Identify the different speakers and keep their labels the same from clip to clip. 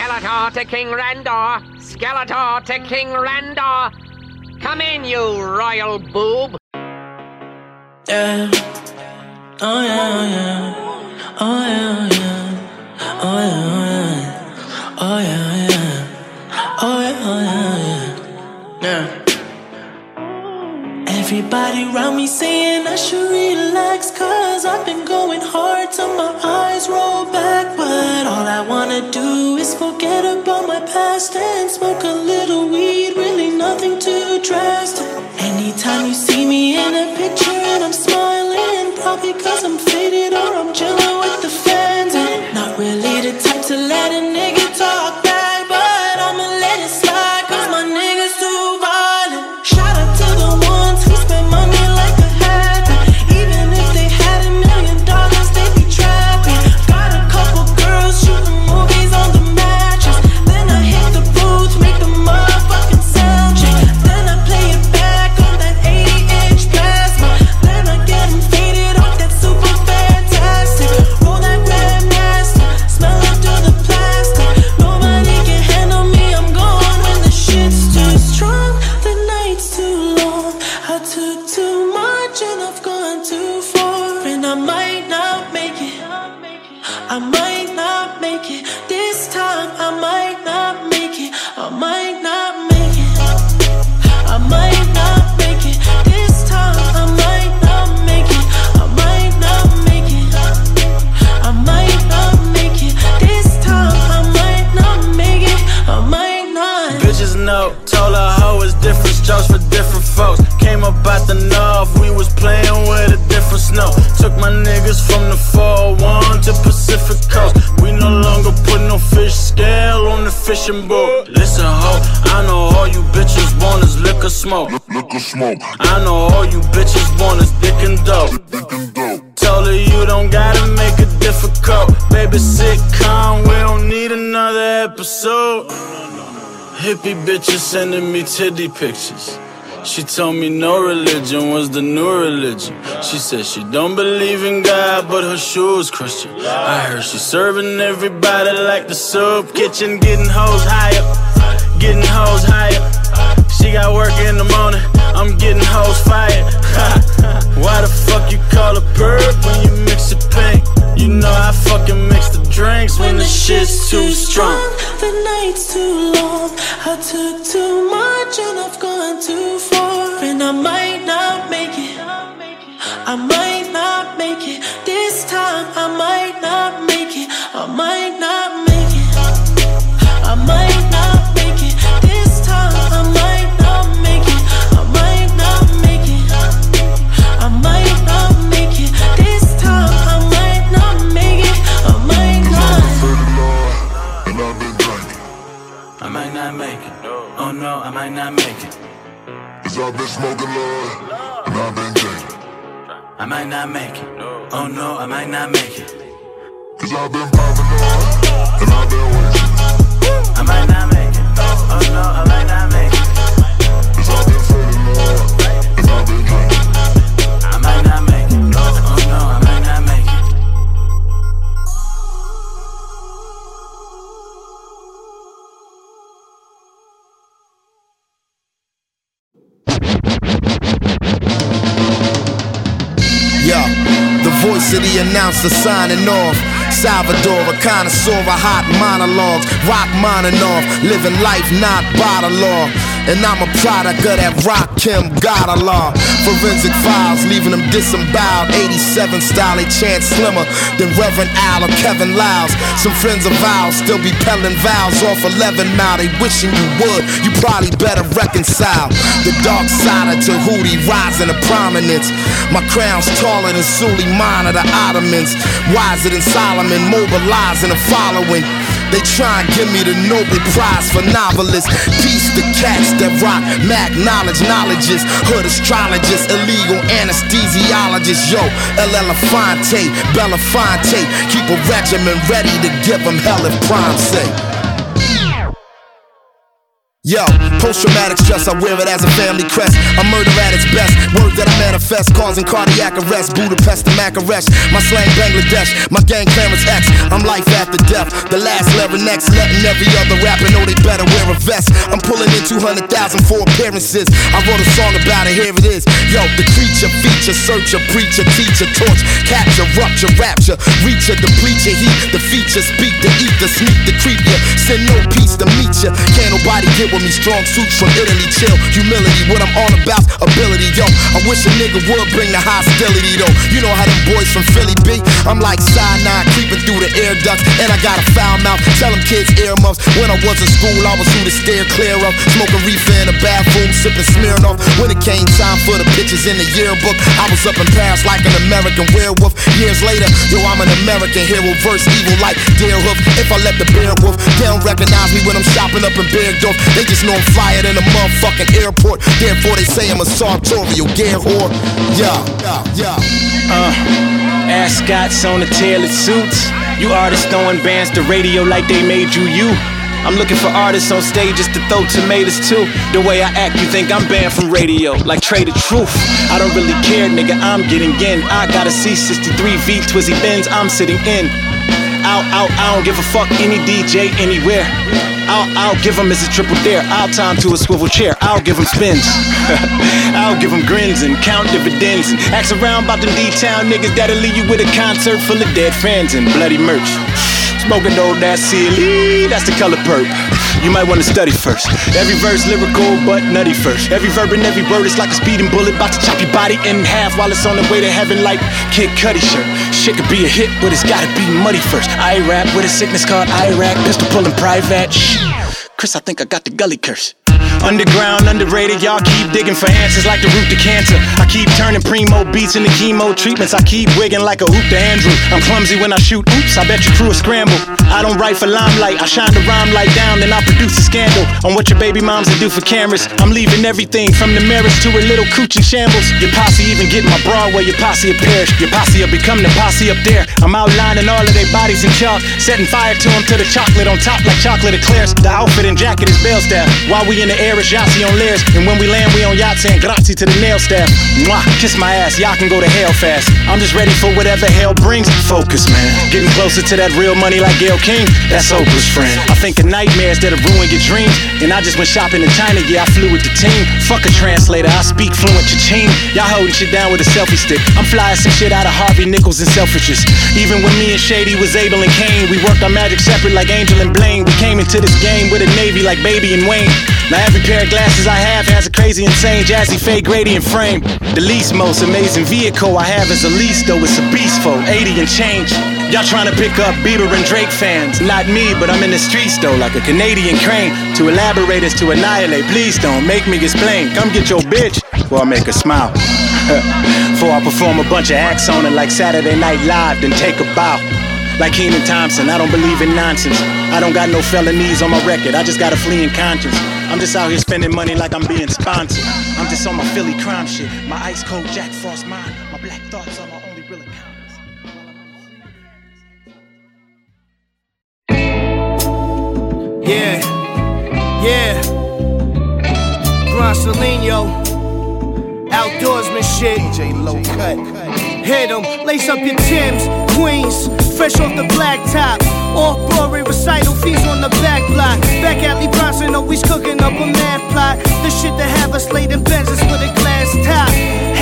Speaker 1: Skeletor to King Randor! Skeletor to King Randor! Come in, you royal boob!
Speaker 2: Yeah. Oh yeah, yeah. Oh yeah, yeah. Oh yeah, oh yeah. Oh yeah, yeah. Oh yeah, oh yeah, yeah. Yeah. Everybody around me saying I should relax Cause I've been going hard till my eyes roll back But all I wanna do is forget about my past And smoke a little weed, really nothing too drastic Anytime you see me in a picture and I'm smiling, probably cause I'm faded or I'm chilling with the fans. And not really the type to let a nigga talk back, but I'ma let it slide cause my niggas too violent. Shout out to the ones who spend money like a habit. Even if they had a million dollars, they'd be trapping. Got a couple girls shooting movies on the mattress. Then I hit the booth, make the motherfucking sound check. Then I play it back on that 80-inch plasma. Then I get 'em faded off that super fantastic. Roll that grandmaster, smell it through the plastic. Nobody can handle me, I'm gone when the shit's too strong. The night's too long. I took too much and I've gone too far. And I might not make it. I might not make it this time. I might not make it. I might not make it. I might not make it this time. I might not make it. I might not make it. I might not make it this time. I might not make it. I might not.
Speaker 3: Bitches Um, know, told a hoe it's different strokes for different folks. Came up out the north, we was playing with a different snow. Took my niggas from the 401 to Pacific Coast. We no longer put no fish scale on the fishing boat. Listen, ho, I know all you bitches want is liquor smoke.
Speaker 4: Liquor smoke,
Speaker 3: I know all you bitches want is dick and dope.
Speaker 4: dick and dope.
Speaker 3: Told her you don't gotta make it difficult. Baby, sitcom, we don't need another episode. Hippie bitches sending me titty pictures. She told me no religion was the new religion. She said she don't believe in God, but her shoes Christian. I heard she serving everybody like the soup kitchen, getting hoes higher, getting hoes higher. She got work in the morning, I'm getting hoes fired. Why the fuck you call a bird when you mix it pink? You know I fucking mix the drinks when the shit's too strong.
Speaker 2: The night's too long. I took too much and I've gone too far. And I might not make it. I might not make it this time. I might not make it. I might not make it. I might not make it this time. I might not make it. I might not make it. I might not make it this time. I might not make it. I might
Speaker 4: I'm
Speaker 2: not.
Speaker 4: pretty Lord, and I've been drinking.
Speaker 3: I might not make it. Oh no, I might not make it.
Speaker 4: Cause I've been smoking Lord, and I've been drinking.
Speaker 3: I might not make it. Oh no, I might not make it.
Speaker 4: Cause I've been popping Lord, and I've been wasting.
Speaker 3: I might not make it. Oh no, I might not make it.
Speaker 4: Cause I've been feeling Lord, and I've been drinking.
Speaker 3: I might not make it. Oh no, I might not make it.
Speaker 5: Yo, the voice of the announcer signing off. Salvador, a connoisseur of hot monologues. Rock mining off, living life not by the law. And I'm a product of that rock Kim God law. Forensic files, leaving them disemboweled. 87 style, they chant slimmer than Reverend Al or Kevin Lyles. Some friends of ours still be pelling vows off 11 mile. They wishing you would, you probably better reconcile. The dark side of Tahuti rising to prominence. My crown's taller than Suleiman of the Ottomans. Wiser than Solomon, mobilizing and following. They try and give me the Nobel Prize for novelists. Peace to cats that rock, Mac knowledge, knowledges, hood astrologists, illegal anesthesiologists. Yo, El Elefante, Belafonte, keep a regimen ready to give 'em hell if prime say. Yo, post-traumatic stress, I wear it as a family crest. I murder at its best, words that I manifest, causing cardiac arrest, Budapest to Macaresh. My slang Bangladesh, my gang Clarence X. I'm life after death, the last Larinex, letting every other rapper know they better wear a vest. I'm pulling in 200,000 for appearances. I wrote a song about it, here it is. Yo, the creature, feature, searcher, preacher, teacher, torch, capture, rupture, rapture, reacher, deplete your heat, the feature, speak the ether, sneak the creep ya, send no peace to meet ya. Can't nobody get with me, strong suits from Italy, chill, humility, what I'm all about, ability, yo. I wish a nigga would bring the hostility though. You know how them boys from Philly be? I'm like cyanide creeping through the air ducts, and I got a foul mouth. Tell them kids earmuffs. When I was in school, I was who to steer clear of. Smoking reefer in the bathroom, sipping smearing off. When it came time for the pictures in the yearbook, I was up in Paris like an American werewolf. Years later, yo, I'm an American hero, verse evil like Dare Hoof. If I let the bear wolf, they don't recognize me when I'm shopping up in Bergdorf. They just know I'm flyer than a motherfucking airport. Therefore, they say I'm a sartorial gear whore. Yeah, yeah, yeah.
Speaker 6: Uh, Ascots on the tailored suits. You artists throwing bands to radio like they made you you. I'm looking for artists on stages to throw tomatoes to. The way I act, you think I'm banned from radio, like Trade the Truth. I don't really care, nigga, I'm getting in. I got a C63 V Twizzy Benz, I'm sitting in. Out, out, I don't give a fuck any DJ anywhere. I'll, I'll give him as a triple dare. I'll time to a swivel chair. I'll give him spins. I'll give him grins and count dividends and ask around about them D-Town niggas that'll leave you with a concert full of dead fans and bloody merch. Smoking old that CLE, that's the color purple. You might wanna study first. Every verse lyrical but nutty first. Every verb and every word is like a speeding bullet, about to chop your body in half while it's on the way to heaven, like Kid Cudi shirt. Shit could be a hit, but it's gotta be muddy first. I rap with a sickness called Iraq, pistol pulling private. Shh. Chris, I think I got the gully curse. Underground, underrated, y'all keep digging for answers like the root to cancer. I keep turning primo beats into chemo treatments. I keep wigging like a hoop to Andrew. I'm clumsy when I shoot. Oops, I bet your crew a scramble. I don't write for limelight. I shine the rhyme light down, then I produce a scandal on what your baby moms would do for cameras. I'm leaving everything from the marriage to a little cooch in shambles. Your posse even get my Broadway. Your posse appears. Your posse will become the posse up there. I'm outlining all of their bodies in chalk, setting fire to them to the chocolate on top like chocolate eclairs. The outfit and jacket is Bell staff. While we in the air, it's Yahtzee on layers. And when we land, we on Yahtzee and Grazie to the nail staff. Mwah, kiss my ass, y'all can go to hell fast. I'm just ready for whatever hell brings. Focus, man. Getting closer to that real money like Gail King. That's Oprah's friend. I think of nightmares that'll ruin your dreams. And I just went shopping in China, yeah, I flew with the team. Fuck a translator, I speak fluent cha-ching. Y'all holding shit down with a selfie stick. I'm flying some shit out of Harvey Nichols and Selfridges. Even when me and Shady was Abel and Kane, we worked our magic separate like Angel and Blaine. We came into this game with a Navy like Baby and Wayne. Now every pair of glasses I have has a crazy, insane, jazzy, fade, gradient frame. The least, most amazing vehicle I have is a lease, though it's a beast for 80 and change. Y'all trying to pick up Bieber and Drake fans. Not me, but I'm in the streets though, like a Canadian crane. To elaborate is to annihilate. Please don't make me explain. Come get your bitch, or I'll make her smile. Before I perform a bunch of acts on it like Saturday Night Live, then take a bow. Like Keenan Thompson, I don't believe in nonsense. I don't got no felonies on my record, I just got a fleeing conscience. I'm just out here spending money like I'm being sponsored. I'm just on my Philly crime shit, my ice cold Jack Frost mind. My black thoughts are my only real account.
Speaker 7: Yeah, yeah. Bronsolino, outdoorsman shit. DJ low cut. Hit 'em, lace up your Timbs, Queens, fresh off the blacktop. Off Broadway recital fees on the back block. Back alley Bronson, always cooking up a mad plot. The shit that have us laid in Benzes with a glass top.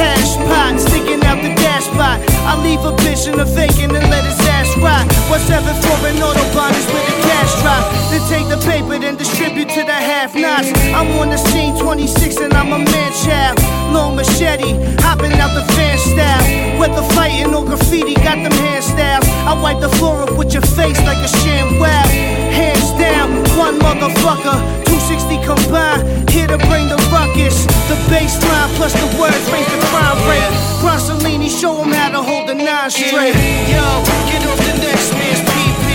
Speaker 7: Hash pot, sticking out the dashpot. I leave a bitch in a vacant and let his ass rot. What's ever for an autobahn is with a cash drop. Then take the paper, then distribute to the half knots. I'm on the scene 26 and I'm a man child. Long machete, hopping out the fan style. Whether fighting or graffiti, got them hand styles. I wipe the floor up with your face like a sham wow. Hands down, one motherfucker, 260 combined. Here to bring the ruckus. The baseline plus the words raise the crime rate. Bronsolini, show 'em how to hold the nine straight. Yo, get off the next man's PP.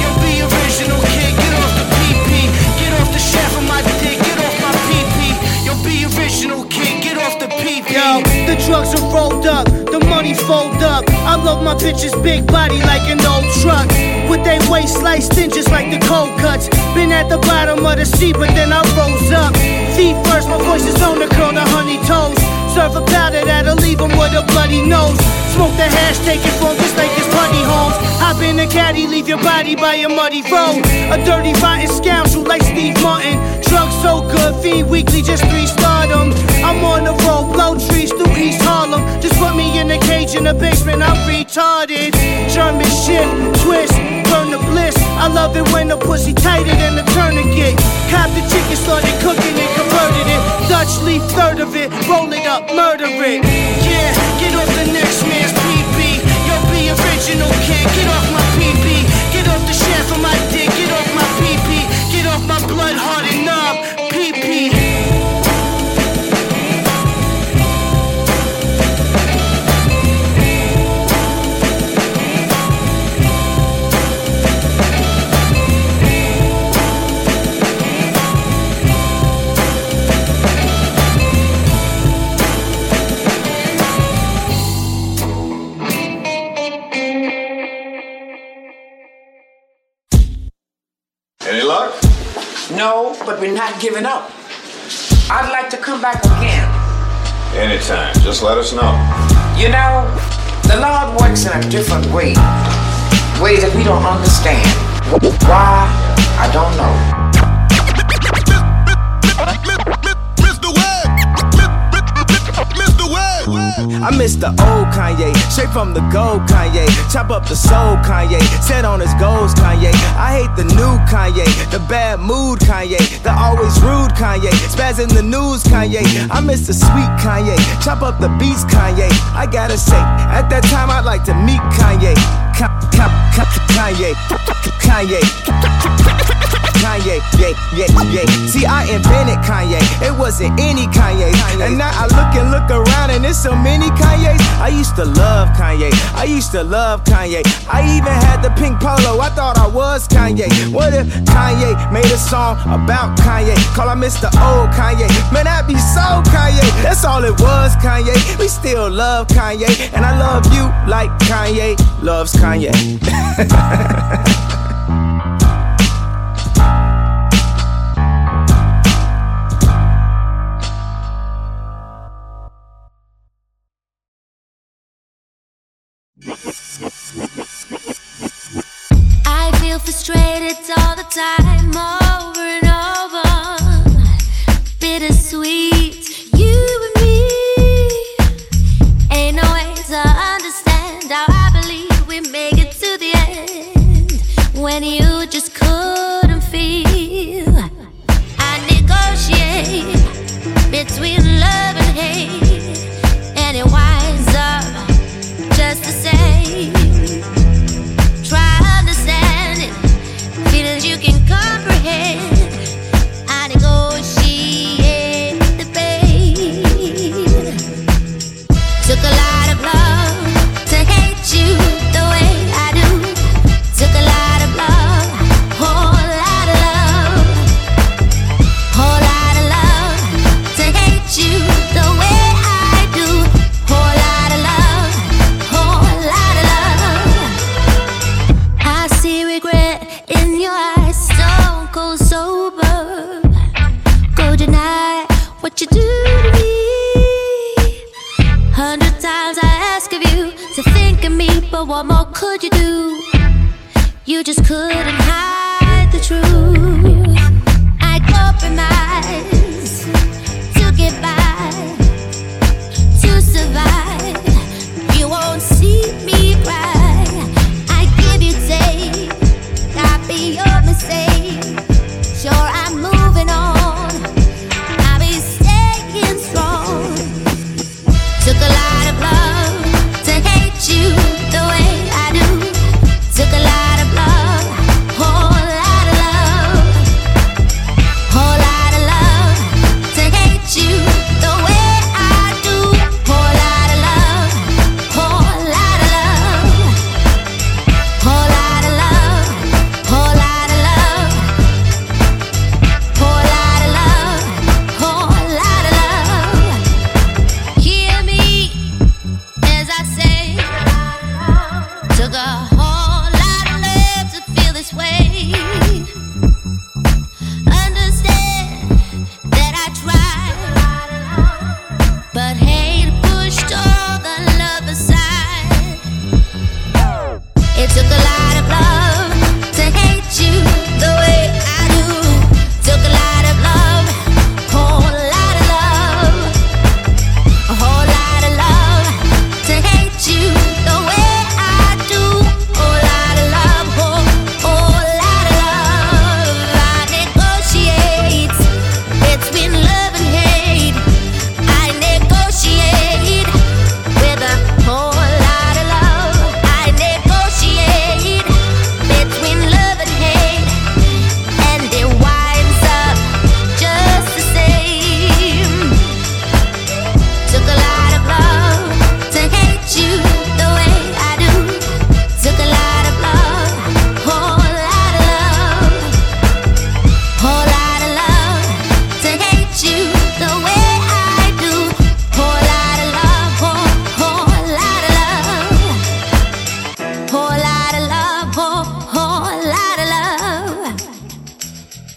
Speaker 7: Yo, be original, kid, get off the PP. Get off the shaft of my dick, get off my PP. Yo, be original, kid, get off the PP. Yo, the drugs are rolled up, the money fold up. I love love my bitches big body like an old truck. With they waist sliced in just like the cold cuts. Been at the bottom of the sea, but then I rose up. Feet first, my voice is on the curl of honey toes. Serve a powder that'll leave 'em with a bloody nose. Smoke the hash, take it from just like it's putty homes. Hop in a caddy, leave your body by a muddy road. A dirty, rotten scoundrel like Steve Martin. Drugs so good, feed weekly, just three stardom. I'm on the road, blow trees through East Harlem. Just put me in a cage in the basement, I'm retarded. German shift, twist, burn the bliss. I love it when the pussy tighter than the tourniquet. Cop the chicken, started cooking it, converted it. Dutch leaf, third of it, roll it up, murder it. Yeah, get off the next man's PP. You'll be original, kid, get off my PP. Get off the shaft of my dick, get off my PP. Get off my blood, heart, and knob, PP.
Speaker 8: Any luck?
Speaker 1: No, but we're not giving up. I'd like to come back again.
Speaker 8: Anytime. Just let us know.
Speaker 1: You know, the Lord works in a different way. Ways that we don't understand. Why? I don't know.
Speaker 9: I miss the old Kanye, straight from the gold Kanye. Chop up the soul Kanye, set on his goals Kanye. I hate the new Kanye, the bad mood Kanye, the always rude Kanye, spazzing the news Kanye. I miss the sweet Kanye, chop up the beats Kanye. I gotta say, at that time I'd like to meet Kanye. Ka- ka- ka- Kanye, Kanye. Kanye, yeah, yeah, yeah. See, I invented Kanye. It wasn't any Kanye. And now I look and look around and there's so many Kanye's. I used to love Kanye. I used to love Kanye. I even had the pink polo. I thought I was Kanye. What if Kanye made a song about Kanye? Call I miss the old Kanye. Man, I'd be so Kanye. That's all it was, Kanye. We still love Kanye. And I love you like Kanye loves Kanye.
Speaker 10: I feel frustrated all the time, over and over. Bittersweet, you and me. Ain't no way to understand how I believe we make it to the end when you just couldn't feel. I negotiate between love and hate, and it winds up just the same. Try understanding feelings you can comprehend. I negotiate the pain. Took a lot of love to hate you the way I do. Took a lot of love, whole lot of love, whole lot of love to hate you the way I do. Whole lot of love, whole lot of love. I see regret in your eyes, stone cold sober. Go deny what you do to me. Hundred times I ask of you to think of me, but what more could you do? You just couldn't hide the truth. I compromise to get by, to survive. You won't see me cry. I give you take, copy your mistake. Sure, I'm moving on. I'll be staying strong. Took a lot of love to hate you the way I do. Took a lot of love,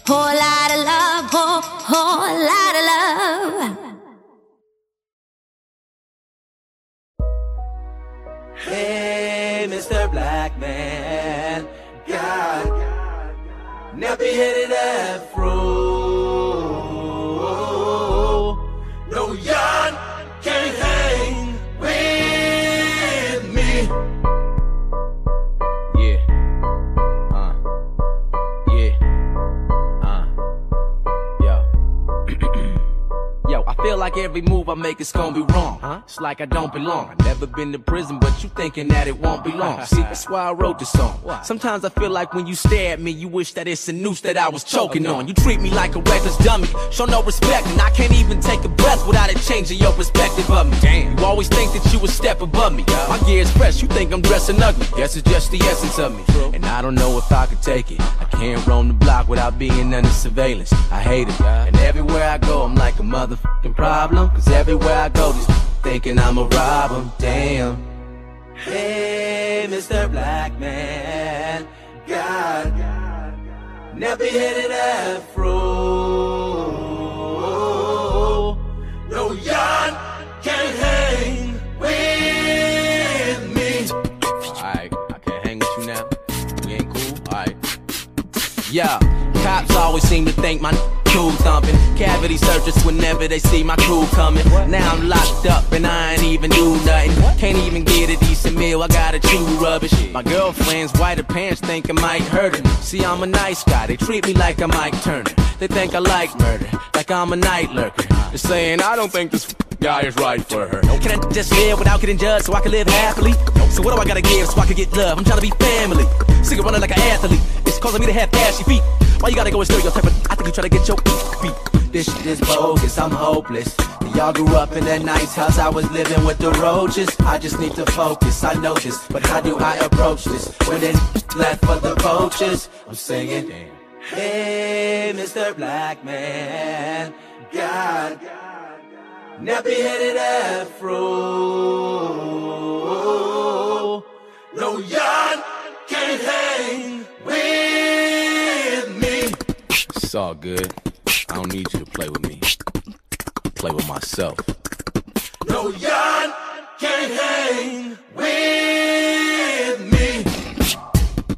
Speaker 10: whole lot of love, whole, whole lot of love.
Speaker 3: Hey, Mr. Black Man, God, nappy headed afro. No, y'all can't hang with me.
Speaker 11: Yeah. Uh. Yeah. Uh. Yo. Yo, I feel like every move I make is gonna be wrong. It's like I don't belong. I never been to prison, but you thinking that it won't be long. See, that's why I wrote this song. Sometimes I feel like when you stare at me, you wish that it's a noose that I was choking on. You treat me like a reckless dummy, show no respect, and I can't even take a breath without it changing your perspective of me. Damn, you always think that you a step above me. My gear is fresh, you think I'm dressing ugly. Guess it's just the essence of me, and I don't know if I could take it. I can't roam the block without being under surveillance. I hate it, and everywhere I go, I'm like a motherfucking problem. Cause everywhere I go, these thinking I'm a rob 'em. Damn.
Speaker 3: Hey, Mr. Black Man, God, nappy headed afro. No, y'all can't hang with me.
Speaker 11: Alright, I can't hang with you now. We ain't cool. Alright. Yeah, cops always seem to think my cool thumping. Cavity searches whenever they see my crew coming. Now I'm locked up and I ain't even do nothing. Can't even get a decent meal, I gotta chew rubbish. My girlfriend's whiter pants think I might hurt her. See, I'm a nice guy, they treat me like I'm Mike Turner. They think I like murder, like I'm a night lurker. They're saying I don't think this guy is right for her. Oh, Can I just live without getting judged so I can live happily? So what do I gotta give so I can get love? I'm trying to be family. Sick of running like an athlete. It's causing me to have ashy feet. Why you gotta go and stir your temper? I think you trying to get your beat.
Speaker 3: This shit is bogus, I'm hopeless. Y'all grew up in that nice house, I was living with the roaches. I just need to focus, I know this, but how do I approach this? When it's left for the vultures, I'm singing. Hey, Mr. Black Man, God, nappy headed afro. No, y'all can't hang with me.
Speaker 11: It's all good. I don't need you to play with me. Play with myself.
Speaker 3: No, y'all can't hang with me.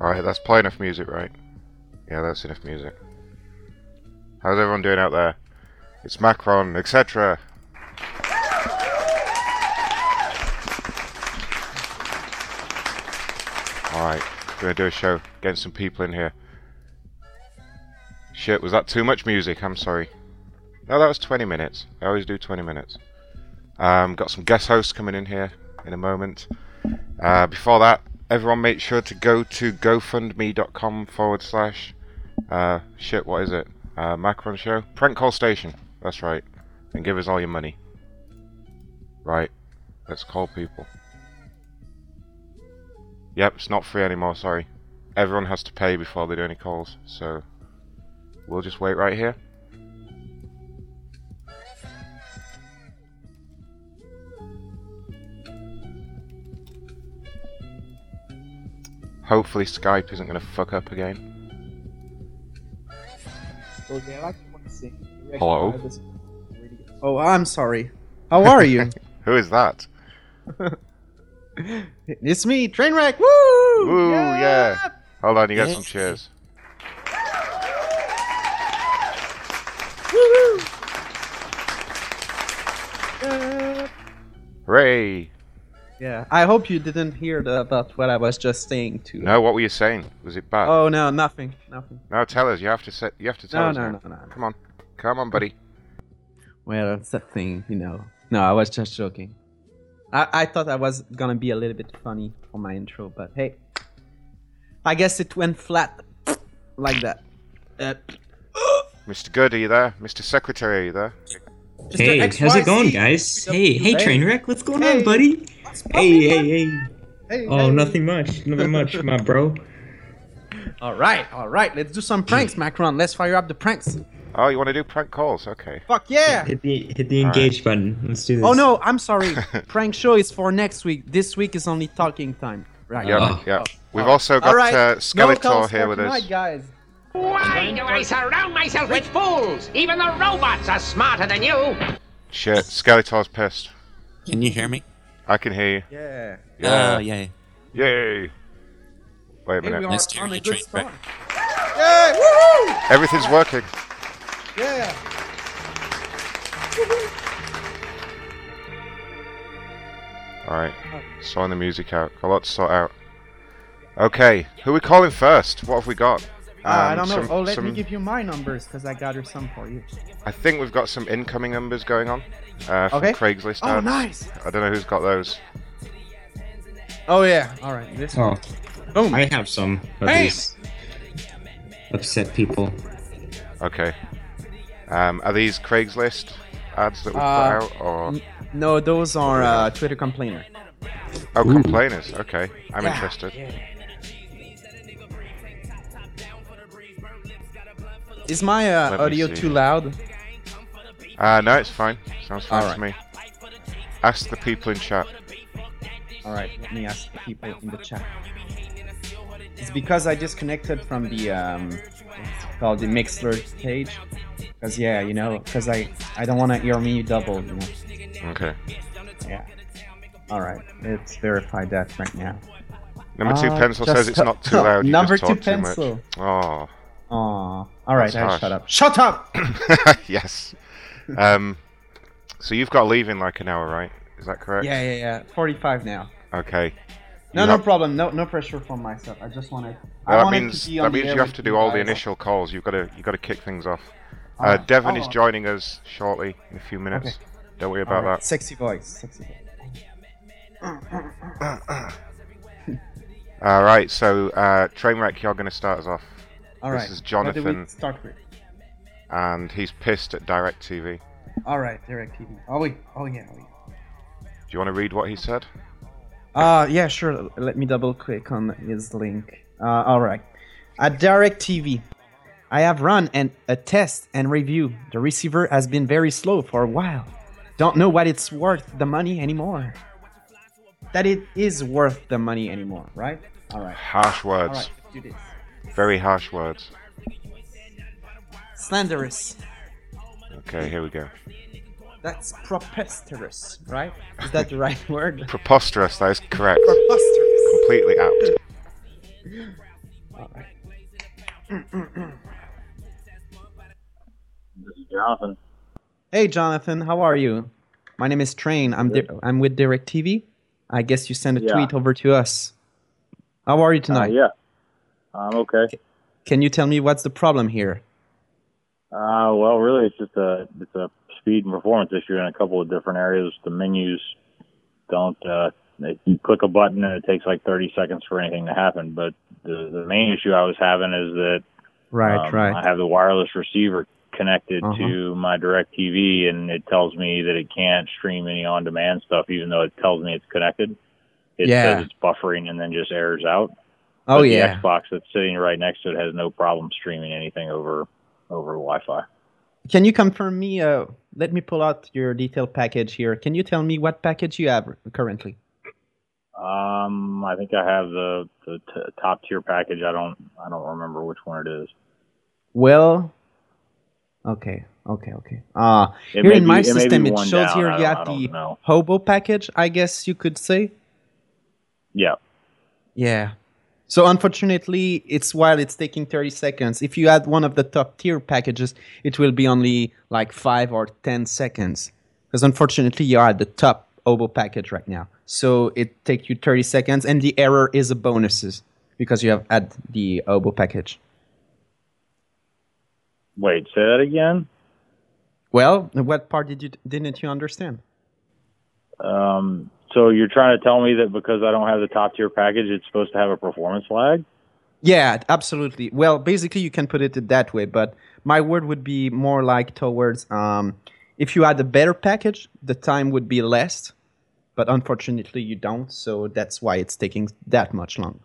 Speaker 12: Alright, that's playing enough music, right? Yeah, that's enough music. How's everyone doing out there? It's Macron, etc. Alright, gonna do a show, getting some people in here. Shit, was that too much music? I'm sorry. No, that was 20 minutes. I always do 20 minutes. Um, got some guest hosts coming in here in a moment. Uh, before that, everyone make sure to go to gofundme.com forward slash uh, shit, what is it? Uh, Macron Show? Prank Call Station. That's right. And give us all your money. Right. Let's call people. Yep, it's not free anymore, sorry. Everyone has to pay before they do any calls, so we'll just wait right here. Hopefully Skype isn't going to fuck up again. Hello?
Speaker 13: Oh, I'm sorry. How are you?
Speaker 12: Who is that?
Speaker 13: it's me, Trainwreck. Woo!
Speaker 12: Ooh, yeah. Hold on, you got some
Speaker 13: Yeah.
Speaker 12: cheers. Hooray!
Speaker 13: Yeah. I hope you didn't hear the, about what I was just saying too.
Speaker 12: No, what were you saying? Was it bad?
Speaker 13: Oh no, nothing, nothing.
Speaker 12: No, tell us. You have to say. You have to tell
Speaker 13: No,
Speaker 12: us.
Speaker 13: no,
Speaker 12: now.
Speaker 13: no, no,
Speaker 12: Come on, come on, buddy.
Speaker 13: Well, that's the thing, you know. No, I was just joking. I, I thought I was gonna be a little bit funny for my intro, but hey, I guess it went flat like that. Uh,
Speaker 12: Mr. Good, are you there? Mr. Secretary, are you there?
Speaker 14: Hey, how's it going, guys? Hey, hey, Trainwreck, what's going on, buddy? Hey, hey, hey.
Speaker 13: Hey,
Speaker 14: Oh,
Speaker 13: hey.
Speaker 14: nothing much, nothing much, my bro.
Speaker 13: All right, all right. Let's do some pranks, Macron. Let's fire up the pranks.
Speaker 12: Oh, you want to do prank calls? Okay.
Speaker 13: Fuck yeah!
Speaker 14: Hit the hit the
Speaker 12: All right.
Speaker 14: engage button. Let's do this.
Speaker 13: Oh no, I'm sorry. prank show is for next week. This week is only talking time. Right.
Speaker 12: Yeah,
Speaker 14: Oh.
Speaker 12: yeah. We've also got
Speaker 13: Alright,
Speaker 12: uh,
Speaker 13: no
Speaker 12: Skeletor
Speaker 13: calls
Speaker 12: here
Speaker 13: for
Speaker 12: with
Speaker 13: tonight,
Speaker 12: us.
Speaker 13: guys.
Speaker 15: Why do I surround myself with fools? Even the robots are smarter than you.
Speaker 12: Shit, Skeletor's pissed.
Speaker 16: Can you hear me?
Speaker 12: I can hear you.
Speaker 13: Yeah.
Speaker 16: Oh, yeah.
Speaker 13: Hey,
Speaker 12: Yay! Wait a
Speaker 13: we
Speaker 12: minute.
Speaker 13: are on a good start.
Speaker 7: Yeah, woohoo!
Speaker 12: Everything's working.
Speaker 7: Yeah.
Speaker 12: All right. Sorting the music out. Got a lot to sort out. Okay, who are we calling first? What have we got?
Speaker 13: Uh, I
Speaker 12: Um,
Speaker 13: don't know.
Speaker 12: some-
Speaker 13: oh, let me
Speaker 12: some-
Speaker 13: give you my numbers because I gathered some for you.
Speaker 12: I think we've got some incoming numbers going on uh, from
Speaker 13: Okay.
Speaker 12: Craigslist.
Speaker 13: Oh,
Speaker 12: ads.
Speaker 13: nice.
Speaker 12: I don't know who's got those.
Speaker 13: Oh yeah. All right. This.
Speaker 14: Oh.
Speaker 13: Boom.
Speaker 14: I have some of
Speaker 13: Bam.
Speaker 14: these upset people.
Speaker 12: Okay. Um, are these Craigslist ads that we've
Speaker 13: Uh,
Speaker 12: put out, or
Speaker 13: n- no, those are uh, Twitter complainer.
Speaker 12: oh, complainers? Okay, I'm
Speaker 13: Yeah,
Speaker 12: interested.
Speaker 13: Is my uh,
Speaker 12: Let me
Speaker 13: audio
Speaker 12: see.
Speaker 13: too loud?
Speaker 12: Uh, no, it's fine. Sounds fine
Speaker 13: All
Speaker 12: to me. Ask the people in chat.
Speaker 13: All right. Let me ask the people in the chat. It's because I disconnected from the um, what's it called the Mixler page. Cause yeah, you know, cause I I don't want to hear me double. You know.
Speaker 12: Okay.
Speaker 13: Yeah. All right. Let's verify that right now.
Speaker 12: Number two
Speaker 13: Uh,
Speaker 12: pencil
Speaker 13: just
Speaker 12: says it's
Speaker 13: t-
Speaker 12: not too loud. You
Speaker 13: Number
Speaker 12: just
Speaker 13: two
Speaker 12: talk too much.
Speaker 13: pencil.
Speaker 12: Oh.
Speaker 13: Aw. All right.
Speaker 12: That's
Speaker 13: I
Speaker 12: harsh.
Speaker 13: shut up. Shut up.
Speaker 12: yes. Um, so you've got to leave in like an hour, right? Is that correct?
Speaker 13: Yeah, yeah, yeah. Forty-five now.
Speaker 12: Okay.
Speaker 13: No,
Speaker 12: You
Speaker 13: no
Speaker 12: have-
Speaker 13: problem. No, no pressure from myself. I just wanted. I
Speaker 12: Well, that
Speaker 13: wanted
Speaker 12: means
Speaker 13: to be on
Speaker 12: that
Speaker 13: the
Speaker 12: means
Speaker 13: air
Speaker 12: you have
Speaker 13: with
Speaker 12: to do all the
Speaker 13: guys.
Speaker 12: initial calls. You've got to you've got to kick things off.
Speaker 13: Ah,
Speaker 12: Uh, Devon
Speaker 13: oh.
Speaker 12: is joining us shortly in a few minutes.
Speaker 13: Okay.
Speaker 12: Don't worry
Speaker 13: All
Speaker 12: about
Speaker 13: right,
Speaker 12: that.
Speaker 13: Sexy voice. Sexy voice.
Speaker 12: All right. So uh, Trainwreck, you're going to start us off.
Speaker 13: All
Speaker 12: this
Speaker 13: right.
Speaker 12: is
Speaker 13: What do we
Speaker 12: Jonathan,
Speaker 13: start with?
Speaker 12: and he's pissed at DirecTV. Do
Speaker 13: All right, Derek. Keaton. Oh wait. Oh yeah. Oh, yeah.
Speaker 12: you want to read what he said?
Speaker 13: Uh, yeah, sure. Let me double click on his link. Uh, all right. At DirecTV, I have run an, a test and review. The receiver has been very slow for a while. Don't know what it's worth the money anymore. That it is worth the money anymore, right? All right.
Speaker 12: Harsh
Speaker 13: All
Speaker 12: words.
Speaker 13: right, let's do this.
Speaker 12: Very harsh words.
Speaker 13: Slanderous.
Speaker 12: Okay, here we go.
Speaker 13: That's preposterous, right? Is that the right word?
Speaker 12: Preposterous. That is correct.
Speaker 13: Preposterous.
Speaker 12: Completely apt.
Speaker 13: All right.
Speaker 17: Jonathan.
Speaker 13: Hey, Jonathan, how are you? My name is Train. I'm di- I'm with DirecTV. I guess you sent a
Speaker 17: Yeah. Uh,
Speaker 13: tweet over to us. How are you tonight?
Speaker 17: yeah, I'm okay.
Speaker 13: Can you tell me what's the problem here?
Speaker 17: Uh, well, really, it's just a it's a speed and performance issue in a couple of different areas. The menus don't. Uh, if you click a button and it takes like 30 seconds for anything to happen. But the the main issue I was having is that
Speaker 13: Right,
Speaker 17: um,
Speaker 13: right.
Speaker 17: I have the wireless receiver connected
Speaker 13: Uh-huh.
Speaker 17: to my direct TV and it tells me that it can't stream any on demand stuff even though it tells me it's connected. It
Speaker 13: Yeah.
Speaker 17: says it's buffering and then just errors out.
Speaker 13: Oh,
Speaker 17: But the
Speaker 13: yeah.
Speaker 17: Xbox that's sitting right next to it has no problem streaming anything over over Wi-Fi.
Speaker 13: Can you confirm me? Uh, let me pull out your detail package here. Can you tell me what package you have currently?
Speaker 17: Um, I think I have the the t- top tier package. I don't I don't remember which one it is.
Speaker 13: Well, okay, okay, okay. Ah,
Speaker 17: It
Speaker 13: here
Speaker 17: may
Speaker 13: in
Speaker 17: be-
Speaker 13: my
Speaker 17: it may be
Speaker 13: system, it
Speaker 17: one
Speaker 13: shows
Speaker 17: down.
Speaker 13: here
Speaker 17: I
Speaker 13: you
Speaker 17: don't-
Speaker 13: have
Speaker 17: I don't
Speaker 13: the
Speaker 17: know.
Speaker 13: hobo package. I guess you could say.
Speaker 17: Yeah.
Speaker 13: Yeah. So unfortunately, it's while it's taking 30 seconds. If you add one of the top tier packages, it will be only like 5 or 10 seconds. Because unfortunately, you are at the top oboe package right now. So it takes you 30 seconds, and the error is a bonuses because you have add the oboe package.
Speaker 17: Wait, say that again.
Speaker 13: Well, what part did you didn't you understand?
Speaker 17: Um, so you're trying to tell me that because I don't have the top tier package, it's supposed to have a performance lag?
Speaker 13: Yeah, absolutely. Well, basically, you can put it that way, but my word would be more like towards um, if you had a better package, the time would be less, but unfortunately, you don't, so that's why it's taking that much long.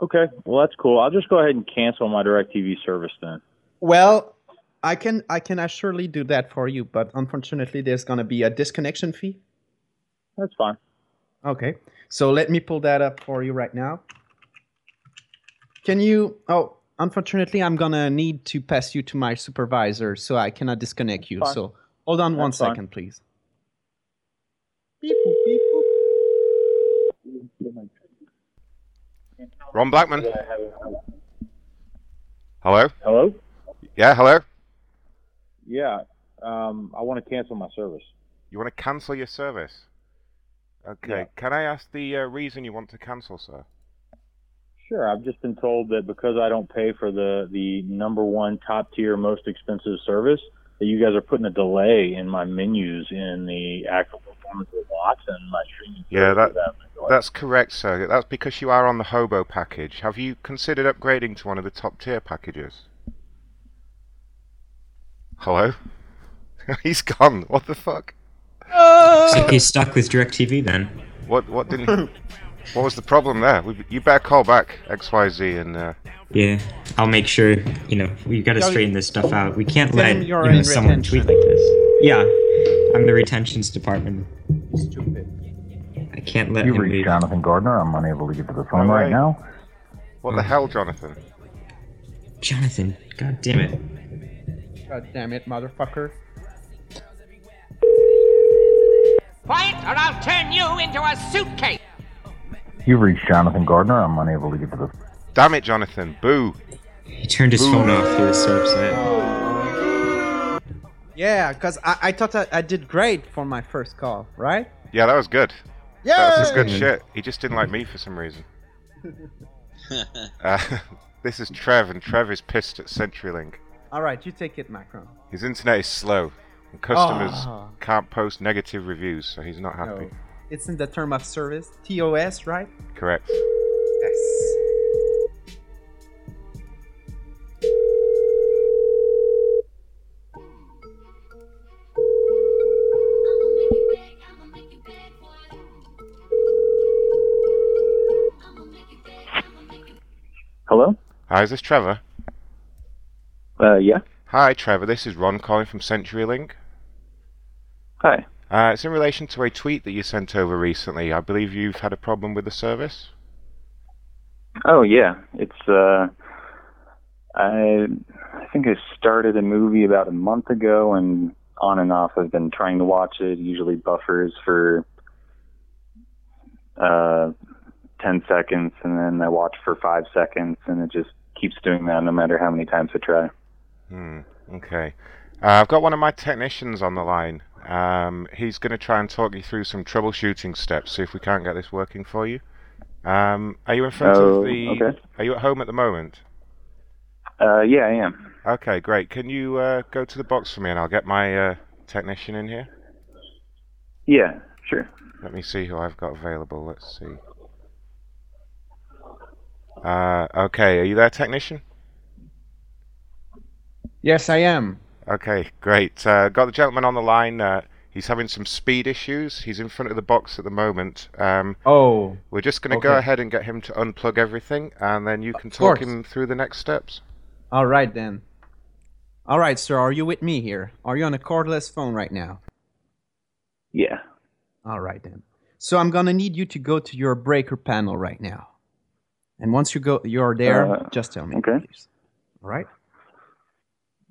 Speaker 17: Okay, well that's cool. I'll just go ahead and cancel my DirecTV service then.
Speaker 13: Well, I can I can assuredly do that for you, but unfortunately, there's gonna be a disconnection fee.
Speaker 17: That's fine.
Speaker 13: Okay, so let me pull that up for you right now. Can you? Oh, unfortunately, I'm gonna need to pass you to my supervisor, so I cannot disconnect you.
Speaker 17: Fine.
Speaker 13: So hold on one
Speaker 17: That's fine.
Speaker 13: second, please.
Speaker 12: Ron Blackman. Hello?
Speaker 17: Hello?
Speaker 12: Yeah, hello?
Speaker 17: Yeah, um, I want to cancel my service.
Speaker 12: You want to cancel your service? Okay. Can I ask the uh, reason you want to cancel, sir?
Speaker 17: Sure. I've just been told that because I don't pay for the the number one top tier most expensive service, that you guys are putting a delay in my menus in the actual performance of the watch and my streaming.
Speaker 12: Yeah,
Speaker 17: service
Speaker 12: that,
Speaker 17: without me.
Speaker 12: that's correct, sir. That's because you are on the hobo package. Have you considered upgrading to one of the top tier packages? Hello? He's gone. What the fuck?
Speaker 14: So he's stuck with DirecTV then.
Speaker 12: What what didn't What was the problem there? We, you better call back XYZ and uh,
Speaker 14: Yeah, I'll make sure. You know, we got to
Speaker 12: Tell-
Speaker 14: straighten this stuff out. We can't
Speaker 12: Tell
Speaker 14: let
Speaker 12: him
Speaker 14: you
Speaker 12: you're
Speaker 14: know,
Speaker 12: in
Speaker 14: someone tweet like this. Yeah, I'm the retentions department. I can't let
Speaker 17: You
Speaker 14: him
Speaker 17: reach
Speaker 14: leave.
Speaker 17: Jonathan Gardner. I'm unable to get to the phone
Speaker 12: No
Speaker 17: right
Speaker 12: way.
Speaker 17: now.
Speaker 12: What the hell, Jonathan?
Speaker 14: Jonathan, god damn it.
Speaker 13: God damn it, motherfucker!
Speaker 15: Quiet, or I'll turn you into a suitcase.
Speaker 17: You've reached Jonathan Gardner. I'm unable to get to the.
Speaker 12: Damn it, Jonathan. Boo.
Speaker 14: He turned his phone off. He was so upset.
Speaker 13: Yeah, cause I, I thought I, I did great for my first call, right?
Speaker 12: Yeah, that was good. That was
Speaker 13: Yay!
Speaker 12: good shit. He just didn't like me for some reason. Uh, this is Trev, and Trev is pissed at CenturyLink.
Speaker 13: All right, you take it, Macron.
Speaker 12: His internet is slow, and customers
Speaker 13: Ah.
Speaker 12: can't post negative reviews, so he's not happy.
Speaker 13: No, it's in the term of service, TOS, right?
Speaker 12: Correct.
Speaker 13: Yes.
Speaker 17: Hello?
Speaker 12: Hi, is this Trevor?
Speaker 17: Uh, yeah.
Speaker 12: Hi, Trevor. This is Ron calling from CenturyLink.
Speaker 17: Hi.
Speaker 12: Uh, it's in relation to a tweet that you sent over recently. I believe you've had a problem with the service.
Speaker 17: Oh yeah, it's uh, I I think I started a movie about a month ago, and on and off I've been trying to watch it. Usually buffers for uh, ten seconds, and then I watch for five seconds, and it just keeps doing that no matter how many times I try.
Speaker 12: Hmm. Okay. Uh, I've got one of my technicians on the line. Um, he's going to try and talk you through some troubleshooting steps. See if we can't get this working for you. Um, are you in front
Speaker 17: Oh,
Speaker 12: of the?
Speaker 17: okay.
Speaker 12: Are you at home at the moment?
Speaker 17: Uh, yeah, I am.
Speaker 12: Okay, great. Can you uh, go to the box for me, and I'll get my uh, technician in here.
Speaker 17: Yeah, sure.
Speaker 12: Let me see who I've got available. Let's see. Uh, okay, are you there, technician?
Speaker 13: Yes, I am.
Speaker 12: Okay, great. Uh, got the gentleman on the line. Uh, he's having some speed issues. He's in front of the box at the moment. Um,
Speaker 13: oh.
Speaker 12: We're just going to go
Speaker 13: okay.
Speaker 12: ahead and get him to unplug everything, and then you can
Speaker 13: course.
Speaker 12: talk him through the next steps.
Speaker 13: All right then. All right, sir. Are you with me here? Are you on a cordless phone right now?
Speaker 17: Yeah.
Speaker 13: All right then. So I'm gonna need you to go to your breaker panel right now. And once you go, you're there.
Speaker 17: Uh,
Speaker 13: just tell me.
Speaker 17: Okay.
Speaker 13: All right.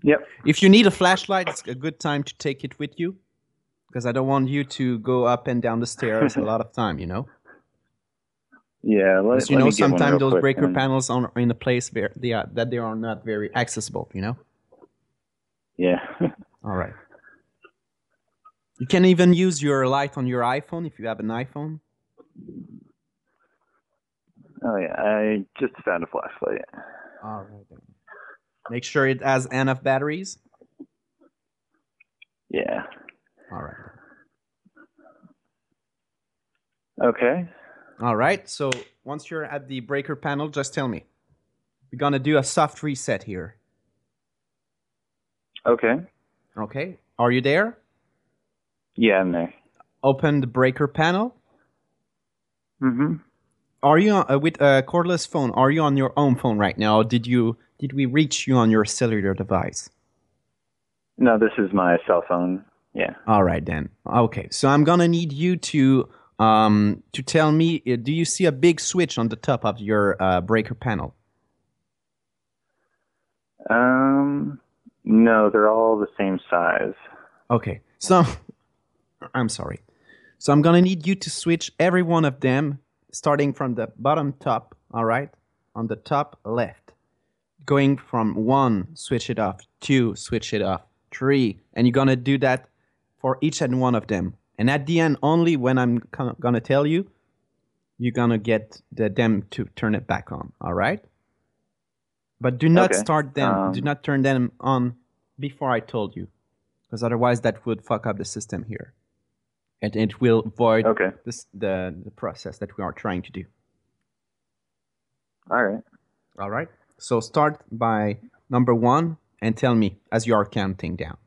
Speaker 17: Yep.
Speaker 13: If you need a flashlight, it's a good time to take it with you, because I don't want you to go up and down the stairs a lot of time. You know.
Speaker 17: Yeah. Let,
Speaker 13: Because you
Speaker 17: let
Speaker 13: know,
Speaker 17: me get one
Speaker 13: sometimes
Speaker 17: real
Speaker 13: those
Speaker 17: quick,
Speaker 13: breaker
Speaker 17: and-
Speaker 13: panels are in a place where they are, that they are not very accessible. You know.
Speaker 17: Yeah.
Speaker 13: All right. You can even use your light on your iPhone if you have an iPhone.
Speaker 17: Oh yeah, I just found a flashlight.
Speaker 13: All right. Then. Make sure it has enough batteries.
Speaker 17: Yeah.
Speaker 13: All right.
Speaker 17: Okay.
Speaker 13: All right. So once you're at the breaker panel, just tell me. We're gonna do a soft reset here.
Speaker 17: Okay.
Speaker 13: Okay. Are you there?
Speaker 17: Yeah, I'm there.
Speaker 13: Open the breaker panel.
Speaker 17: Mm-hmm.
Speaker 13: Are you on, uh, with a cordless phone? Are you on your own phone right now? Did you did we reach you on your cellular device?
Speaker 18: No, this is my cell phone. Yeah.
Speaker 13: All right then. Okay, so I'm gonna need you to um to tell me. uh, Do you see a big switch on the top of your uh, breaker panel?
Speaker 18: Um, no, they're all the same size.
Speaker 13: Okay, so I'm sorry. So I'm gonna need you to switch every one of them, starting from the bottom top. All right, on the top left, going from one, switch it off. Two, switch it off. Three, and you're gonna do that for each and one of them. And at the end, only when I'm con- gonna tell you, you're gonna get the them to turn it back on. All right. But do not
Speaker 18: Okay,
Speaker 13: start them. do
Speaker 18: um,
Speaker 13: not turn them on before I told you, because otherwise that would fuck up the system here, and it will void this, the the process that we are trying to do.
Speaker 18: All right.
Speaker 13: All right. So start by number one and tell me as you are counting down.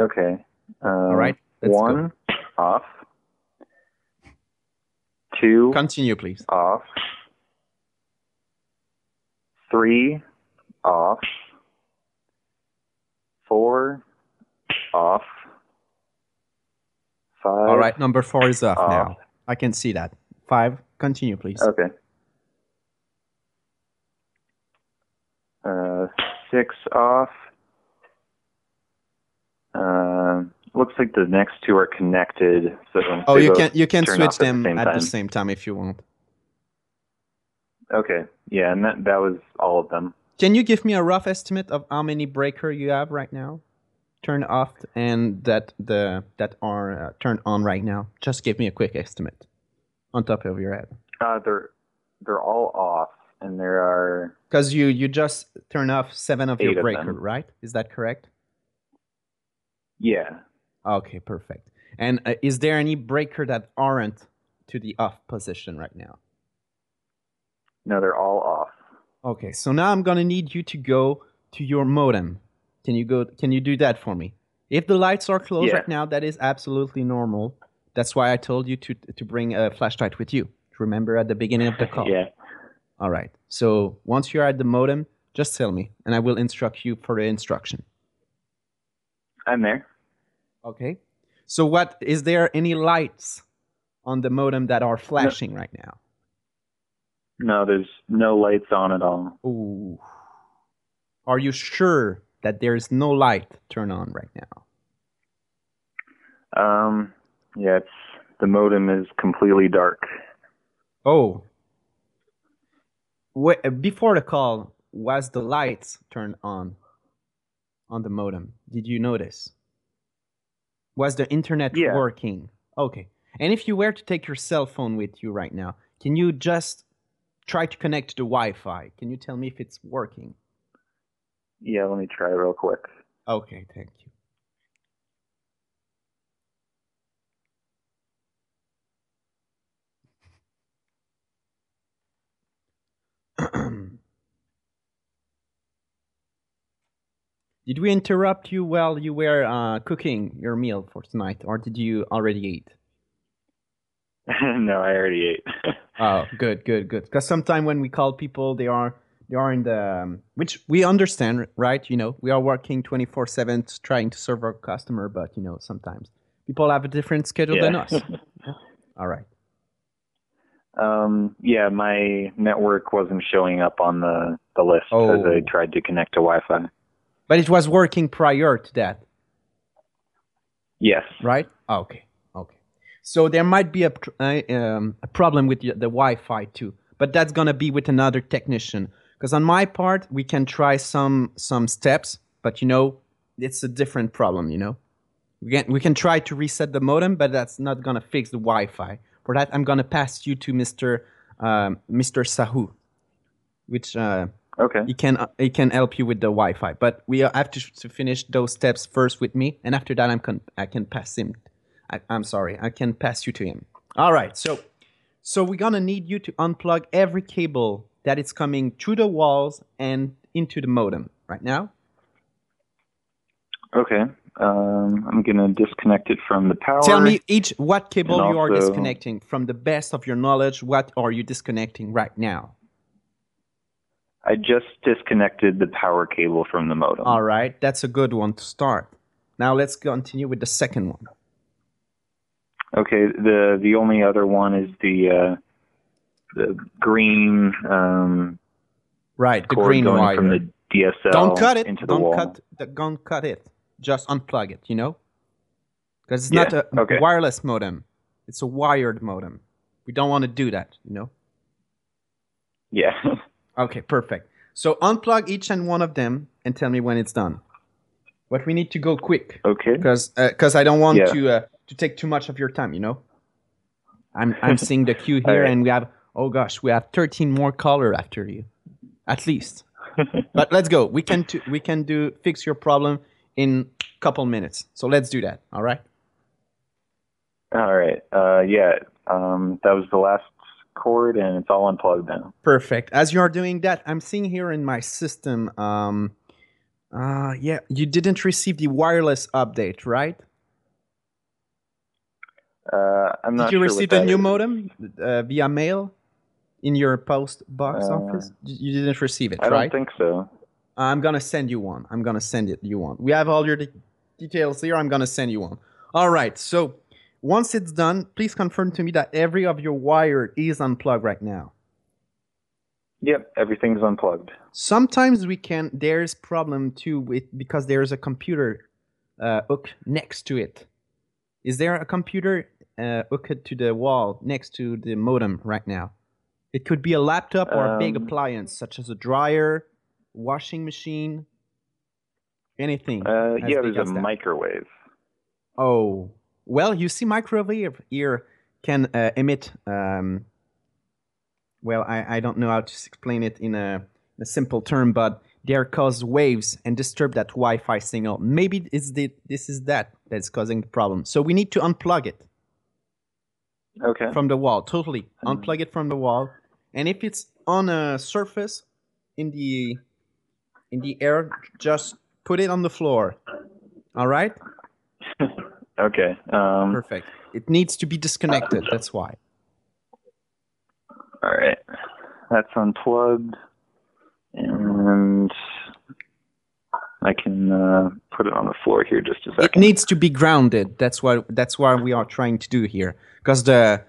Speaker 18: Okay. Um,
Speaker 13: All right, let's go.
Speaker 18: one off. Two.
Speaker 13: Continue, please.
Speaker 18: Off. Three off. Four off. Five.
Speaker 13: All right. Number four is off
Speaker 18: off.
Speaker 13: now. I can see that. Five. Continue, please.
Speaker 18: Okay. Uh, six off. Uh, looks like the next two are connected. So
Speaker 13: Oh,
Speaker 18: they
Speaker 13: you
Speaker 18: both
Speaker 13: can you can
Speaker 18: turn
Speaker 13: switch
Speaker 18: off at
Speaker 13: them
Speaker 18: the same
Speaker 13: at
Speaker 18: time.
Speaker 13: the same time if you want.
Speaker 18: Okay. Yeah, and that that was all of them.
Speaker 13: Can you give me a rough estimate of how many breaker you have right now? Turn off and that the that are uh, turned on right now. Just give me a quick estimate on top of your head.
Speaker 18: Uh, they're they're all off, and there are
Speaker 13: Because you you just turn off seven of
Speaker 18: Eight
Speaker 13: your
Speaker 18: of
Speaker 13: breaker,
Speaker 18: them.
Speaker 13: right? Is that correct?
Speaker 18: yeah.
Speaker 13: Okay, perfect. And uh, is there any breaker that aren't to the off position right now?
Speaker 18: No, they're all off.
Speaker 13: Okay, so now I'm gonna need you to go to your modem. Can you go? Can you do that for me? If the lights are closed
Speaker 18: Yeah.
Speaker 13: right now, that is absolutely normal. That's why I told you to to bring a flashlight with you. Remember at the beginning of the call.
Speaker 18: Yeah.
Speaker 13: All right. So once you're at the modem, just tell me, and I will instruct you for the instruction.
Speaker 18: I'm there.
Speaker 13: Okay. So what is there any lights on the modem that are flashing right now?
Speaker 18: No, there's no lights on at all.
Speaker 13: Ooh. Are you sure that there is no light turned on right now?
Speaker 18: Um, yeah, it's the modem is completely dark.
Speaker 13: Oh. Wait, uh, before the call, was the lights turned on on the modem? Did you notice? Was the internet
Speaker 18: Yeah.
Speaker 13: working? Okay. And if you were to take your cell phone with you right now, can you just try to connect to the Wi-Fi? Can you tell me if it's working?
Speaker 18: Yeah, let me try real quick.
Speaker 13: Okay, thank you. Did we interrupt you while you were uh, cooking your meal for tonight, or did you already eat?
Speaker 18: no, I already ate.
Speaker 13: Oh, good, good, good. Because sometimes when we call people, they are they are in the um, which we understand, right? You know, we are working twenty four seven trying to serve our customer, but you know, sometimes people have a different schedule than
Speaker 18: Yeah.
Speaker 13: us. All right.
Speaker 18: Um, yeah, my network wasn't showing up on the, the list as
Speaker 13: Oh.
Speaker 18: I tried to connect to Wi-Fi.
Speaker 13: But it was working prior to that,
Speaker 18: Yes.
Speaker 13: right? Ah, Okay, okay. So there might be a pr- uh, um, a problem with the, the Wi-Fi too, but that's gonna be with another technician. Because on my part, we can try some some steps, but you know, it's a different problem. You know, we can we can try to reset the modem, but that's not gonna fix the Wi-Fi. For that, I'm gonna pass you to Mister um, Mister Sahu, which uh,
Speaker 18: okay
Speaker 13: he can uh, he can help you with the Wi-Fi. But we uh, have to, to finish those steps first with me, and after that, I'm con- I can pass him. I, I'm sorry, I can pass you to him. All right, so so we're gonna need you to unplug every cable that is coming through the walls and into the modem right now.
Speaker 18: Okay. Um, I'm gonna disconnect it from the power.
Speaker 13: Tell me e- each what cable
Speaker 18: And
Speaker 13: you are
Speaker 18: also-
Speaker 13: disconnecting. From the best of your knowledge, what are you disconnecting right now?
Speaker 18: I just disconnected the power cable from the modem.
Speaker 13: All right, that's a good one to start. Now let's continue with the second one.
Speaker 18: Okay. The the only other one is the uh, the green um,
Speaker 13: right the
Speaker 18: cord
Speaker 13: green
Speaker 18: going
Speaker 13: wire.
Speaker 18: from the DSL
Speaker 13: don't cut it.
Speaker 18: into the
Speaker 13: don't
Speaker 18: wall.
Speaker 13: cut. The, don't cut it. Just unplug it. You know, because it's not
Speaker 18: Yeah,
Speaker 13: a wireless modem. It's a wired modem. We don't want to do that. You know.
Speaker 18: Yeah.
Speaker 13: Okay, perfect. So unplug each and one of them and tell me when it's done. But we need to go quick.
Speaker 18: Okay.
Speaker 13: Because because Uh, I don't want
Speaker 18: Yeah.
Speaker 13: to uh, to take too much of your time. You know. I'm I'm seeing the queue
Speaker 18: All
Speaker 13: here,
Speaker 18: right.
Speaker 13: and we have oh gosh, we have 13 more caller after you, at least. but let's go. We can t- we can do fix your problem in couple minutes. So let's do that. All right.
Speaker 18: All right. Uh, yeah. Um, that was the last cord, and it's all unplugged now.
Speaker 13: Perfect. As you are doing that, I'm seeing here in my system. Um, uh, yeah, you didn't receive the wireless update, right?
Speaker 18: Uh, I'm not
Speaker 13: Did
Speaker 18: sure
Speaker 13: you
Speaker 18: what
Speaker 13: receive a
Speaker 18: that
Speaker 13: new
Speaker 18: is.
Speaker 13: modem uh, via mail in your post box
Speaker 18: Uh,
Speaker 13: office? You you didn't receive it,
Speaker 18: I don't
Speaker 13: right?
Speaker 18: think so.
Speaker 13: I'm gonna send you one. I'm gonna send it you one. We have all your de- details here. I'm gonna send you one. All right. So once it's done, please confirm to me that every of your wire is unplugged right now.
Speaker 18: Yep, everything's unplugged.
Speaker 13: Sometimes we can. There's problem too with because there's a computer uh, hook next to it. Is there a computer uh, hooked to the wall next to the modem right now? It could be a laptop or a big
Speaker 18: Um,
Speaker 13: appliance such as a dryer, washing machine, anything.
Speaker 18: Uh,
Speaker 13: as
Speaker 18: yeah,
Speaker 13: big
Speaker 18: there's a
Speaker 13: as that.
Speaker 18: microwave.
Speaker 13: Oh, well, you see, microwave here can uh, emit. Um, well, I, I don't know how to s- explain it in a, a simple term, but they are cause waves and disturb that Wi-Fi signal. Maybe it's the, this is that that's causing the problem. So we need to unplug it
Speaker 18: Okay.
Speaker 13: from the wall. Totally unplug it from the wall, and if it's on a surface in the in the air, just put it on the floor. All right.
Speaker 18: Okay. Um,
Speaker 13: Perfect. It needs to be disconnected. That's why.
Speaker 18: All right. That's unplugged. And I can uh, put it on the floor here just a
Speaker 13: It
Speaker 18: second.
Speaker 13: needs to be grounded. That's what. That's what we are trying to do here. Because the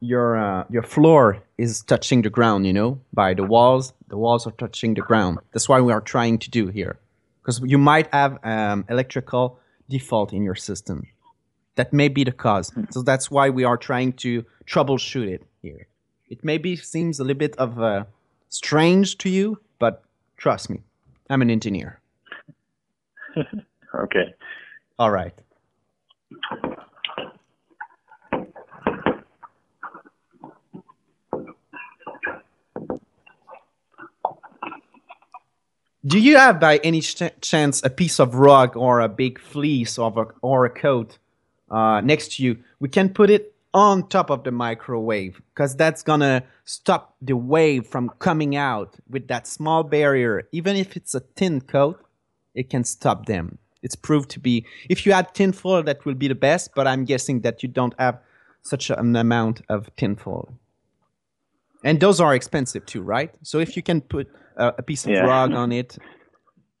Speaker 13: your uh, your floor is touching the ground. You know, by the walls. The walls are touching the ground. That's why we are trying to do here. Because you might have um, electrical default in your system. That may be the cause.
Speaker 18: Hmm.
Speaker 13: So that's why we are trying to troubleshoot it here. It maybe seems a little bit of uh, strange to you, but trust me, I'm an engineer.
Speaker 18: Okay.
Speaker 13: All right. Do you have, by any ch- chance, a piece of rug or a big fleece of a, or a coat uh, next to you? We can put it on top of the microwave because that's gonna stop the wave from coming out with that small barrier. Even if it's a tin coat, it can stop them. It's proved to be. If you add tinfoil, that will be the best. But I'm guessing that you don't have such an amount of tinfoil. And those are expensive too, right? So if you can put uh, a piece of
Speaker 18: Yeah.
Speaker 13: rug on it,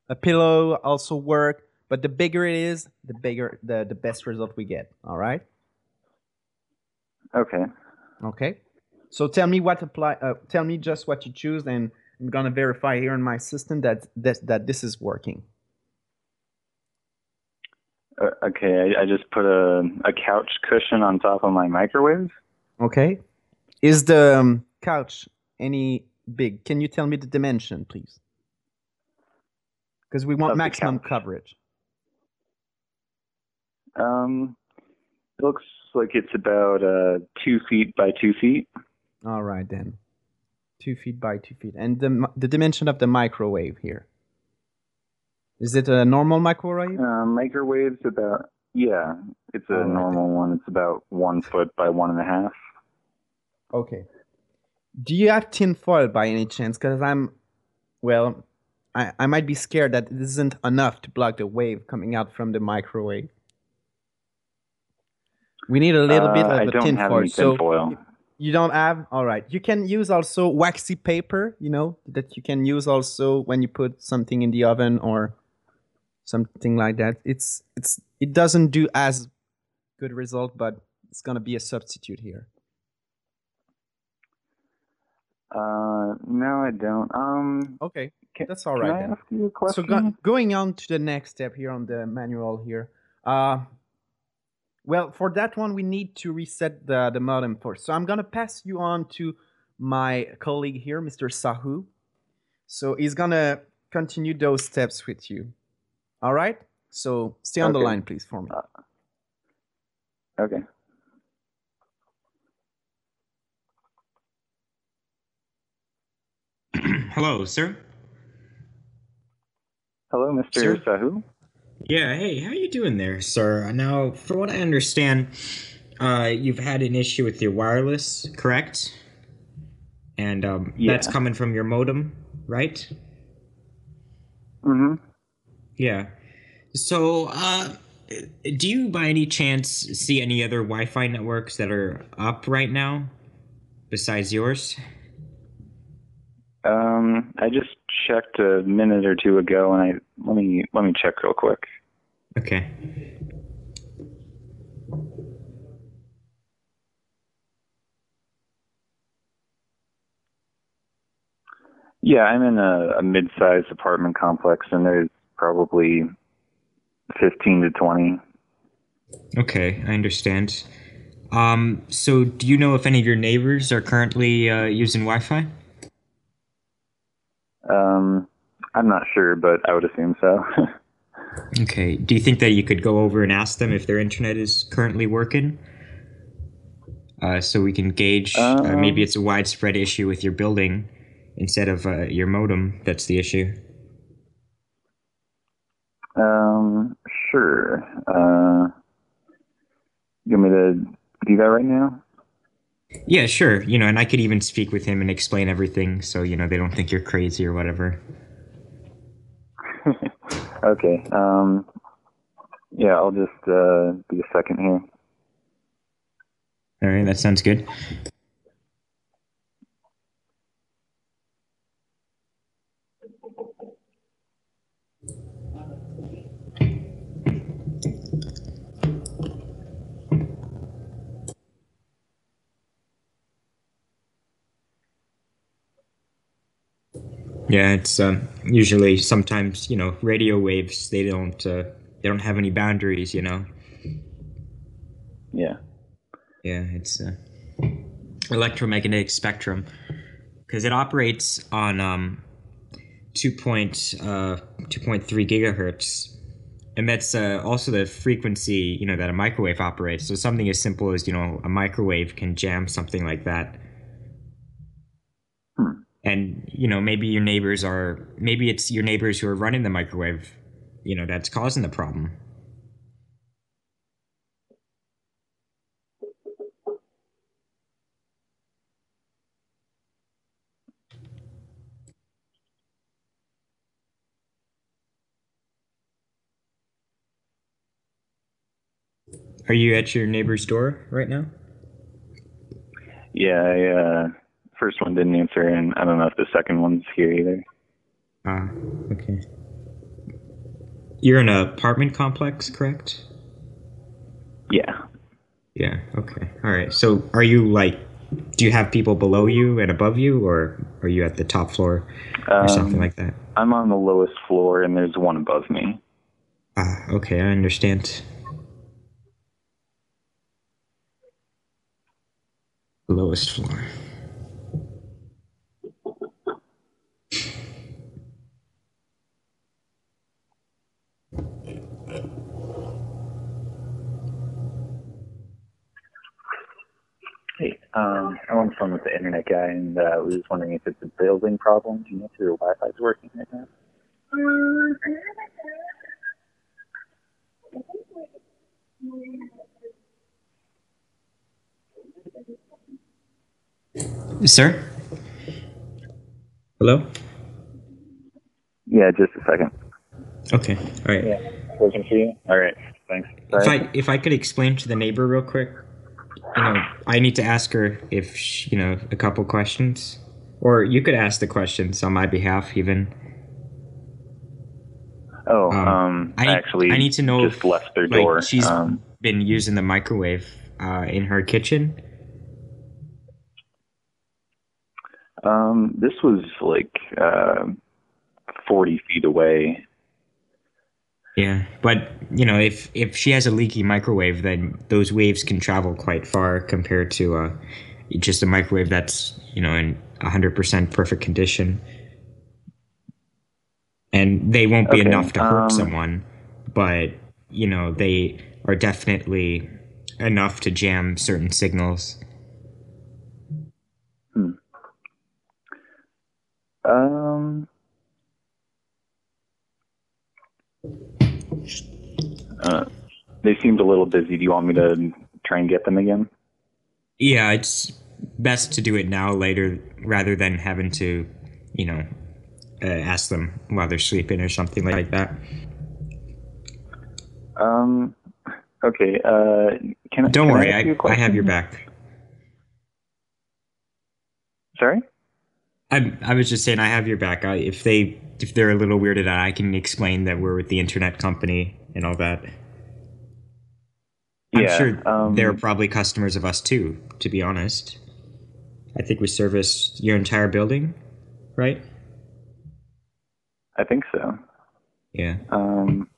Speaker 13: a pillow also work. But the bigger it is, the bigger the the best result we get. All right.
Speaker 18: Okay.
Speaker 13: Okay. So tell me what apply. Uh, tell me just what you choose, and I'm gonna verify here in my system that that that this is working.
Speaker 18: Uh, okay. I, I just put a, a couch cushion on top of my microwave.
Speaker 13: Okay. Is the um, couch any big? Can you tell me the dimension, please? Because we want
Speaker 18: Of the
Speaker 13: maximum coverage.
Speaker 18: Um, it looks like it's about uh, two feet by two feet.
Speaker 13: All right then. Two feet by two feet, and the mi- the dimension of the microwave here. Is it a normal microwave?
Speaker 18: Uh, microwave's about yeah. It's a
Speaker 13: All right.
Speaker 18: normal one. It's about one foot by one and a half.
Speaker 13: Okay. Do you have tin foil by any chance? Because I'm, well, I, I might be scared that it isn't enough to block the wave coming out from the microwave. We need a little bit
Speaker 18: Uh,
Speaker 13: of
Speaker 18: I
Speaker 13: a
Speaker 18: don't
Speaker 13: tin
Speaker 18: have
Speaker 13: foil.
Speaker 18: any
Speaker 13: So
Speaker 18: tinfoil.
Speaker 13: you don't have? All right. You can use also waxy paper, you know, that you can use also when you put something in the oven or something like that. It's it's it doesn't do as good result, but it's gonna be a substitute here.
Speaker 18: Uh, no, I don't. Um.
Speaker 13: Okay, that's all right.
Speaker 18: Can I
Speaker 13: then.
Speaker 18: ask you a
Speaker 13: So
Speaker 18: question?
Speaker 13: go- going on to the next step here on the manual here. Uh, well, for that one, we need to reset the, the modem first. So I'm going to pass you on to my colleague here, Mr. Sahu. So he's going to continue those steps with you. All right? So stay on the
Speaker 18: Okay. Uh,
Speaker 13: line, please, for me.
Speaker 18: Okay.
Speaker 14: Hello, sir.
Speaker 18: Hello, Mr.
Speaker 14: Sir?
Speaker 18: Sahu.
Speaker 14: Yeah, hey, how you doing there, sir? Now, for what I understand, uh, you've had an issue with your wireless, correct? And um, that's
Speaker 18: Yeah.
Speaker 14: coming from your modem, right?
Speaker 18: Mm-hmm.
Speaker 14: Yeah. So, uh, do you by any chance see any other Wi Fi networks that are up right now besides yours?
Speaker 18: Um, I just checked a minute or two ago, and I let me let me check real quick.
Speaker 14: Okay.
Speaker 18: Yeah, I'm in a, a mid-sized apartment complex, and there's probably fifteen to twenty.
Speaker 14: Okay, I understand. Um, so, do you know if any of your neighbors are currently uh, using Wi Fi?
Speaker 18: Um, I'm not sure, but I would assume so.
Speaker 14: Okay. Do you think that you could go over and ask them if their internet is currently working? Uh, so we can gauge. uh, maybe it's a widespread issue with your building instead of uh, your modem. That's the issue.
Speaker 18: um, sure. Uh, you want me to do that right now?
Speaker 14: Yeah, sure. You know, and I could even speak with him and explain everything, so you know they don't think you're crazy or whatever.
Speaker 18: Okay. Um, yeah, I'll just uh, be a second here.
Speaker 14: All right, that sounds good. Yeah, it's um, usually sometimes you know radio waves. They don't uh, they don't have any boundaries. You know.
Speaker 18: Yeah.
Speaker 14: Yeah, it's uh, electromagnetic spectrum because it operates on um, 2.0 uh, 2.3 gigahertz and that's uh, also the frequency you know that a microwave operates so something as simple as you know a microwave can jam something like that and you know maybe your neighbors are maybe it's your neighbors who are running the microwave you know that's causing the problem are you at your neighbor's door right now
Speaker 18: Yeah, I, uh, first one didn't answer, and I don't know if the second one's here either. Um,
Speaker 14: Ah, okay. You're in an apartment complex, correct?
Speaker 18: Yeah.
Speaker 14: Yeah, okay. All right. So are you like do you have people below you and above you or are you at the top floor or something
Speaker 18: Um,
Speaker 14: like that?
Speaker 18: I'm on the lowest floor, and there's one above me.
Speaker 14: Ah, okay, I understand. Lowest floor.
Speaker 18: Hey, um, I'm on the phone with the internet guy, and uh, we was wondering if it's a building problem. Do you know if your Wi-Fi's working right now?
Speaker 14: Sir? Hello?
Speaker 18: Yeah, Yeah, just a second.
Speaker 14: Okay. All right.
Speaker 17: Working for you? All right. Thanks.
Speaker 14: If I if I could explain to the neighbor real quick, you know, I need to ask her if she, you know a couple questions, or you could ask the questions on my behalf even.
Speaker 18: Oh, um,
Speaker 14: I need,
Speaker 18: actually
Speaker 14: I need to know
Speaker 18: just
Speaker 14: if,
Speaker 18: left their
Speaker 14: like,
Speaker 18: door.
Speaker 14: She's
Speaker 18: Um,
Speaker 14: been using the microwave uh, in her kitchen.
Speaker 18: Um, this was like uh, 40 feet away.
Speaker 14: Yeah, but you know, if if she has a leaky microwave, then those waves can travel quite far compared to uh, just a microwave that's you know in hundred percent perfect condition, and they won't be
Speaker 18: Okay,
Speaker 14: enough to hurt
Speaker 18: um,
Speaker 14: someone, but you know they are definitely enough to jam certain signals.
Speaker 18: Um, uh, they seemed a little busy. Do you want me to try and get them again?
Speaker 14: Yeah, it's best to do it now, later, rather than having to, you know, uh, ask them while they're sleeping or something like that.
Speaker 18: Um, okay. Uh, can I,
Speaker 14: Don't
Speaker 18: can
Speaker 14: worry,
Speaker 18: ask you a
Speaker 14: I, I have your
Speaker 18: question?
Speaker 14: back.
Speaker 18: Sorry.
Speaker 14: I I was just saying I have your back. I, if they if they're a little weirded out, I can explain that we're with the internet company and all that.
Speaker 18: Yeah,
Speaker 14: I'm sure
Speaker 18: um,
Speaker 14: they're probably customers of us too. To be honest, I think we service your entire building, right?
Speaker 18: I think so.
Speaker 14: Yeah.
Speaker 18: Um,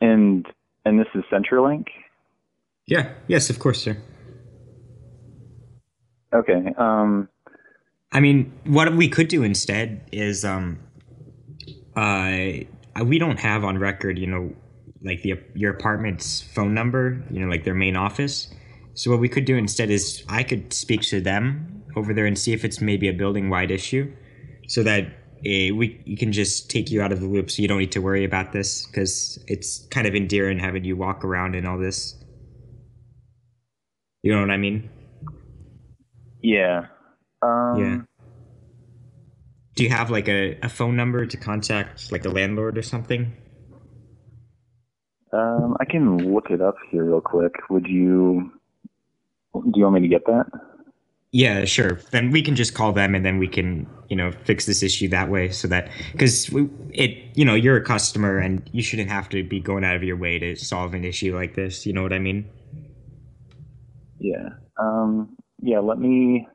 Speaker 18: and and this is CenturyLink.
Speaker 14: Yeah. Yes, of course, sir.
Speaker 18: Okay. Um,
Speaker 14: I mean, what we could do instead is, um, uh, we don't have on record, you know, like the your apartment's phone number, you know, like their main office. So what we could do instead is I could speak to them over there and see if it's maybe a building wide issue, so that eh, we you can just take you out of the loop, so you don't need to worry about this because it's kind of endearing having you walk around and all this. You know what I mean?
Speaker 18: yeah. Um,
Speaker 14: Yeah. Do you have like a, a phone number to contact like the landlord or something?
Speaker 18: Um, I can look it up here real quick. Would you? Do you want me to get that?
Speaker 14: Yeah, sure. Then we can just call them and then we can, you know, fix this issue that way so that cuz it, you know, you're a customer and you shouldn't have to be going out of your way to solve an issue like this, you know what I mean?
Speaker 18: Yeah. Um, yeah. Let me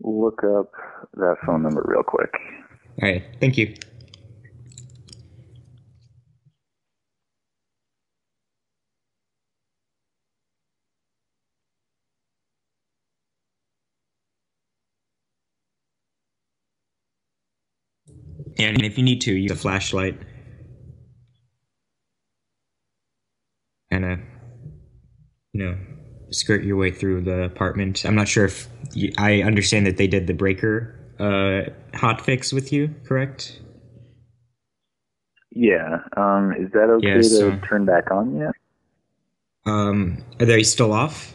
Speaker 18: look up that phone number real quick.
Speaker 14: All right. Thank you. And if you need to, use a flashlight and a, you know, skirt your way through the apartment. I'm not sure if you, I understand that they did the breaker uh, hotfix with you, correct?
Speaker 18: Yeah. Um, is that okay
Speaker 14: Yeah,
Speaker 18: to
Speaker 14: so-
Speaker 18: turn back on yet?
Speaker 14: Um, are they still off?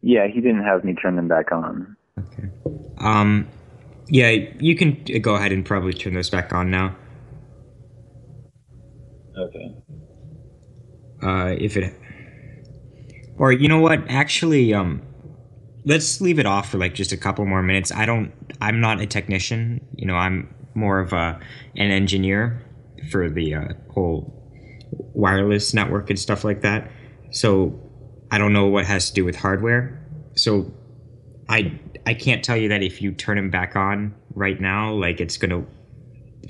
Speaker 18: Yeah. He didn't have me turn them back on.
Speaker 14: Um, yeah, you can go ahead and probably turn those back on now.
Speaker 18: Okay.
Speaker 14: Uh, if it, or you know what? Actually, um, let's leave it off for like just a couple more minutes. I don't. I'm not a technician. You know, I'm more of a an engineer for the uh, whole wireless network and stuff like that. So I don't know what has to do with hardware. So I I can't tell you that if you turn them back on right now, like it's gonna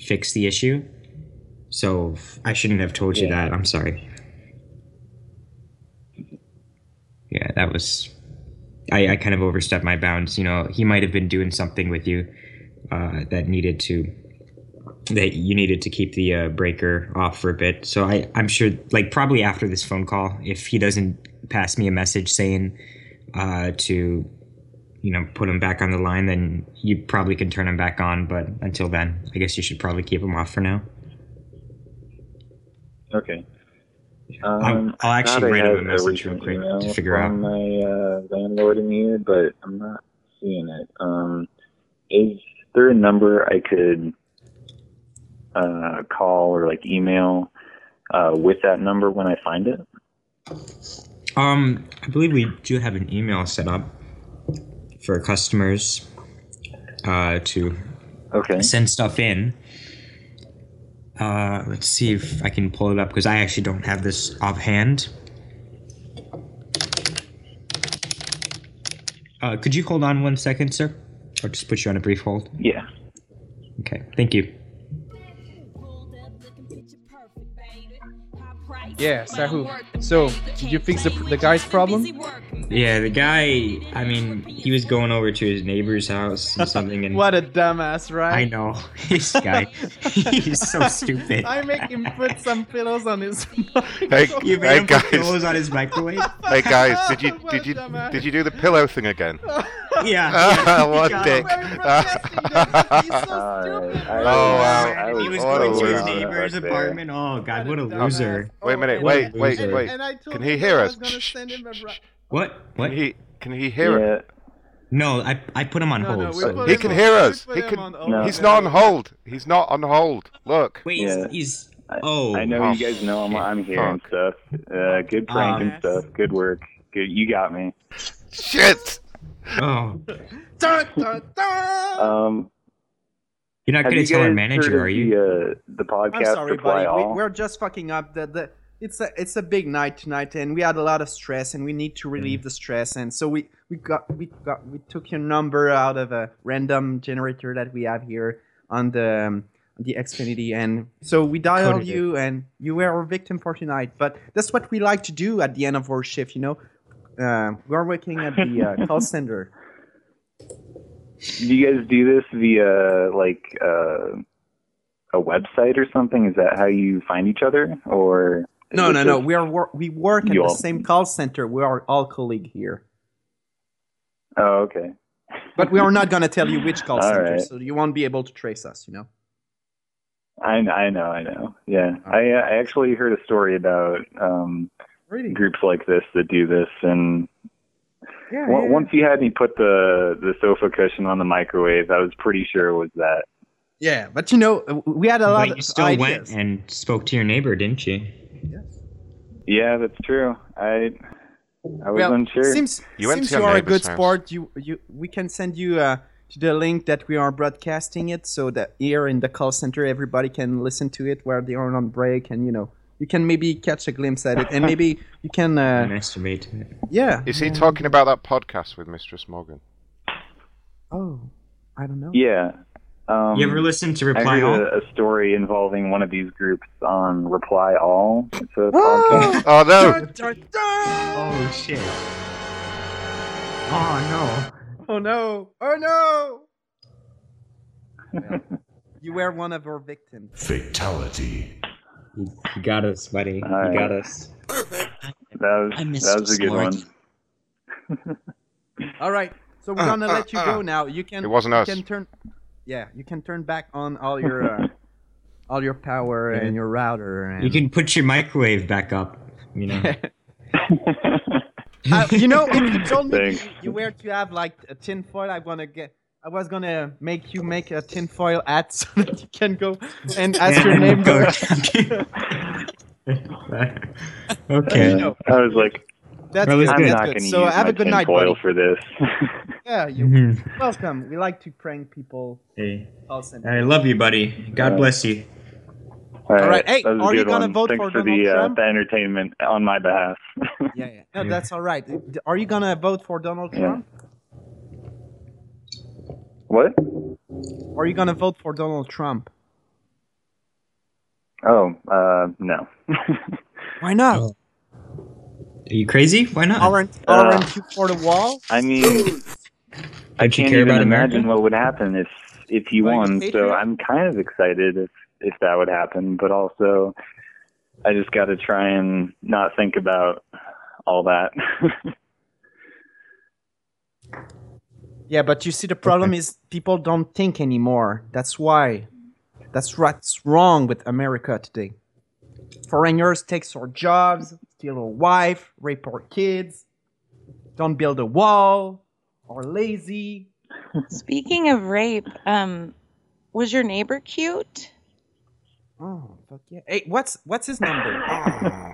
Speaker 14: fix the issue. So I shouldn't have told you
Speaker 18: Yeah.
Speaker 14: that. I'm sorry. Yeah, that was. I, I kind of overstepped my bounds. You know, he might have been doing something with you uh, that needed to that you needed to keep the uh, breaker off for a bit. So I I'm sure like probably after this phone call, if he doesn't pass me a message saying uh, to you know put him back on the line, then you probably can turn him back on. But until then, I guess you should probably keep him off for now.
Speaker 18: Okay. Um,
Speaker 14: I'll- I'll actually
Speaker 18: now they
Speaker 14: write him a
Speaker 18: have
Speaker 14: message
Speaker 18: recent
Speaker 14: real quick
Speaker 18: email
Speaker 14: to figure out.
Speaker 18: from my uh, landlord in here, but I'm not seeing it. Um, Is there a number I could uh, call or like email uh, with that number when I find it?
Speaker 14: Um, I believe we do have an email set up for customers uh, to
Speaker 18: okay.
Speaker 14: send stuff in. Uh, let's see if I can pull it up because I actually don't have this offhand. Uh, could you hold on one second, sir? I'll just put you on a brief hold.
Speaker 18: Yeah.
Speaker 14: Okay. Thank you.
Speaker 19: Yeah, Sahu. So, did you fix the, the guy's problem?
Speaker 14: Yeah, the guy. I mean, he was going over to his neighbor's house or something, and
Speaker 13: What a dumbass,
Speaker 14: I
Speaker 13: right?
Speaker 14: know this guy. he's so stupid.
Speaker 13: I make him put some pillows on his.
Speaker 12: Hey,
Speaker 14: You made
Speaker 12: hey
Speaker 14: him put
Speaker 12: guys,
Speaker 14: pillows on his microwave.
Speaker 12: hey guys, did you did you did you do the pillow thing again?
Speaker 14: Yeah.
Speaker 12: Ah, what
Speaker 14: Yeah.
Speaker 12: dick!
Speaker 18: I,
Speaker 12: Oh wow!
Speaker 14: He was
Speaker 12: What a
Speaker 14: going to his
Speaker 12: loser.
Speaker 14: neighbor's apartment. Oh god, what a loser!
Speaker 12: Wait a minute! Wait! Wait! Wait! Can he hear us?
Speaker 14: What? What?
Speaker 12: Can he can he hear
Speaker 14: Yeah.
Speaker 12: it?
Speaker 14: No, I I put him on hold. so-
Speaker 12: He can hear us. He can. He's not on hold. He's not on hold. Look.
Speaker 14: Wait, he's.
Speaker 12: Oh.
Speaker 18: I know
Speaker 12: Oh,
Speaker 18: you guys know I'm, I'm here and stuff. Uh, good
Speaker 14: Ah,
Speaker 18: prank
Speaker 12: Um,
Speaker 18: and stuff. Good work. Good, you got me.
Speaker 12: Shit.
Speaker 14: Oh.
Speaker 18: Um,
Speaker 14: You're not
Speaker 18: have
Speaker 14: gonna
Speaker 18: you
Speaker 14: tell our
Speaker 18: guys
Speaker 14: manager,
Speaker 18: heard of
Speaker 14: are you?
Speaker 18: The, uh, the
Speaker 13: I'm
Speaker 18: podcast
Speaker 13: sorry,
Speaker 18: Reply
Speaker 13: buddy. We,
Speaker 18: All.
Speaker 13: we're just fucking up. The, the it's a it's a big night tonight, and we had a lot of stress, and we need to relieve the stress, and so we we got we got we took your number out of a random generator that we have here on the um, the Xfinity, and so we dialed
Speaker 19: Coded it.
Speaker 13: you, and you were our victim for tonight. But that's what we like to do at the end of our shift, you know. Uh, we're working at the uh, call center.
Speaker 18: Do you guys do this via like uh, a website or something? Is that how you find each other, or
Speaker 13: No,
Speaker 18: is
Speaker 13: no,
Speaker 18: it
Speaker 13: no.
Speaker 18: just-
Speaker 13: We are wor- we work at
Speaker 18: You
Speaker 13: the
Speaker 18: all-
Speaker 13: same call center. We are all colleague here.
Speaker 18: Oh, okay.
Speaker 13: But we are not going to tell you which call
Speaker 18: All
Speaker 13: center,
Speaker 18: right.
Speaker 13: so you won't be able to trace us, you know?
Speaker 18: I, kn- I know, I know. Yeah, I, uh, I actually heard a story about um,
Speaker 13: Really?
Speaker 18: groups like this that do this, and
Speaker 13: Yeah,
Speaker 18: on- once you had me put the the sofa cushion on the microwave, I was pretty sure it was that.
Speaker 13: Yeah, but you know, uh, we had a lot
Speaker 14: But you
Speaker 13: of
Speaker 14: still went
Speaker 13: ideas.
Speaker 14: and spoke to your neighbor, didn't you?
Speaker 18: Yeah, that's true. I I was
Speaker 13: well,
Speaker 18: unsure.
Speaker 13: Seems seems you are a good sport. You you we can send you uh, to the link that we are broadcasting it, so that here in the call center everybody can listen to it where they are on break, and you know you can maybe catch a glimpse at it, and maybe you can. Uh,
Speaker 14: Masturbate.
Speaker 13: yeah.
Speaker 12: Is he talking about that podcast with Mistress Morgan?
Speaker 13: oh, I don't know.
Speaker 18: Yeah. Um,
Speaker 14: You ever listen to
Speaker 18: I
Speaker 14: Reply
Speaker 18: heard a, a story involving one of these groups on Reply All. It's a podcast.
Speaker 12: oh no!
Speaker 14: Oh shit! Oh
Speaker 13: Oh no! Oh no! Well, you were one of our victims.
Speaker 14: Fatality. You, you got us, buddy. You
Speaker 18: Alright.
Speaker 14: got us.
Speaker 18: That was,
Speaker 14: I miss
Speaker 18: that was a good
Speaker 14: Slorg.
Speaker 18: one.
Speaker 13: All right, so we're
Speaker 12: Uh,
Speaker 13: gonna
Speaker 12: uh,
Speaker 13: let you
Speaker 12: uh.
Speaker 13: go now. You can.
Speaker 12: It wasn't
Speaker 13: you
Speaker 12: us.
Speaker 13: Can turn. Yeah, you can turn back on all your, uh, all your power and your router. And
Speaker 14: You can put your microwave back up. You know.
Speaker 13: Uh, you know, if you told me
Speaker 14: Thanks.
Speaker 13: you, you were to have like a tin foil, I wanna get. I was gonna make you make a tin foil ad so that you can go and ask your name.
Speaker 14: Go-
Speaker 13: Okay.
Speaker 18: Yeah. I was like,
Speaker 13: That's
Speaker 18: I'm
Speaker 13: good,
Speaker 18: not
Speaker 13: that's
Speaker 18: going
Speaker 13: good.
Speaker 18: to
Speaker 13: So
Speaker 18: use
Speaker 13: have
Speaker 18: my
Speaker 13: a good night,
Speaker 18: tinfoil
Speaker 13: buddy.
Speaker 18: for this.
Speaker 13: Yeah, you're
Speaker 12: Mm-hmm.
Speaker 14: Mhm.
Speaker 13: welcome. We like to prank people.
Speaker 14: Hey.
Speaker 13: Awesome.
Speaker 14: I love you, buddy. God
Speaker 18: Uh,
Speaker 14: bless you.
Speaker 13: All right, hey,
Speaker 18: that was a
Speaker 13: are you
Speaker 18: good
Speaker 13: gonna
Speaker 18: one.
Speaker 13: vote
Speaker 18: Thanks
Speaker 13: for
Speaker 18: for
Speaker 13: Donald
Speaker 18: the,
Speaker 13: Trump?
Speaker 18: Uh, the entertainment on my behalf.
Speaker 13: Yeah, yeah. No, that's all right. Are you gonna vote for Donald
Speaker 18: Yeah.
Speaker 13: Trump?
Speaker 18: What?
Speaker 13: Are you gonna vote for Donald Trump?
Speaker 18: Oh, uh, no.
Speaker 13: Why not?
Speaker 14: Are you crazy? Why not?
Speaker 13: Aren't,
Speaker 18: Uh,
Speaker 13: aren't you for the wall?
Speaker 18: I mean, I
Speaker 14: Don't you
Speaker 18: can't
Speaker 14: care
Speaker 18: even
Speaker 14: about America?
Speaker 18: imagine what would happen if if you
Speaker 13: Are you a
Speaker 18: won. So
Speaker 13: patriot?
Speaker 18: I'm kind of excited if if that would happen, but also I just got to try and not think about all that.
Speaker 13: Yeah, but you see, the problem is people don't think anymore. That's why. That's what's wrong with America today. Foreigners takes our jobs, steal our wife, rape our kids, don't build a wall, are lazy,
Speaker 20: Speaking of rape, um, was your neighbor cute?
Speaker 13: Oh, fuck yeah. Hey, what's what's his number? Oh.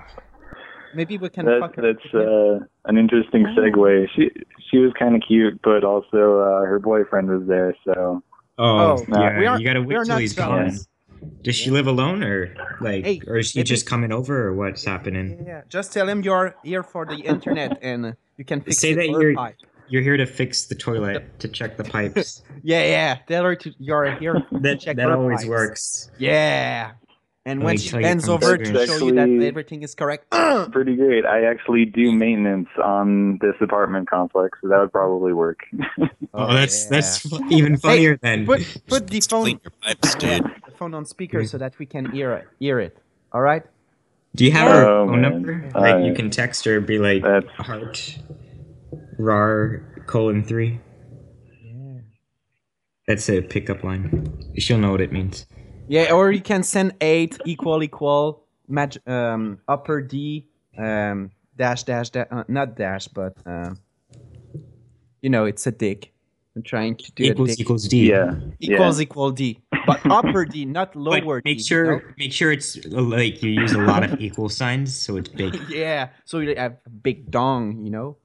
Speaker 13: Maybe we can
Speaker 17: That,
Speaker 13: fuck her.
Speaker 17: that's uh, an interesting segue. She she was kind of cute, but also uh, her boyfriend was there, so.
Speaker 14: Oh,
Speaker 17: No.
Speaker 14: yeah. you gotta wait till he's gone. Does she live alone, or like,
Speaker 13: Hey,
Speaker 14: or is he
Speaker 13: maybe-
Speaker 14: just coming over, or what's happening?
Speaker 13: Yeah, just tell him you're here for the internet and uh, you can fix
Speaker 14: Say
Speaker 13: it
Speaker 14: that
Speaker 13: or
Speaker 14: you're
Speaker 13: pipe.
Speaker 14: you're here to fix the toilet to check the pipes.
Speaker 13: Yeah, yeah. Tell her to you're here. to
Speaker 14: That-
Speaker 13: check
Speaker 14: that
Speaker 13: her
Speaker 14: always
Speaker 13: pipes.
Speaker 14: works.
Speaker 13: Yeah. And
Speaker 14: Let
Speaker 13: when
Speaker 14: me
Speaker 13: she
Speaker 14: tell you
Speaker 13: bends
Speaker 14: from
Speaker 13: over to show
Speaker 17: experience.
Speaker 13: you that
Speaker 17: Actually-
Speaker 13: everything is correct.
Speaker 17: Pretty great. I actually do maintenance on this apartment complex, so that would probably work.
Speaker 14: Oh, that's that's f- even funnier than
Speaker 13: Put put the phone. The phone on speaker so that we can hear it. Hear it. All right.
Speaker 14: Mm-hmm. Do you have her
Speaker 13: Oh,
Speaker 14: phone
Speaker 13: man.
Speaker 14: number?
Speaker 13: All
Speaker 14: Like you
Speaker 13: right.
Speaker 14: can text her and be like heart rar colon three. That's a pickup line. She'll know what it means.
Speaker 13: Yeah, or you can send eight equal equal match um upper D um dash dash dash uh, not dash but uh, you know it's a dick. I'm trying to do a
Speaker 14: Equals
Speaker 13: dick.
Speaker 14: equals D. Yeah,
Speaker 13: Equals
Speaker 14: yeah.
Speaker 13: equal D, but upper D, not lower D.
Speaker 14: Make
Speaker 13: you
Speaker 14: sure
Speaker 13: know?
Speaker 14: make sure it's uh, like you use a lot of equal signs, so it's big.
Speaker 13: Yeah, so you have a big dong, you know.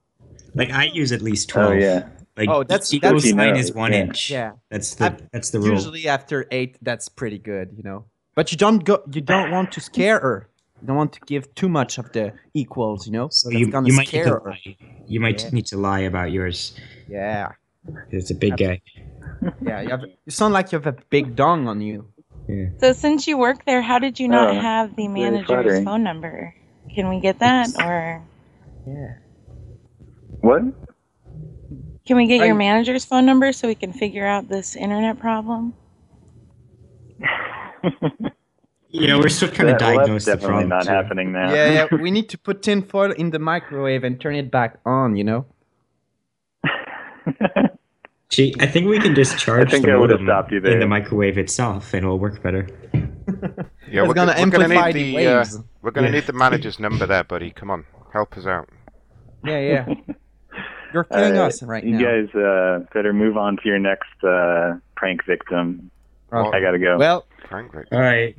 Speaker 14: Like I use at least twelve.
Speaker 13: yeah.
Speaker 14: Like
Speaker 13: oh, that's
Speaker 14: equal
Speaker 13: that's
Speaker 14: sign is one
Speaker 13: yeah.
Speaker 14: inch.
Speaker 13: Yeah,
Speaker 14: That's the
Speaker 13: Ab-
Speaker 14: that's the rule.
Speaker 13: Usually after eight, that's pretty good, you know. But you don't go. You don't want to scare her. You don't want to give too much of the equals, you know. So
Speaker 14: you-
Speaker 13: gonna
Speaker 14: you might need to
Speaker 13: scare her.
Speaker 14: lie. You might
Speaker 13: Yeah.
Speaker 14: need to lie about yours.
Speaker 13: Yeah,
Speaker 14: It's a big guy.
Speaker 13: yeah. You, have, you sound like you have a big dong on you.
Speaker 14: Yeah.
Speaker 20: So since you work there, how did you not
Speaker 13: Oh,
Speaker 20: have the
Speaker 13: very
Speaker 20: manager's
Speaker 13: flattering.
Speaker 20: phone number? Can we get that, or
Speaker 13: Yeah.
Speaker 17: What?
Speaker 20: can we get
Speaker 17: I-
Speaker 20: your manager's phone number so we can figure out this internet problem?
Speaker 14: You know, we're still trying to
Speaker 17: That- well,
Speaker 14: diagnose the
Speaker 17: that's definitely
Speaker 14: problem.
Speaker 17: not
Speaker 14: too.
Speaker 17: happening now.
Speaker 13: Yeah, yeah. We need to put tin foil in the microwave and turn it back on. You know.
Speaker 14: Gee, I think we can just charge
Speaker 17: think
Speaker 14: the
Speaker 17: I would've
Speaker 14: modem
Speaker 17: stopped you
Speaker 14: in the
Speaker 17: there.
Speaker 14: microwave itself, and it'll work better.
Speaker 12: Yeah,
Speaker 13: It's
Speaker 12: we're
Speaker 13: gonna
Speaker 12: go- we're gonna
Speaker 13: amplify
Speaker 12: need
Speaker 13: the
Speaker 12: the uh,
Speaker 13: waves.
Speaker 12: we're gonna
Speaker 13: Yeah.
Speaker 12: need the manager's number there, buddy. Come on, help us out.
Speaker 13: Yeah, yeah. You're killing
Speaker 17: All
Speaker 13: us right
Speaker 17: Uh, you
Speaker 13: now.
Speaker 17: guys uh, better move on to your next uh, prank victim.
Speaker 13: Okay.
Speaker 17: I gotta go.
Speaker 13: Well-
Speaker 12: prank victim.
Speaker 14: All right.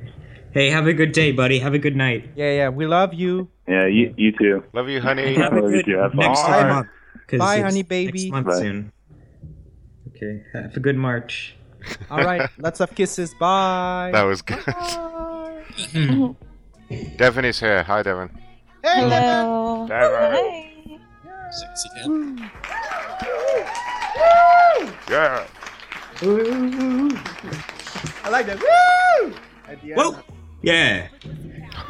Speaker 14: Hey, have a good day, buddy. Have a good night.
Speaker 13: Yeah, yeah. We love you.
Speaker 17: Yeah, you you too.
Speaker 12: Love you,
Speaker 14: honey. Have a good next time up, 'cause
Speaker 13: Bye,
Speaker 14: it's
Speaker 13: honey
Speaker 14: next
Speaker 13: baby.
Speaker 14: month
Speaker 13: Bye.
Speaker 14: soon. Okay. Have a good March.
Speaker 13: All right. Lots of kisses. Bye.
Speaker 12: That was good.
Speaker 14: Mm.
Speaker 12: Devin is here. Hi, Devin.
Speaker 20: Hello.
Speaker 12: Devin.
Speaker 16: Sexy
Speaker 12: Yeah.
Speaker 13: I like that. Woo! At the end.
Speaker 14: Yeah.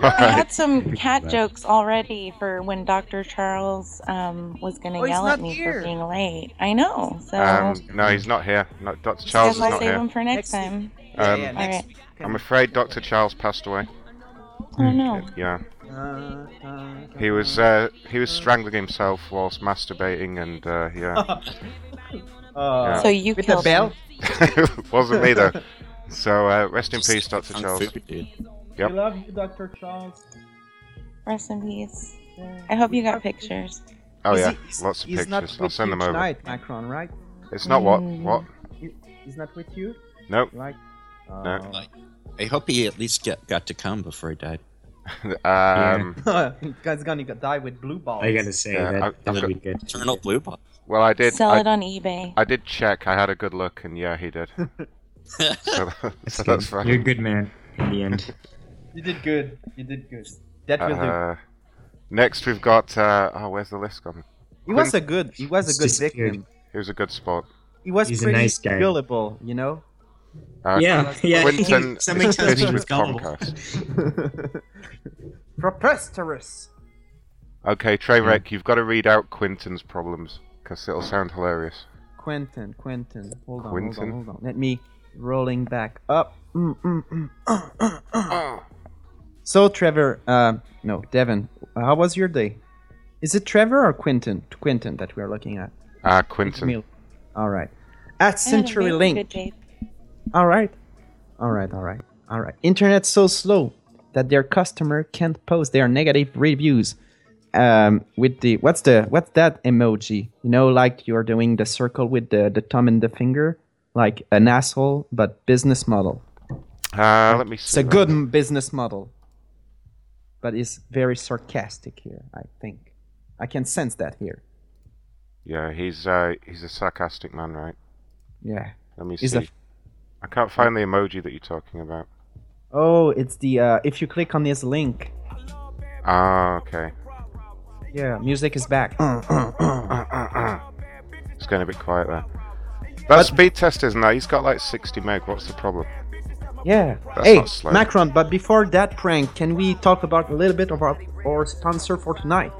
Speaker 20: I had some cat jokes already for when Dr. Charles um, was going to
Speaker 13: Oh, he's
Speaker 20: yell at
Speaker 13: not
Speaker 20: me
Speaker 13: here.
Speaker 20: for being late. I know. So
Speaker 12: Um, no, he's not here. No, Dr.
Speaker 20: guess
Speaker 12: Charles is
Speaker 20: I'll
Speaker 12: not
Speaker 20: save
Speaker 12: here.
Speaker 20: them for next time.
Speaker 12: Um,
Speaker 20: All right.
Speaker 12: I'm afraid Dr. Charles passed away.
Speaker 20: Oh, no.
Speaker 12: Yeah. He was uh, he was strangling himself whilst masturbating, and uh, yeah.
Speaker 13: Uh,
Speaker 12: Yeah.
Speaker 20: So you
Speaker 13: With the
Speaker 20: killed
Speaker 13: bell?
Speaker 20: him.
Speaker 12: Wasn't me though. So uh, rest in peace, Dr. Charles. Yep.
Speaker 13: We love you, Dr. Charles.
Speaker 20: Rest in peace. I hope you got pictures.
Speaker 12: Oh
Speaker 13: Is
Speaker 12: yeah,
Speaker 13: he- is-
Speaker 12: lots of
Speaker 13: he's
Speaker 12: pictures.
Speaker 13: not
Speaker 12: I'll
Speaker 13: with
Speaker 12: send
Speaker 13: you
Speaker 12: them over.
Speaker 13: Tonight, Macron, right?
Speaker 12: It's not what
Speaker 13: Mm.
Speaker 12: what.
Speaker 13: He- He's not with you.
Speaker 12: Nope.
Speaker 13: Like. Uh,
Speaker 12: No.
Speaker 16: I hope he at least get, got to come before he died.
Speaker 12: um,
Speaker 13: Guy's gonna go die with blue balls.
Speaker 16: Eternal blue ball.
Speaker 12: Well, I did.
Speaker 20: Sell
Speaker 12: I,
Speaker 20: it on eBay.
Speaker 12: I did check. I had a good look, and yeah, he did. so that's, so
Speaker 14: good.
Speaker 12: that's fine.
Speaker 14: You're a good man in the end.
Speaker 13: You did good. You did good. That will do.
Speaker 12: Uh, next, we've got. Uh, oh, where's the list gone?
Speaker 13: He was a good. He was a good victim.
Speaker 12: He was a good sport.
Speaker 13: He was
Speaker 12: He's a
Speaker 13: pretty
Speaker 12: nice guy.
Speaker 13: gullible, you know.
Speaker 12: Uh,
Speaker 13: Yeah, yeah,
Speaker 12: Quinton
Speaker 13: somebody
Speaker 12: is
Speaker 13: tells me
Speaker 12: pissed
Speaker 13: he was
Speaker 12: with
Speaker 13: gullible.
Speaker 12: Comcast.
Speaker 13: Preposterous.
Speaker 12: okay, Treyvek, you've got to read out Quinton's problems because it'll sound hilarious.
Speaker 13: Quentin, Quentin. Hold on,
Speaker 12: Quentin?
Speaker 13: hold on, hold on. Let me rolling back up. Mm, mm, mm. Uh, uh, uh. So, Trevor, uh, no, Devin, how was your day? Is it Trevor or Quentin? Quentin that we are looking at.
Speaker 12: Ah, Quinton.
Speaker 13: Mil- All right. At Century Link. All right. All right, all right, all right. Internet's so slow that their customer can't post their negative reviews. um, with the what's the what's that emoji? You know, like you're doing the circle with the the thumb and the finger, like an asshole, but business model.
Speaker 12: Uh, let me see.
Speaker 13: It's a good m- business model, but it's very sarcastic here. I think I can sense that here.
Speaker 12: Yeah, he's uh, he's a sarcastic man, right?
Speaker 13: Yeah.
Speaker 12: Let me
Speaker 13: He's
Speaker 12: see.
Speaker 13: a-
Speaker 12: I I can't find the emoji that you're talking about.
Speaker 13: Oh, it's the uh, if you click on this link,
Speaker 12: Ah, okay.
Speaker 13: yeah, music is back.
Speaker 12: It's going a bit quiet there. That speed test isn't that? He's got like 60 meg. What's the problem?
Speaker 13: Yeah.
Speaker 12: That's
Speaker 13: hey,
Speaker 12: not slow.
Speaker 13: Macron, but before that prank, can we talk about a little bit about our sponsor for tonight?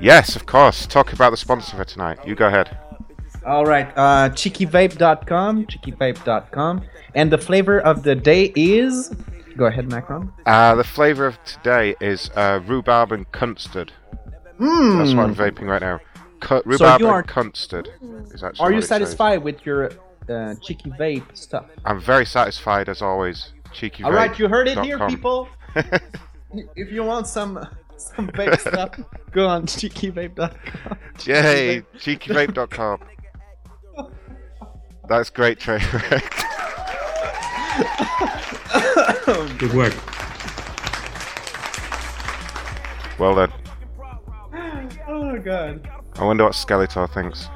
Speaker 12: Yes, of course. Talk about the sponsor for tonight. You go ahead.
Speaker 13: All right, uh, cheekyvape.com, cheekyvape.com. And the flavor of the day is. Go ahead, Macron.
Speaker 12: Uh, the flavour of today is uh, rhubarb and custard.
Speaker 13: Mm.
Speaker 12: That's what I'm vaping right now. Cu- rhubarb
Speaker 13: you are-
Speaker 12: and custard. Is actually
Speaker 13: Are
Speaker 12: what
Speaker 13: you
Speaker 12: it says.
Speaker 13: satisfied with your uh, cheeky vape stuff?
Speaker 12: I'm very satisfied as always. Cheeky.
Speaker 13: All right, you heard it here, people. if you want some some vape stuff, go on
Speaker 12: Uh,
Speaker 13: cheekyvape.com.
Speaker 12: Yay, cheekyvape.com. That's great, Trey.
Speaker 14: Good work.
Speaker 12: well then.
Speaker 13: oh god.
Speaker 12: I wonder what Skeletor thinks.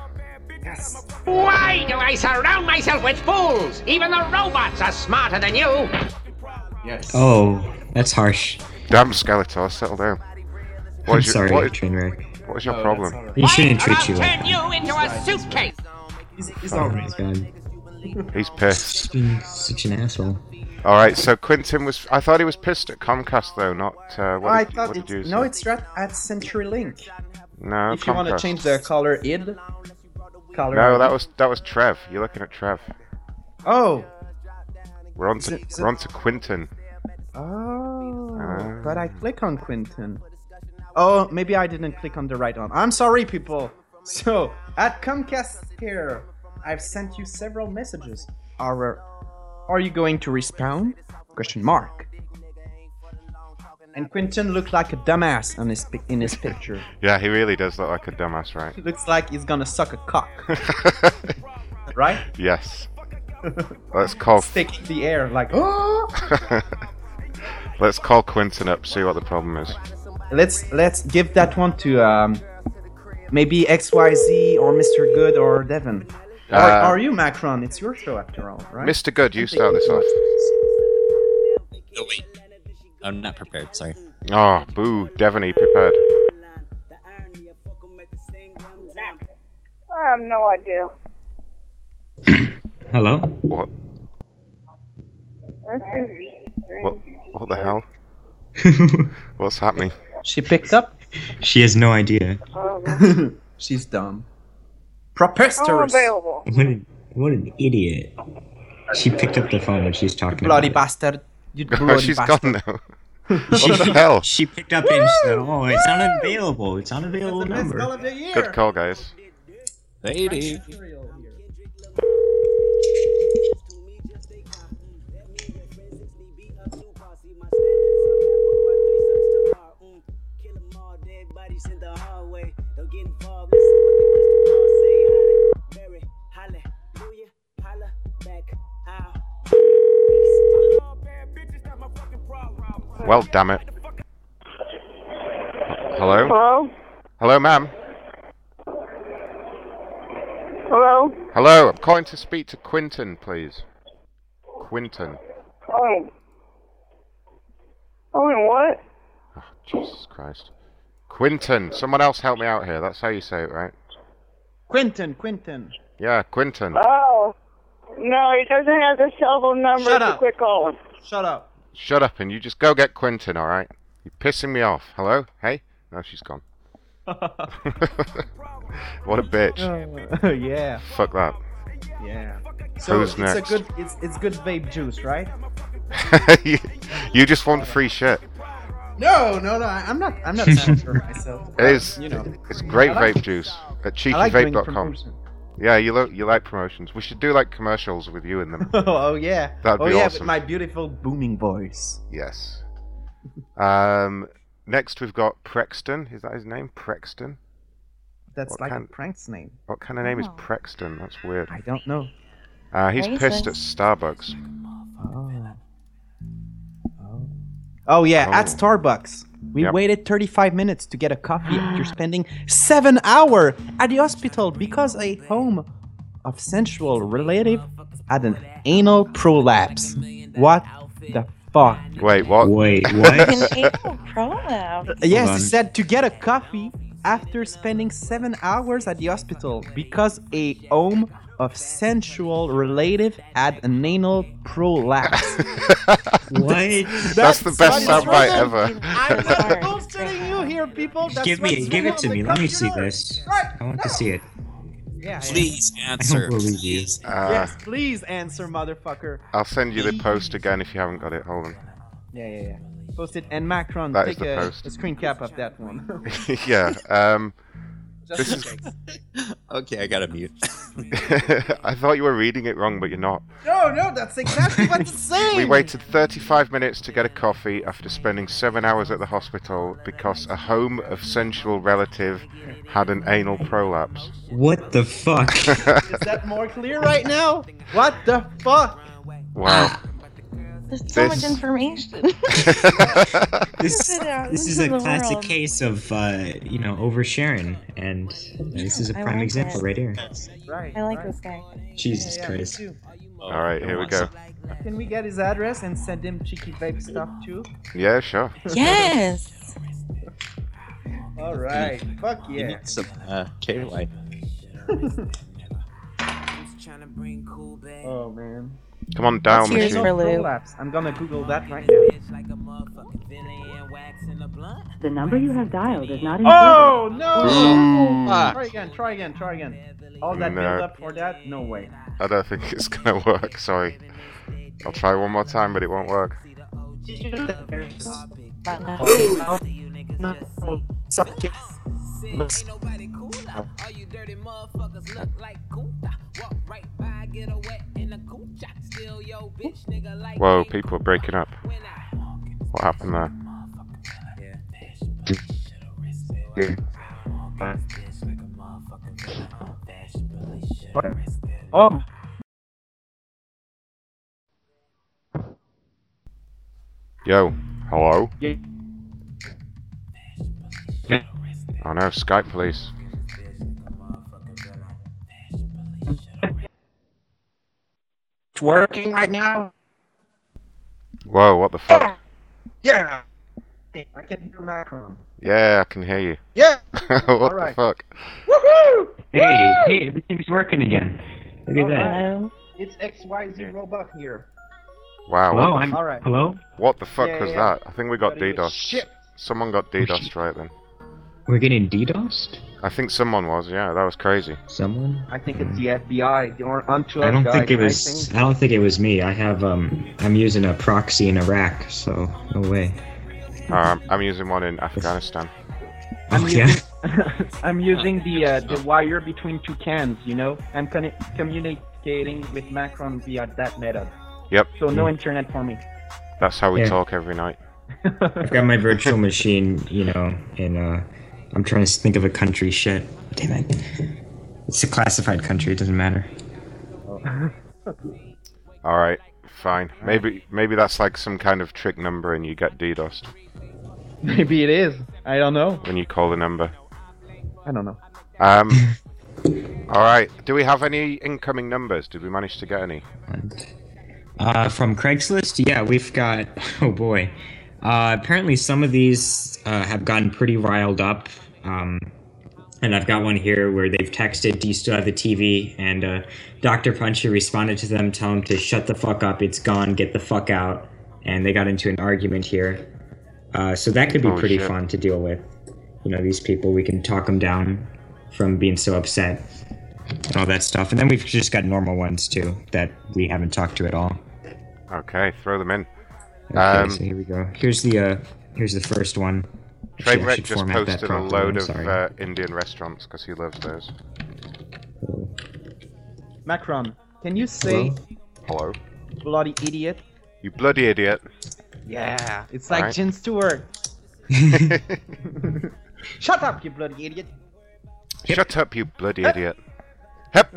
Speaker 15: Why do I surround myself with fools? Even the robots are smarter than you.
Speaker 13: Yes.
Speaker 14: Oh, that's harsh.
Speaker 12: Damn Skeletor, settle down. What
Speaker 14: I'm
Speaker 12: is your-
Speaker 14: sorry,
Speaker 12: what is-
Speaker 14: Trainwreck.
Speaker 12: What is
Speaker 13: Oh,
Speaker 12: your problem?
Speaker 14: He shouldn't treat you like
Speaker 15: Turn you into a suitcase.
Speaker 14: that. Oh my god.
Speaker 12: He's pissed.
Speaker 14: Being such an asshole.
Speaker 12: All right, so Quentin was. I thought he was pissed at Comcast though, not. Uh, what,
Speaker 13: I
Speaker 12: did,
Speaker 13: thought
Speaker 12: what did you
Speaker 13: it's,
Speaker 12: say?
Speaker 13: no, it's right at CenturyLink.
Speaker 12: no,
Speaker 13: if you want to
Speaker 12: Comcast.
Speaker 13: change the color, id color.
Speaker 12: No, that was that was Trev. You're looking at Trev.
Speaker 13: Oh,
Speaker 12: We're on to
Speaker 13: it- is
Speaker 12: we're
Speaker 13: it-
Speaker 12: on to Quentin.
Speaker 13: Oh,
Speaker 12: Ah.
Speaker 13: but I click on Quinton. Oh, maybe I didn't click on the right one. I'm sorry, people. So, at Comcast here, I've sent you several messages. Are, are you going to respawn? Question mark. And Quinton looked like a dumbass on his, pic- in his picture.
Speaker 12: Yeah, he really does look like a dumbass, right?
Speaker 13: looks like he's gonna suck a cock. right?
Speaker 12: Yes. Let's call
Speaker 13: Stick the air like, oh!
Speaker 12: Let's call Quentin up. See what the problem is.
Speaker 13: let's let's give that one to um maybe XYZ or Mr. Good or Devin. Or
Speaker 12: Uh,
Speaker 13: are you Macron? It's your show after all, right?
Speaker 12: Mr. Good, you start this off.
Speaker 16: Oh, wait. I'm not prepared, sorry.
Speaker 12: Oh, boo! Devon, he prepared.
Speaker 2: I have no idea.
Speaker 14: Hello?
Speaker 12: What?
Speaker 2: This is
Speaker 12: What? What the hell? What's happening?
Speaker 13: She picked up.
Speaker 14: She has no idea.
Speaker 13: She's dumb.
Speaker 2: I'm
Speaker 13: Preposterous.
Speaker 2: available.
Speaker 14: What an, what an idiot. She picked up the phone when she was talking
Speaker 13: Bloody
Speaker 14: about
Speaker 13: bastard. You
Speaker 14: it.
Speaker 13: bloody bastard.
Speaker 12: now.
Speaker 14: What the hell? She picked up and she said,
Speaker 13: Woo!
Speaker 14: oh, it's not available. It's not available number.
Speaker 12: Good call, guys.
Speaker 16: Lady.
Speaker 12: Well, damn it. Hello.
Speaker 2: Hello?
Speaker 12: Hello, ma'am.
Speaker 2: Hello?
Speaker 12: Hello. I'm calling to speak to Quinton, please. Quinton.
Speaker 2: Oh. Oh, and what?
Speaker 12: Jesus Christ. Quinton. Someone else help me out here. That's how you say it, right?
Speaker 13: Quinton, Quinton.
Speaker 12: Yeah, Quinton.
Speaker 2: Oh. No, he doesn't have the cell phone number.
Speaker 13: Shut
Speaker 2: It's a
Speaker 13: up.
Speaker 2: quick call him.
Speaker 13: Shut up.
Speaker 12: Shut up and you just go get Quinton, all right? You're pissing me off. Hello? Hey? No, she's gone. what a bitch.
Speaker 13: Oh, yeah.
Speaker 12: Fuck that.
Speaker 13: Yeah. So
Speaker 12: Who's
Speaker 13: it's
Speaker 12: next?
Speaker 13: a good it's it's good vape juice, right?
Speaker 12: you, you just want free shit.
Speaker 13: No, no, no. I- I'm not I'm not sad for myself.
Speaker 12: It is.
Speaker 13: You know.
Speaker 12: It's great
Speaker 13: I like-
Speaker 12: vape juice at
Speaker 13: I like doing
Speaker 12: cheekyvape.com.
Speaker 13: promotion.
Speaker 12: Yeah, you lo- you like promotions. We should do like commercials with you in them.
Speaker 13: oh yeah.
Speaker 12: That'd
Speaker 13: oh
Speaker 12: be
Speaker 13: yeah,
Speaker 12: awesome.
Speaker 13: with my beautiful booming voice.
Speaker 12: Yes. Um, Next, we've got Prexton. Is that his name? Prexton.
Speaker 13: That's
Speaker 12: What
Speaker 13: like
Speaker 12: kind-
Speaker 13: a prank's name.
Speaker 12: What kind of name is Prexton? That's weird. I
Speaker 13: don't know.
Speaker 12: Uh, he's pissed
Speaker 13: Racist.
Speaker 12: at Starbucks.
Speaker 13: Oh. Oh yeah, at
Speaker 12: Oh.
Speaker 13: Starbucks. We
Speaker 12: Yep.
Speaker 13: waited 35 minutes to get a coffee. and You're spending 7 hour at the hospital because a home of sensual relative had an anal prolapse. What the fuck?
Speaker 12: Wait, what?
Speaker 14: Wait,
Speaker 20: An anal prolapse.
Speaker 13: Uh, Yes, he said to get a coffee after spending seven hours at the hospital because a ohm of sensual relative had an anal prolapse.
Speaker 14: What?
Speaker 12: That's the
Speaker 13: what
Speaker 12: best
Speaker 13: is
Speaker 12: soundbite
Speaker 13: wrong.
Speaker 12: ever.
Speaker 13: I'm not bullshitting you here, people. That's
Speaker 14: give me,
Speaker 13: what's
Speaker 14: give
Speaker 13: wrong
Speaker 14: it to
Speaker 13: with
Speaker 14: me.
Speaker 13: the
Speaker 14: Let me
Speaker 13: computer.
Speaker 14: see this.
Speaker 13: Right,
Speaker 14: I want to
Speaker 13: no.
Speaker 14: see it.
Speaker 13: Yeah, yeah.
Speaker 16: Please
Speaker 14: I
Speaker 16: answer.
Speaker 14: don't believe you.
Speaker 12: Uh,
Speaker 13: Yes, please answer, motherfucker.
Speaker 12: I'll send you the post again if you haven't got it. Hold on.
Speaker 13: Yeah, yeah, yeah. Post it and Macron
Speaker 12: That is
Speaker 13: take
Speaker 12: the
Speaker 13: a,
Speaker 12: post.
Speaker 13: a screen cap of that one.
Speaker 12: yeah. Um,
Speaker 13: Just
Speaker 12: this
Speaker 13: in
Speaker 12: is.
Speaker 13: case.
Speaker 16: Okay, I gotta mute.
Speaker 12: I thought you were reading it wrong, but you're not.
Speaker 13: No, no, that's exactly what it's saying.
Speaker 12: We waited 35 minutes to get a coffee after spending seven hours at the hospital because a home of sensual relative had an anal prolapse.
Speaker 14: What the fuck?
Speaker 13: Is that more clear right now? What the fuck?
Speaker 12: wow.
Speaker 20: There's so
Speaker 12: This-
Speaker 20: much information.
Speaker 14: This,
Speaker 20: Sit down,
Speaker 14: this is
Speaker 20: listen
Speaker 14: a
Speaker 20: to the
Speaker 14: classic
Speaker 20: world.
Speaker 14: case of, uh, you know, oversharing, and this is a
Speaker 20: I
Speaker 14: prime
Speaker 20: like
Speaker 14: example
Speaker 20: it.
Speaker 14: right here.
Speaker 13: Right.
Speaker 20: I like this guy.
Speaker 14: Jesus
Speaker 13: Yeah, yeah, me
Speaker 14: Christ.
Speaker 13: too.
Speaker 12: All right, here we go.
Speaker 13: Can we get his address and send him cheeky vape stuff too?
Speaker 12: Yeah, sure.
Speaker 20: Yes.
Speaker 13: All right. Fuck
Speaker 16: You
Speaker 13: yeah.
Speaker 16: need some uh, KY.
Speaker 13: Oh man.
Speaker 12: Come on, dial
Speaker 20: Let's hear his
Speaker 12: machine.
Speaker 20: rel- Lou.
Speaker 13: Prolapse. I'm gonna Google that right now.
Speaker 21: The number you have dialed is not in
Speaker 13: Oh no!
Speaker 12: Boom.
Speaker 13: Try again. Try again. Try again. All that
Speaker 12: No.
Speaker 13: build up for that? No way.
Speaker 12: I don't think it's gonna work. Sorry. I'll try one more time, but it won't work.
Speaker 22: Oh,
Speaker 12: Whoa, people are breaking up. What happened there? Yeah.
Speaker 13: Oh.
Speaker 12: Yo, hello?
Speaker 13: Yeah.
Speaker 12: Oh no, Skype police.
Speaker 22: It's working right now.
Speaker 12: Whoa, what the fuck?
Speaker 22: Yeah. I can hear Macron.
Speaker 12: Yeah, I can hear you.
Speaker 22: Yeah.
Speaker 12: what
Speaker 22: All
Speaker 12: the
Speaker 22: right.
Speaker 12: fuck?
Speaker 22: Woohoo!
Speaker 14: Hey, hey, everything's working again. Look at that.
Speaker 13: Hello.
Speaker 22: It's XYZ Robot here.
Speaker 12: Wow.
Speaker 14: Hello,
Speaker 12: what the
Speaker 14: I'm-
Speaker 12: f-
Speaker 14: All right. hello?
Speaker 12: What the fuck
Speaker 22: Yeah,
Speaker 12: was
Speaker 22: yeah.
Speaker 12: that? I think we got
Speaker 22: Bloody
Speaker 12: DDoS.
Speaker 22: shit.
Speaker 12: Someone got DDoS right then.
Speaker 14: We're getting DDoSed?
Speaker 12: I think someone was. Yeah, that was crazy.
Speaker 14: Someone?
Speaker 22: I think it's the FBI. They are onto us,
Speaker 14: I don't
Speaker 22: guys.
Speaker 14: think it was. I don't think it was me. I have um. I'm using a proxy in Iraq, so no way.
Speaker 12: Um, I'm using one in Afghanistan.
Speaker 14: Oh yeah.
Speaker 22: I'm using the uh, the wire between two cans. You know, I'm conne- communicating with Macron via that method.
Speaker 12: Yep.
Speaker 22: So no
Speaker 14: Mm.
Speaker 22: internet for me.
Speaker 12: That's how we
Speaker 14: Yeah.
Speaker 12: talk every night.
Speaker 14: I've got my virtual machine, you know, and uh, I'm trying to think of a country. Shit, damn it. It's a classified country. It doesn't matter.
Speaker 12: All right, fine. Maybe maybe that's like some kind of trick number, and you get DDoSed
Speaker 13: Maybe it is. I don't know.
Speaker 12: when you call the number.
Speaker 13: I don't know.
Speaker 12: Um. all right. Do we have any incoming numbers? Did we manage to get any?
Speaker 14: Uh, from Craigslist, yeah, we've got. Oh boy. Uh, apparently, some of these uh, have gotten pretty riled up. Um, and I've got one here where they've texted, "Do you still have the TV?" And uh, Doctor Punchy responded to them, telling them to shut the fuck up. It's gone. Get the fuck out. And they got into an argument here. Uh, so that could be
Speaker 12: Oh,
Speaker 14: pretty
Speaker 12: shit.
Speaker 14: fun to deal with. You know, these people, we can talk them down from being so upset and all that stuff. And then we've just got normal ones too that we haven't talked to at all.
Speaker 12: Okay, throw them in.
Speaker 14: Okay,
Speaker 12: Um,
Speaker 14: so here we go. Here's the uh, here's the first one. Actually, I
Speaker 12: Trainwreck
Speaker 14: should
Speaker 12: just
Speaker 14: format that
Speaker 12: posted a
Speaker 14: properly,
Speaker 12: load
Speaker 14: I'm
Speaker 12: of
Speaker 14: sorry.
Speaker 12: uh, Indian restaurants because he loves those.
Speaker 13: Macron, can you say
Speaker 12: Hello.
Speaker 13: bloody idiot?
Speaker 12: You bloody idiot.
Speaker 13: Yeah. It's like
Speaker 12: Alright.
Speaker 13: Jim Stewart. Shut up, you bloody idiot.
Speaker 12: Shut up, you bloody idiot. Hup.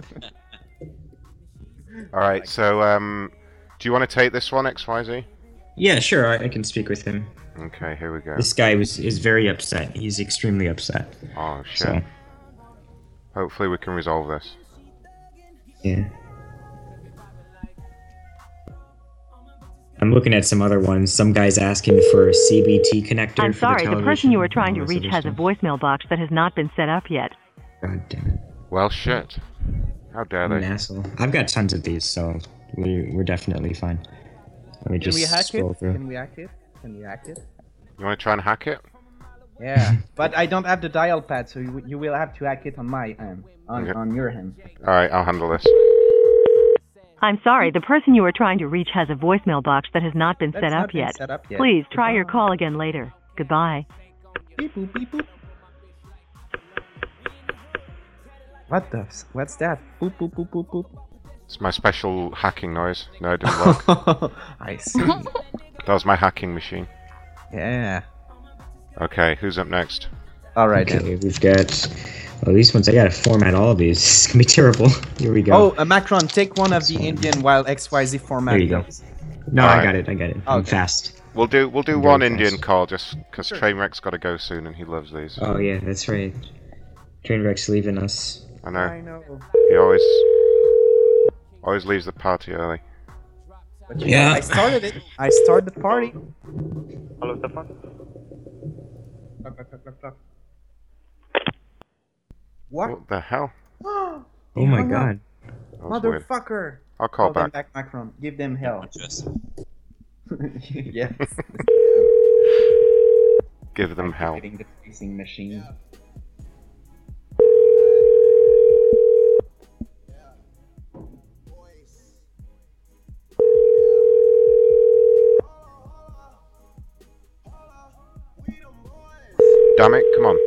Speaker 12: All right. So, um, do you want to take this one, X Y Z?
Speaker 14: Yeah, sure, I, I can speak with him.
Speaker 12: Okay, here we go.
Speaker 14: This guy was is very upset. He's extremely upset.
Speaker 12: Oh shit.
Speaker 14: So-
Speaker 12: Hopefully, we can resolve this.
Speaker 14: Yeah. I'm looking at some other ones. Some guy's asking for a CBT connector
Speaker 21: I'm
Speaker 14: for
Speaker 21: sorry,
Speaker 14: the
Speaker 21: the
Speaker 14: television.
Speaker 21: person you are trying to
Speaker 14: all this
Speaker 21: reach
Speaker 14: other
Speaker 21: has a
Speaker 14: stuff.
Speaker 21: voicemail box that has not been set up yet.
Speaker 14: God damn it.
Speaker 12: Well, shit. How dare
Speaker 14: they? asshole. I've got tons of these, so we're, we're definitely fine. Let me
Speaker 13: Can
Speaker 14: just
Speaker 13: we hack
Speaker 14: scroll
Speaker 13: it?
Speaker 14: through.
Speaker 13: Can we hack it? Can we hack it?
Speaker 12: You want to try and hack it?
Speaker 13: Yeah, but I don't have the dial pad, so you, you will have to hack it on my end, on,
Speaker 12: Yeah.
Speaker 13: on your hand.
Speaker 12: All right, I'll handle this.
Speaker 21: I'm sorry, the person you are trying to reach has a voicemail box that has not been,
Speaker 13: That's
Speaker 21: set,
Speaker 13: not
Speaker 21: up
Speaker 13: been set up yet.
Speaker 21: Please try your call again later. Goodbye.
Speaker 13: Beep boop, beep boop. What the? s- What's that? Boop boop boop boop boop.
Speaker 12: It's my special hacking noise. No, it didn't work.
Speaker 13: I see.
Speaker 12: That was my hacking machine.
Speaker 13: Yeah.
Speaker 12: Okay, who's up next?
Speaker 13: All right.
Speaker 14: Okay, we've got. Well, these ones I gotta format all of these. It's gonna be terrible. Here we go.
Speaker 13: Oh, uh, Macron, take one of the Indian while XYZ format.
Speaker 14: there you go. No, I
Speaker 12: Alright.
Speaker 14: got it. I got it. I'm
Speaker 13: Okay.
Speaker 14: fast.
Speaker 12: We'll do we'll do
Speaker 14: I'm
Speaker 12: one
Speaker 14: very
Speaker 12: Indian call just because Trainwreck's got to go soon and he loves these.
Speaker 14: Oh yeah, that's right. Trainwreck's leaving us.
Speaker 12: I know. He always always leaves the party early.
Speaker 13: But you know, I started it. I started the party.
Speaker 18: Hello, Stefan.
Speaker 13: What?
Speaker 12: What the hell?
Speaker 13: oh
Speaker 12: Oh my God. That was weird.
Speaker 13: Motherfucker.
Speaker 12: I'll call
Speaker 13: Call them
Speaker 12: back.
Speaker 13: back, Macron. Give them hell. yes.
Speaker 12: Give them hell.
Speaker 13: Hitting the pacing machine.
Speaker 12: Damn it! Come on.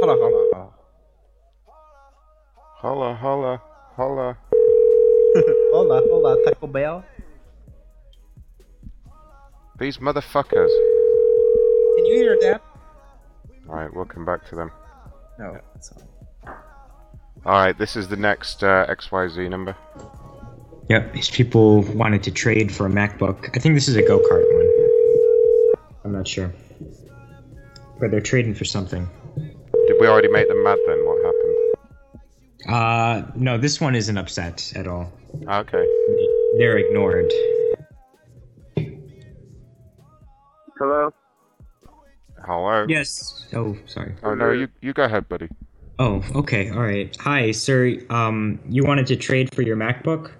Speaker 13: Holla, holla, holla.
Speaker 12: Holla holla holla.
Speaker 13: hola, hola, Taco Bell.
Speaker 12: These motherfuckers.
Speaker 13: Can you hear that?
Speaker 12: All right, we'll come back to them.
Speaker 13: No. That's all.
Speaker 12: All right, this is the next uh, XYZ number.
Speaker 14: Yep, these people wanted to trade for a MacBook. I think this is a go kart one. I'm not sure. But they're trading for something.
Speaker 12: Did we already make them mad then? What happened?
Speaker 14: Uh, no, this one isn't upset at all.
Speaker 12: Okay.
Speaker 14: They're ignored.
Speaker 18: Hello.
Speaker 12: Hello.
Speaker 14: Yes. Oh, sorry.
Speaker 12: Oh no, you you go ahead, buddy.
Speaker 14: Oh, okay, all right. Hi, sir. Um, you wanted to trade for your MacBook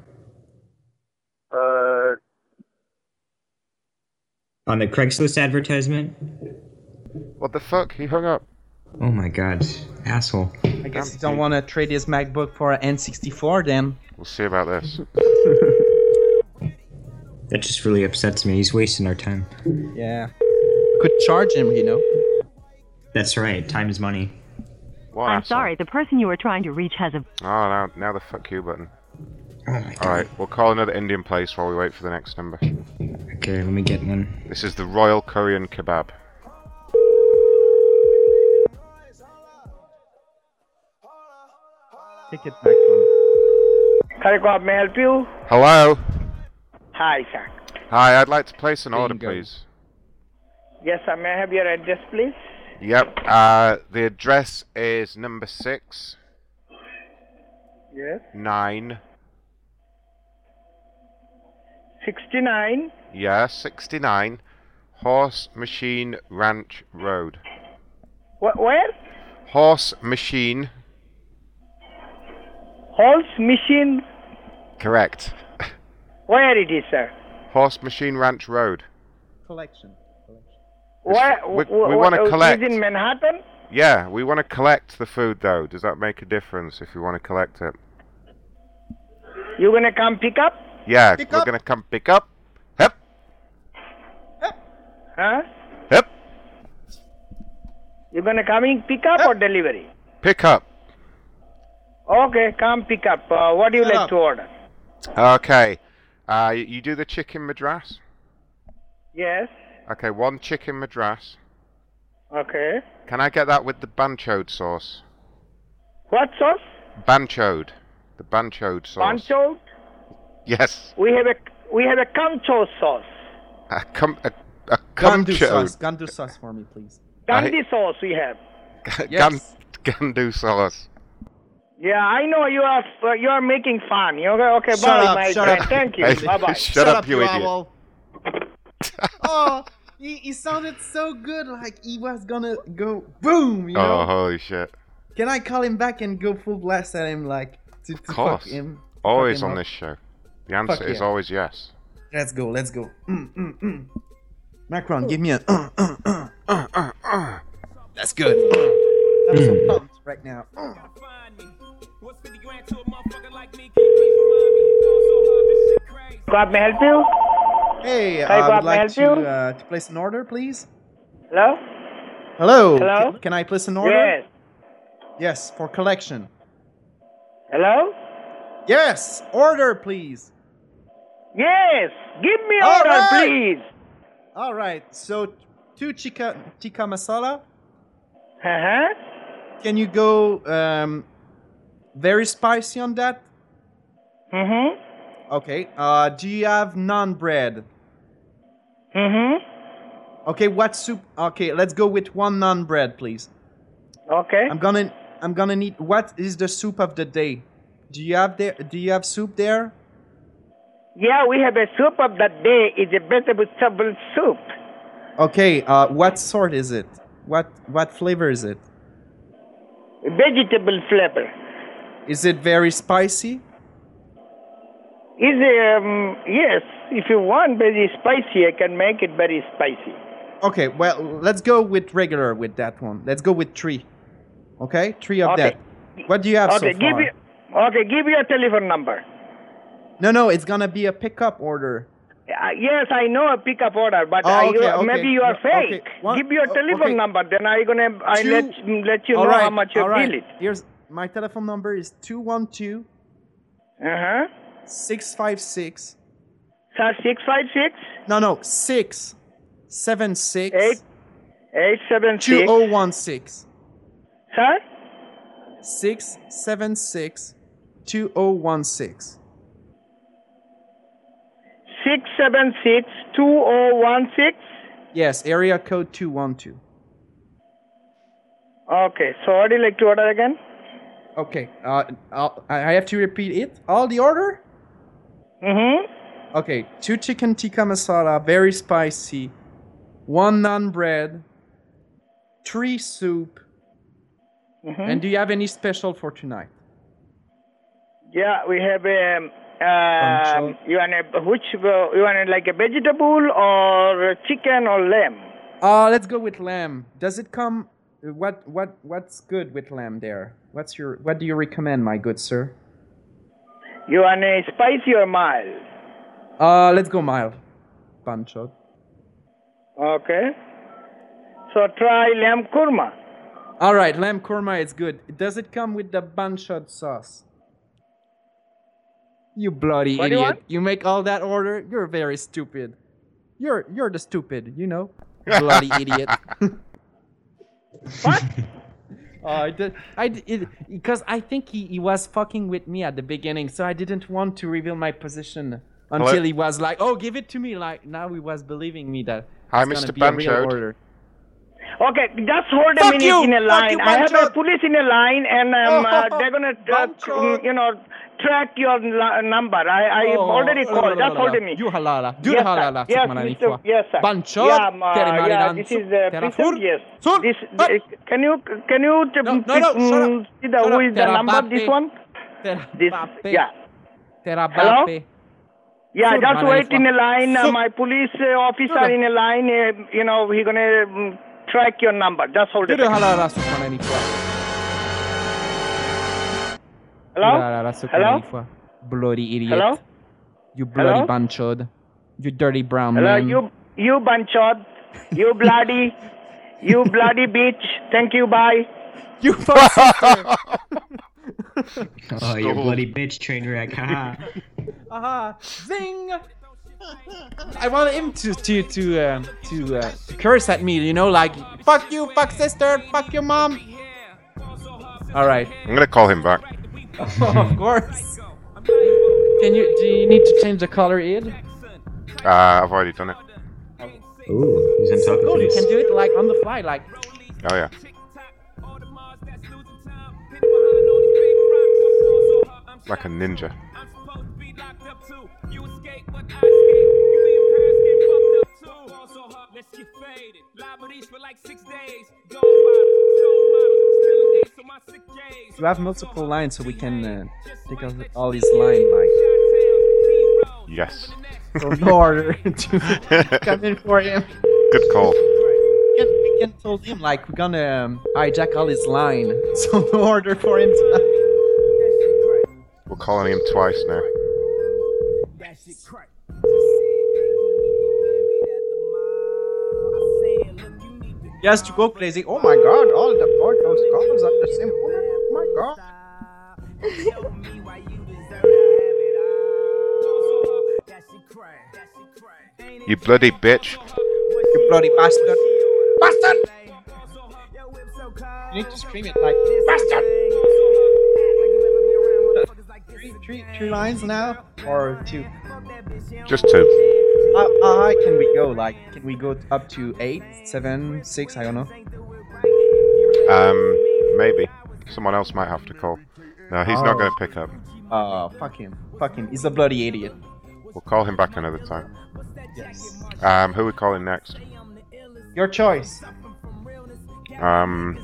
Speaker 18: Uh,
Speaker 14: on the Craigslist advertisement?
Speaker 12: What the fuck? He hung up.
Speaker 14: Oh my god, asshole.
Speaker 13: I guess you don't want to trade his MacBook for an N64 then.
Speaker 12: We'll see about this.
Speaker 14: That just really upsets me. He's wasting our time.
Speaker 13: Yeah. Could charge him, you know.
Speaker 14: That's right. Time is money.
Speaker 12: What?
Speaker 21: I'm
Speaker 12: asshole.
Speaker 21: sorry, the person you are trying to reach has a
Speaker 12: Oh, now now the fuck you button.
Speaker 14: Oh my god.
Speaker 12: All right, we'll call another Indian place while we wait for the next number.
Speaker 14: Okay, let me get one.
Speaker 12: This is the Royal Korean Kebab.
Speaker 13: Take it back from.
Speaker 2: Telecom may I help you?
Speaker 12: Hello.
Speaker 2: Hi, sir.
Speaker 12: Hi, I'd like to place an order, please.
Speaker 2: Yes, sir. May I have your address, please?
Speaker 12: Yep. Uh, the address is number six
Speaker 2: Yes.
Speaker 12: nine.
Speaker 2: 69.
Speaker 12: Yeah, sixty nine. Horse Machine Ranch Road.
Speaker 2: Wh- where?
Speaker 12: Horse Machine.
Speaker 2: Halls Machine.
Speaker 12: Correct.
Speaker 2: Where it is, sir?
Speaker 12: Horse Machine Ranch Road.
Speaker 13: Collection.
Speaker 2: Where,
Speaker 12: we-
Speaker 2: wh-
Speaker 12: we
Speaker 2: wh-
Speaker 12: wanna
Speaker 2: uh,
Speaker 12: collect.
Speaker 2: Is in Manhattan?
Speaker 12: Yeah, we want to collect the food though. Does that make a difference if you want to collect it?
Speaker 2: You gonna come pick up?
Speaker 12: Yeah,
Speaker 2: Pick
Speaker 12: we're
Speaker 2: up.
Speaker 12: gonna come pick up. Hep,
Speaker 2: Huh?
Speaker 12: Yep.
Speaker 2: You gonna come in pick up or delivery?
Speaker 12: pick up.
Speaker 2: Okay, come pick up. Uh, what do you like to order?
Speaker 12: Okay. Uh, you- you do the chicken madras.
Speaker 23: Yes.
Speaker 12: Okay, one chicken madras.
Speaker 23: Okay.
Speaker 12: Can I get that with the banchod sauce?
Speaker 23: What sauce?
Speaker 12: Banchod. The banchod sauce.
Speaker 23: Pancho.
Speaker 12: yes.
Speaker 23: We have a we have a kancho sauce.
Speaker 12: A cum a, a
Speaker 13: Gandu
Speaker 12: cumchode.
Speaker 13: sauce. Gandu sauce for me, please.
Speaker 23: Gandhi sauce we have.
Speaker 12: Gan- Gandu sauce.
Speaker 23: Yeah, I know you are uh, you are making fun. You okay? Okay,
Speaker 12: Shut
Speaker 23: bye,
Speaker 12: up,
Speaker 23: my
Speaker 12: shut
Speaker 23: friend.
Speaker 12: up.
Speaker 23: Thank you.
Speaker 12: Hey,
Speaker 23: bye bye.
Speaker 12: shut Shut up, up, you you idiot. owl.
Speaker 13: oh, he, he sounded so good, like he was gonna go boom. You know?
Speaker 12: Oh, holy shit.
Speaker 13: Can I call him back and go full blast at him, like to, to
Speaker 12: Of
Speaker 13: fuck
Speaker 12: course.
Speaker 13: him?
Speaker 12: Always
Speaker 13: fuck him
Speaker 12: on
Speaker 13: up?
Speaker 12: this show. The answer
Speaker 13: Fuck
Speaker 12: is
Speaker 13: yeah.
Speaker 12: always yes.
Speaker 13: Let's go. Let's go. Mm, mm, mm.
Speaker 12: Oh.
Speaker 13: Macron, give me a. Uh, uh, uh, uh, uh, uh. That's good. I'm so pumped right now.
Speaker 23: God may help you.
Speaker 13: Hey,
Speaker 23: Hey,
Speaker 13: I would
Speaker 23: Bob, may I
Speaker 13: like
Speaker 23: help
Speaker 13: to,
Speaker 23: you?
Speaker 13: uh, to place an order, please.
Speaker 23: Hello.
Speaker 13: Hello.
Speaker 23: Hello?
Speaker 13: Can, can I place an order?
Speaker 23: Yes.
Speaker 13: Yes, for collection.
Speaker 23: Hello.
Speaker 13: Yes, order, please.
Speaker 23: Yes. Give me order, please.
Speaker 13: All right. So, two chica tikka masala.
Speaker 23: Uh huh.
Speaker 13: Can you go um, very spicy on that?
Speaker 23: Mm-hmm.
Speaker 13: Okay. Uh, do you have naan bread?
Speaker 23: Mm-hmm.
Speaker 13: Okay. What soup? Okay. Let's go with one naan bread, please.
Speaker 23: Okay.
Speaker 13: I'm gonna I'm gonna need. What is the soup of the day? Do you have there? Do you have soup there?
Speaker 23: Yeah, we have a soup of the day. It's a vegetable soup.
Speaker 13: Okay. Uh, what sort is it? What what flavor is it?
Speaker 23: Vegetable flavor.
Speaker 13: Is it very spicy?
Speaker 23: Is um yes. If you want very spicy, I can make it very spicy.
Speaker 13: Okay, well, let's go with regular with that one. Let's go with three. Okay, three of
Speaker 23: Okay.
Speaker 13: that. What do you have
Speaker 23: okay,
Speaker 13: so
Speaker 23: give
Speaker 13: far?
Speaker 23: you. Okay, give your telephone number.
Speaker 13: No, no, it's gonna be a pickup order.
Speaker 23: Uh, yes, I know a pickup order, but
Speaker 13: Oh,
Speaker 23: are you,
Speaker 13: okay, okay.
Speaker 23: maybe you are
Speaker 13: No, okay.
Speaker 23: fake.
Speaker 13: One-
Speaker 23: Give your
Speaker 13: oh,
Speaker 23: telephone
Speaker 13: okay.
Speaker 23: number, then I gonna I
Speaker 13: Two-
Speaker 23: let Mm, let you
Speaker 13: All
Speaker 23: know how
Speaker 13: right,
Speaker 23: much you
Speaker 13: all right.
Speaker 23: feel it.
Speaker 13: Here's my telephone number is two one two
Speaker 23: Uh huh.
Speaker 13: six five six.
Speaker 23: Sir, six five six
Speaker 13: No, no, six seven six
Speaker 23: eight seven
Speaker 13: two
Speaker 23: six.
Speaker 13: zero one six
Speaker 23: Sir,
Speaker 13: six seven six two zero one six.
Speaker 23: six seven six two zero one six.
Speaker 13: Yes, area code two one two.
Speaker 23: Okay, so what do you like to order again?
Speaker 13: Okay, uh, I'll, I I have to repeat it. All the order.
Speaker 23: Mm-hmm.
Speaker 13: Okay, two chicken tikka masala, very spicy, one naan bread, three soup. And do you have any special for tonight?
Speaker 23: Yeah, we have a. Um, um, you want a which uh, you want a, like a vegetable or a chicken or lamb?
Speaker 13: Uh, let's go with lamb. Does it come? What what what's good with lamb there? What's your what do you recommend, my good sir?
Speaker 23: You want a spicy or mild?
Speaker 13: Uh, let's go mild, pancho.
Speaker 23: Okay. So try lamb kurma.
Speaker 13: All right, lamb korma is good. Does it come with the banchod sauce? You bloody
Speaker 23: What do you
Speaker 13: idiot!
Speaker 23: want?
Speaker 13: You make all that order. You're very stupid. You're you're the stupid. You know, bloody idiot. what? Oh, I did. I did, because I think he, he was fucking with me at the beginning, so I didn't want to reveal my position until
Speaker 12: Hello?
Speaker 13: he was like, "Oh, give it to me." Like now he was believing me that.
Speaker 12: Hi,
Speaker 13: it's gonna
Speaker 12: Mr.
Speaker 13: be a real
Speaker 12: Banchod.
Speaker 13: order.
Speaker 23: Okay, just hold a
Speaker 13: Fuck
Speaker 23: minute
Speaker 13: you!
Speaker 23: in a
Speaker 13: Fuck
Speaker 23: line.
Speaker 13: you,
Speaker 23: I have a
Speaker 13: Pancho!
Speaker 23: police in a line, and um,
Speaker 13: Oh,
Speaker 23: uh, they're gonna, uh, mm, you know, track your la- number. I, I
Speaker 13: Oh,
Speaker 23: already
Speaker 13: la, la,
Speaker 23: called.
Speaker 13: la,
Speaker 23: Just
Speaker 13: la,
Speaker 23: hold
Speaker 13: la.
Speaker 23: a minute.
Speaker 13: You
Speaker 19: ah.
Speaker 13: halala. You
Speaker 23: Yes, sir.
Speaker 13: halala.
Speaker 23: Yes,
Speaker 13: Sikmanani
Speaker 23: Mr.
Speaker 13: fwa.
Speaker 23: Yes, sir.
Speaker 13: Bancho,
Speaker 23: yeah, um, uh,
Speaker 13: tere
Speaker 23: yeah,
Speaker 13: marinan
Speaker 23: this
Speaker 13: su-
Speaker 23: is uh, the
Speaker 13: tera
Speaker 23: prison,
Speaker 13: fur.
Speaker 23: yes. This, the- can you, can you t-
Speaker 13: No, no, no,
Speaker 23: mm,
Speaker 13: shut up.
Speaker 23: see the,
Speaker 13: Shut
Speaker 23: who
Speaker 13: up,
Speaker 23: is the
Speaker 13: tera
Speaker 23: number, this
Speaker 13: bape.
Speaker 23: one?
Speaker 13: Tera
Speaker 23: This,
Speaker 13: bape.
Speaker 23: yeah.
Speaker 13: Tera
Speaker 23: Hello?
Speaker 13: bape.
Speaker 23: Yeah,
Speaker 13: Sure,
Speaker 23: just
Speaker 13: Manali
Speaker 23: wait in
Speaker 13: Fwa.
Speaker 23: a line. Uh,
Speaker 13: Sure.
Speaker 23: my police uh, officer
Speaker 13: Sure.
Speaker 23: in a line. Uh, you know, he's gonna um, track your number. Just hold it.
Speaker 13: Yürü halala Sikmanani fwa.
Speaker 23: Hello?
Speaker 13: Yürü halala Sikmanani
Speaker 23: Hello?
Speaker 13: fwa. Bloody idiot.
Speaker 23: Hello?
Speaker 13: You bloody
Speaker 23: Hello?
Speaker 13: banchod. You dirty brown
Speaker 23: Hello,
Speaker 13: man.
Speaker 23: you, you bunchod, you bloody, you bloody bitch. Thank you. Bye.
Speaker 13: You fucking.
Speaker 14: Oh, you bloody bitch train wreck! Haha.
Speaker 13: Aha! Zing!
Speaker 19: I want him to to to um, to, uh, to curse at me, you know, like fuck you, fuck sister, fuck your mom. All right.
Speaker 12: I'm gonna call him back.
Speaker 19: of course. Can you do you need to change the color, Id?
Speaker 12: Uh, I've already done it.
Speaker 14: Ooh, he's on top
Speaker 19: Oh,
Speaker 14: of
Speaker 19: you
Speaker 14: these.
Speaker 19: can do it like on the fly, like
Speaker 12: Oh yeah. Like a ninja.
Speaker 13: You have multiple lines, so we can uh, take out all his line, like.
Speaker 12: Yes.
Speaker 13: So no order to come in for him.
Speaker 12: Good call.
Speaker 13: We can, we can tell him like we're gonna um, hijack all his line, so no order for him. To...
Speaker 12: We're calling him twice now.
Speaker 13: He has to go crazy. Oh my god! All the all those colors are the same. Oh my god!
Speaker 12: You bloody bitch.
Speaker 13: You bloody bastard! Bastard! You need to scream it like bastard. Three, three, three lines now, or two?
Speaker 12: Just two.
Speaker 13: How, how high can we go? Like, can we go up to eight, seven, six? I don't know.
Speaker 12: Um, maybe. Someone else might have to call. No, he's
Speaker 13: Oh.
Speaker 12: not gonna pick up.
Speaker 13: Uh, fuck him. Fuck him. He's a bloody idiot.
Speaker 12: We'll call him back another time.
Speaker 13: Yes.
Speaker 12: Um, who are we calling next?
Speaker 13: Your choice.
Speaker 12: Um,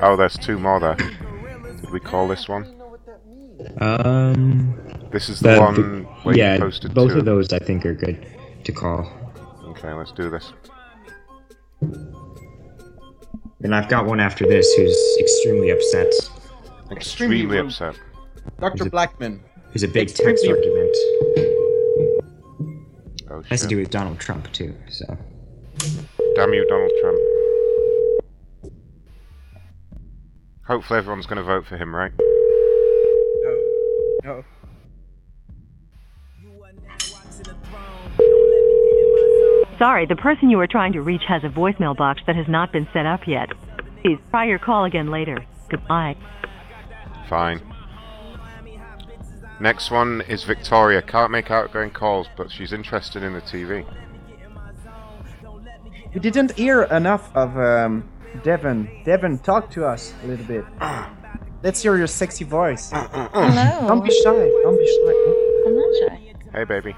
Speaker 12: oh, there's two more there. Did we call this one?
Speaker 14: Um,
Speaker 12: This is the one where you
Speaker 14: yeah,
Speaker 12: posted
Speaker 14: both
Speaker 12: two.
Speaker 14: of those I think are good to call.
Speaker 12: Okay, let's do this.
Speaker 14: And I've got one after this who's extremely upset.
Speaker 12: Extremely upset.
Speaker 13: Dr. Blackman.
Speaker 14: Who's a big text
Speaker 13: Extremely-
Speaker 14: argument.
Speaker 12: Oh, shit.
Speaker 14: Has to do with Donald Trump too. So
Speaker 12: Damn you, Donald Trump. Hopefully, everyone's going to vote for him, right?
Speaker 13: No. No.
Speaker 21: Sorry, the person you are trying to reach has a voicemail box that has not been set up yet. Please try your call again later. Goodbye.
Speaker 12: Fine. Next one is Victoria. Can't make outgoing calls, but she's interested in the TV.
Speaker 13: We didn't hear enough of um, Devon. Devon, talk to us a little bit. Let's hear your sexy voice.
Speaker 20: ah,
Speaker 19: Hello.
Speaker 13: Don't be shy. Don't be shy.
Speaker 19: I'm not shy.
Speaker 12: Hey, baby.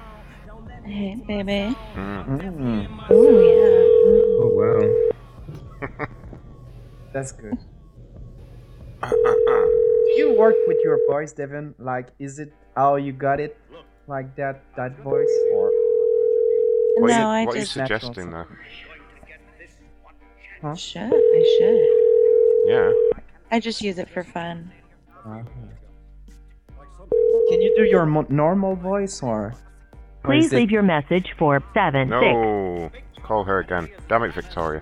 Speaker 19: Hey, baby.
Speaker 13: Mm.
Speaker 14: Oh wow.
Speaker 13: That's good. Do you work with your voice, Devon? Like, is it how you got it? Like that, that voice? Or
Speaker 12: What
Speaker 19: no,
Speaker 12: are you,
Speaker 19: I
Speaker 12: what are you
Speaker 19: just
Speaker 12: suggesting there?
Speaker 19: should. I should.
Speaker 12: Yeah.
Speaker 19: I just use it for fun.
Speaker 13: can you do your mo- normal voice? Or or is
Speaker 21: Please
Speaker 13: it-
Speaker 21: leave your message for seven six.
Speaker 12: No. Call her again. Damn it, Victoria.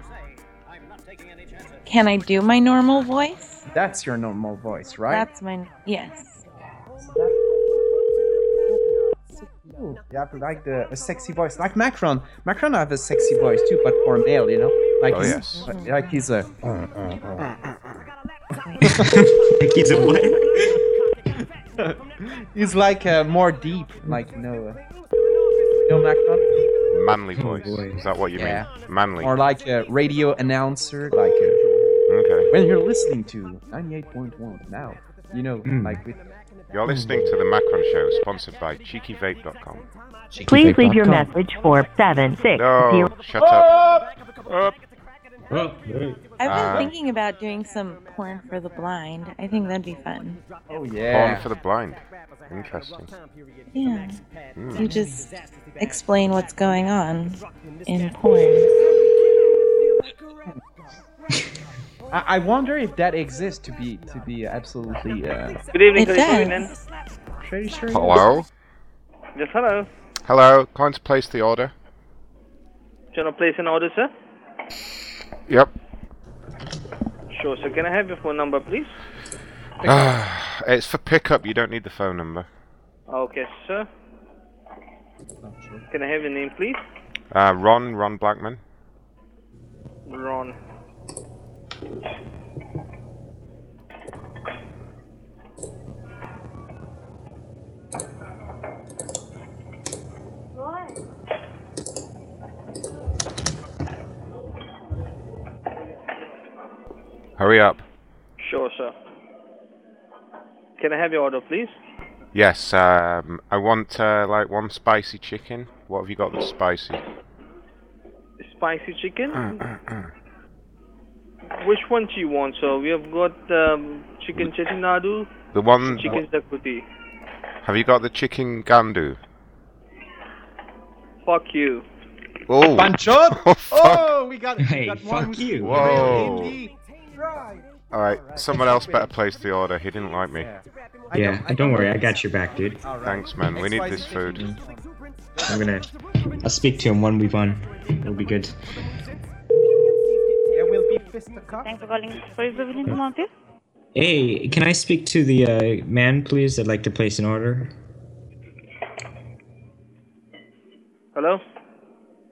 Speaker 19: Can I do my normal voice?
Speaker 13: That's your normal voice, right?
Speaker 19: That's my yes.
Speaker 13: Ooh, you have like the a sexy voice, like Macron. Macron have a sexy voice too, but for male, you know, like
Speaker 12: Oh,
Speaker 13: he's,
Speaker 12: yes.
Speaker 13: like he's a.
Speaker 14: Like he's a what?
Speaker 13: he's like uh, more deep, like you know, uh, you know Macron,
Speaker 12: Manly voice. Is that what you
Speaker 13: Oh, Yeah.
Speaker 12: mean? Manly.
Speaker 13: or like a radio announcer, like uh
Speaker 12: Okay.
Speaker 13: when you're listening to 98.1 now, you know,
Speaker 21: Hmm.
Speaker 5: Hmm.
Speaker 12: Mm.
Speaker 13: like with
Speaker 12: You're listening to The Macron Show, sponsored by CheekyVape.com.
Speaker 21: Please leave your message for seven six
Speaker 12: No,
Speaker 21: zero.
Speaker 12: Oh, shut up.
Speaker 19: I've been
Speaker 12: Uh,
Speaker 19: thinking about doing some porn for the blind. I think that'd be fun.
Speaker 13: Oh
Speaker 12: Porn for the blind. Interesting.
Speaker 19: Yeah.
Speaker 12: Hmm.
Speaker 19: You just explain what's going on in porn.
Speaker 13: I, I wonder if that exists to be to be absolutely. Uh,
Speaker 24: Good evening,
Speaker 19: It
Speaker 24: good evening.
Speaker 13: pretty sure.
Speaker 12: Hello?
Speaker 24: Yes, hello.
Speaker 12: Hmm. Hello, going to place the order.
Speaker 24: Can I place an order, sir?
Speaker 12: Yep.
Speaker 24: Sure, sir. Can I have your phone number, please?
Speaker 12: it's for pickup, you don't need the phone number.
Speaker 24: Okay, sir. Can I have your name, please?
Speaker 12: Uh, Ron, Ron Blackman.
Speaker 24: Ron.
Speaker 12: Hurry up.
Speaker 24: Sure, sir. Can I have your order, please?
Speaker 12: Yes, um, I want uh, like one spicy chicken. What have you got that's spicy?
Speaker 24: Spicy chicken.
Speaker 12: Uh,
Speaker 24: Which one do you want, sir? We have got um, chicken chettinadu,
Speaker 12: the one.
Speaker 24: chicken dakuti.
Speaker 12: Have you got the chicken gandu?
Speaker 24: Fuck you.
Speaker 12: Oh.
Speaker 19: Pancho?
Speaker 12: Oh, fuck.
Speaker 19: Oh, we got, we got one. who's real
Speaker 12: Whoa.
Speaker 19: indie.
Speaker 12: All right, someone else better place the order. He didn't like me.
Speaker 14: Yeah, don't worry, I got your back, dude.
Speaker 12: Thanks, man. We need this food.
Speaker 14: I'm gonna. I'll speak to him when we've won. It'll be good.
Speaker 5: There will be Thanks for calling. Sorry, we need to mount it.
Speaker 14: Hey, can I speak to the uh, man, please? I'd like to place an order.
Speaker 24: Hello?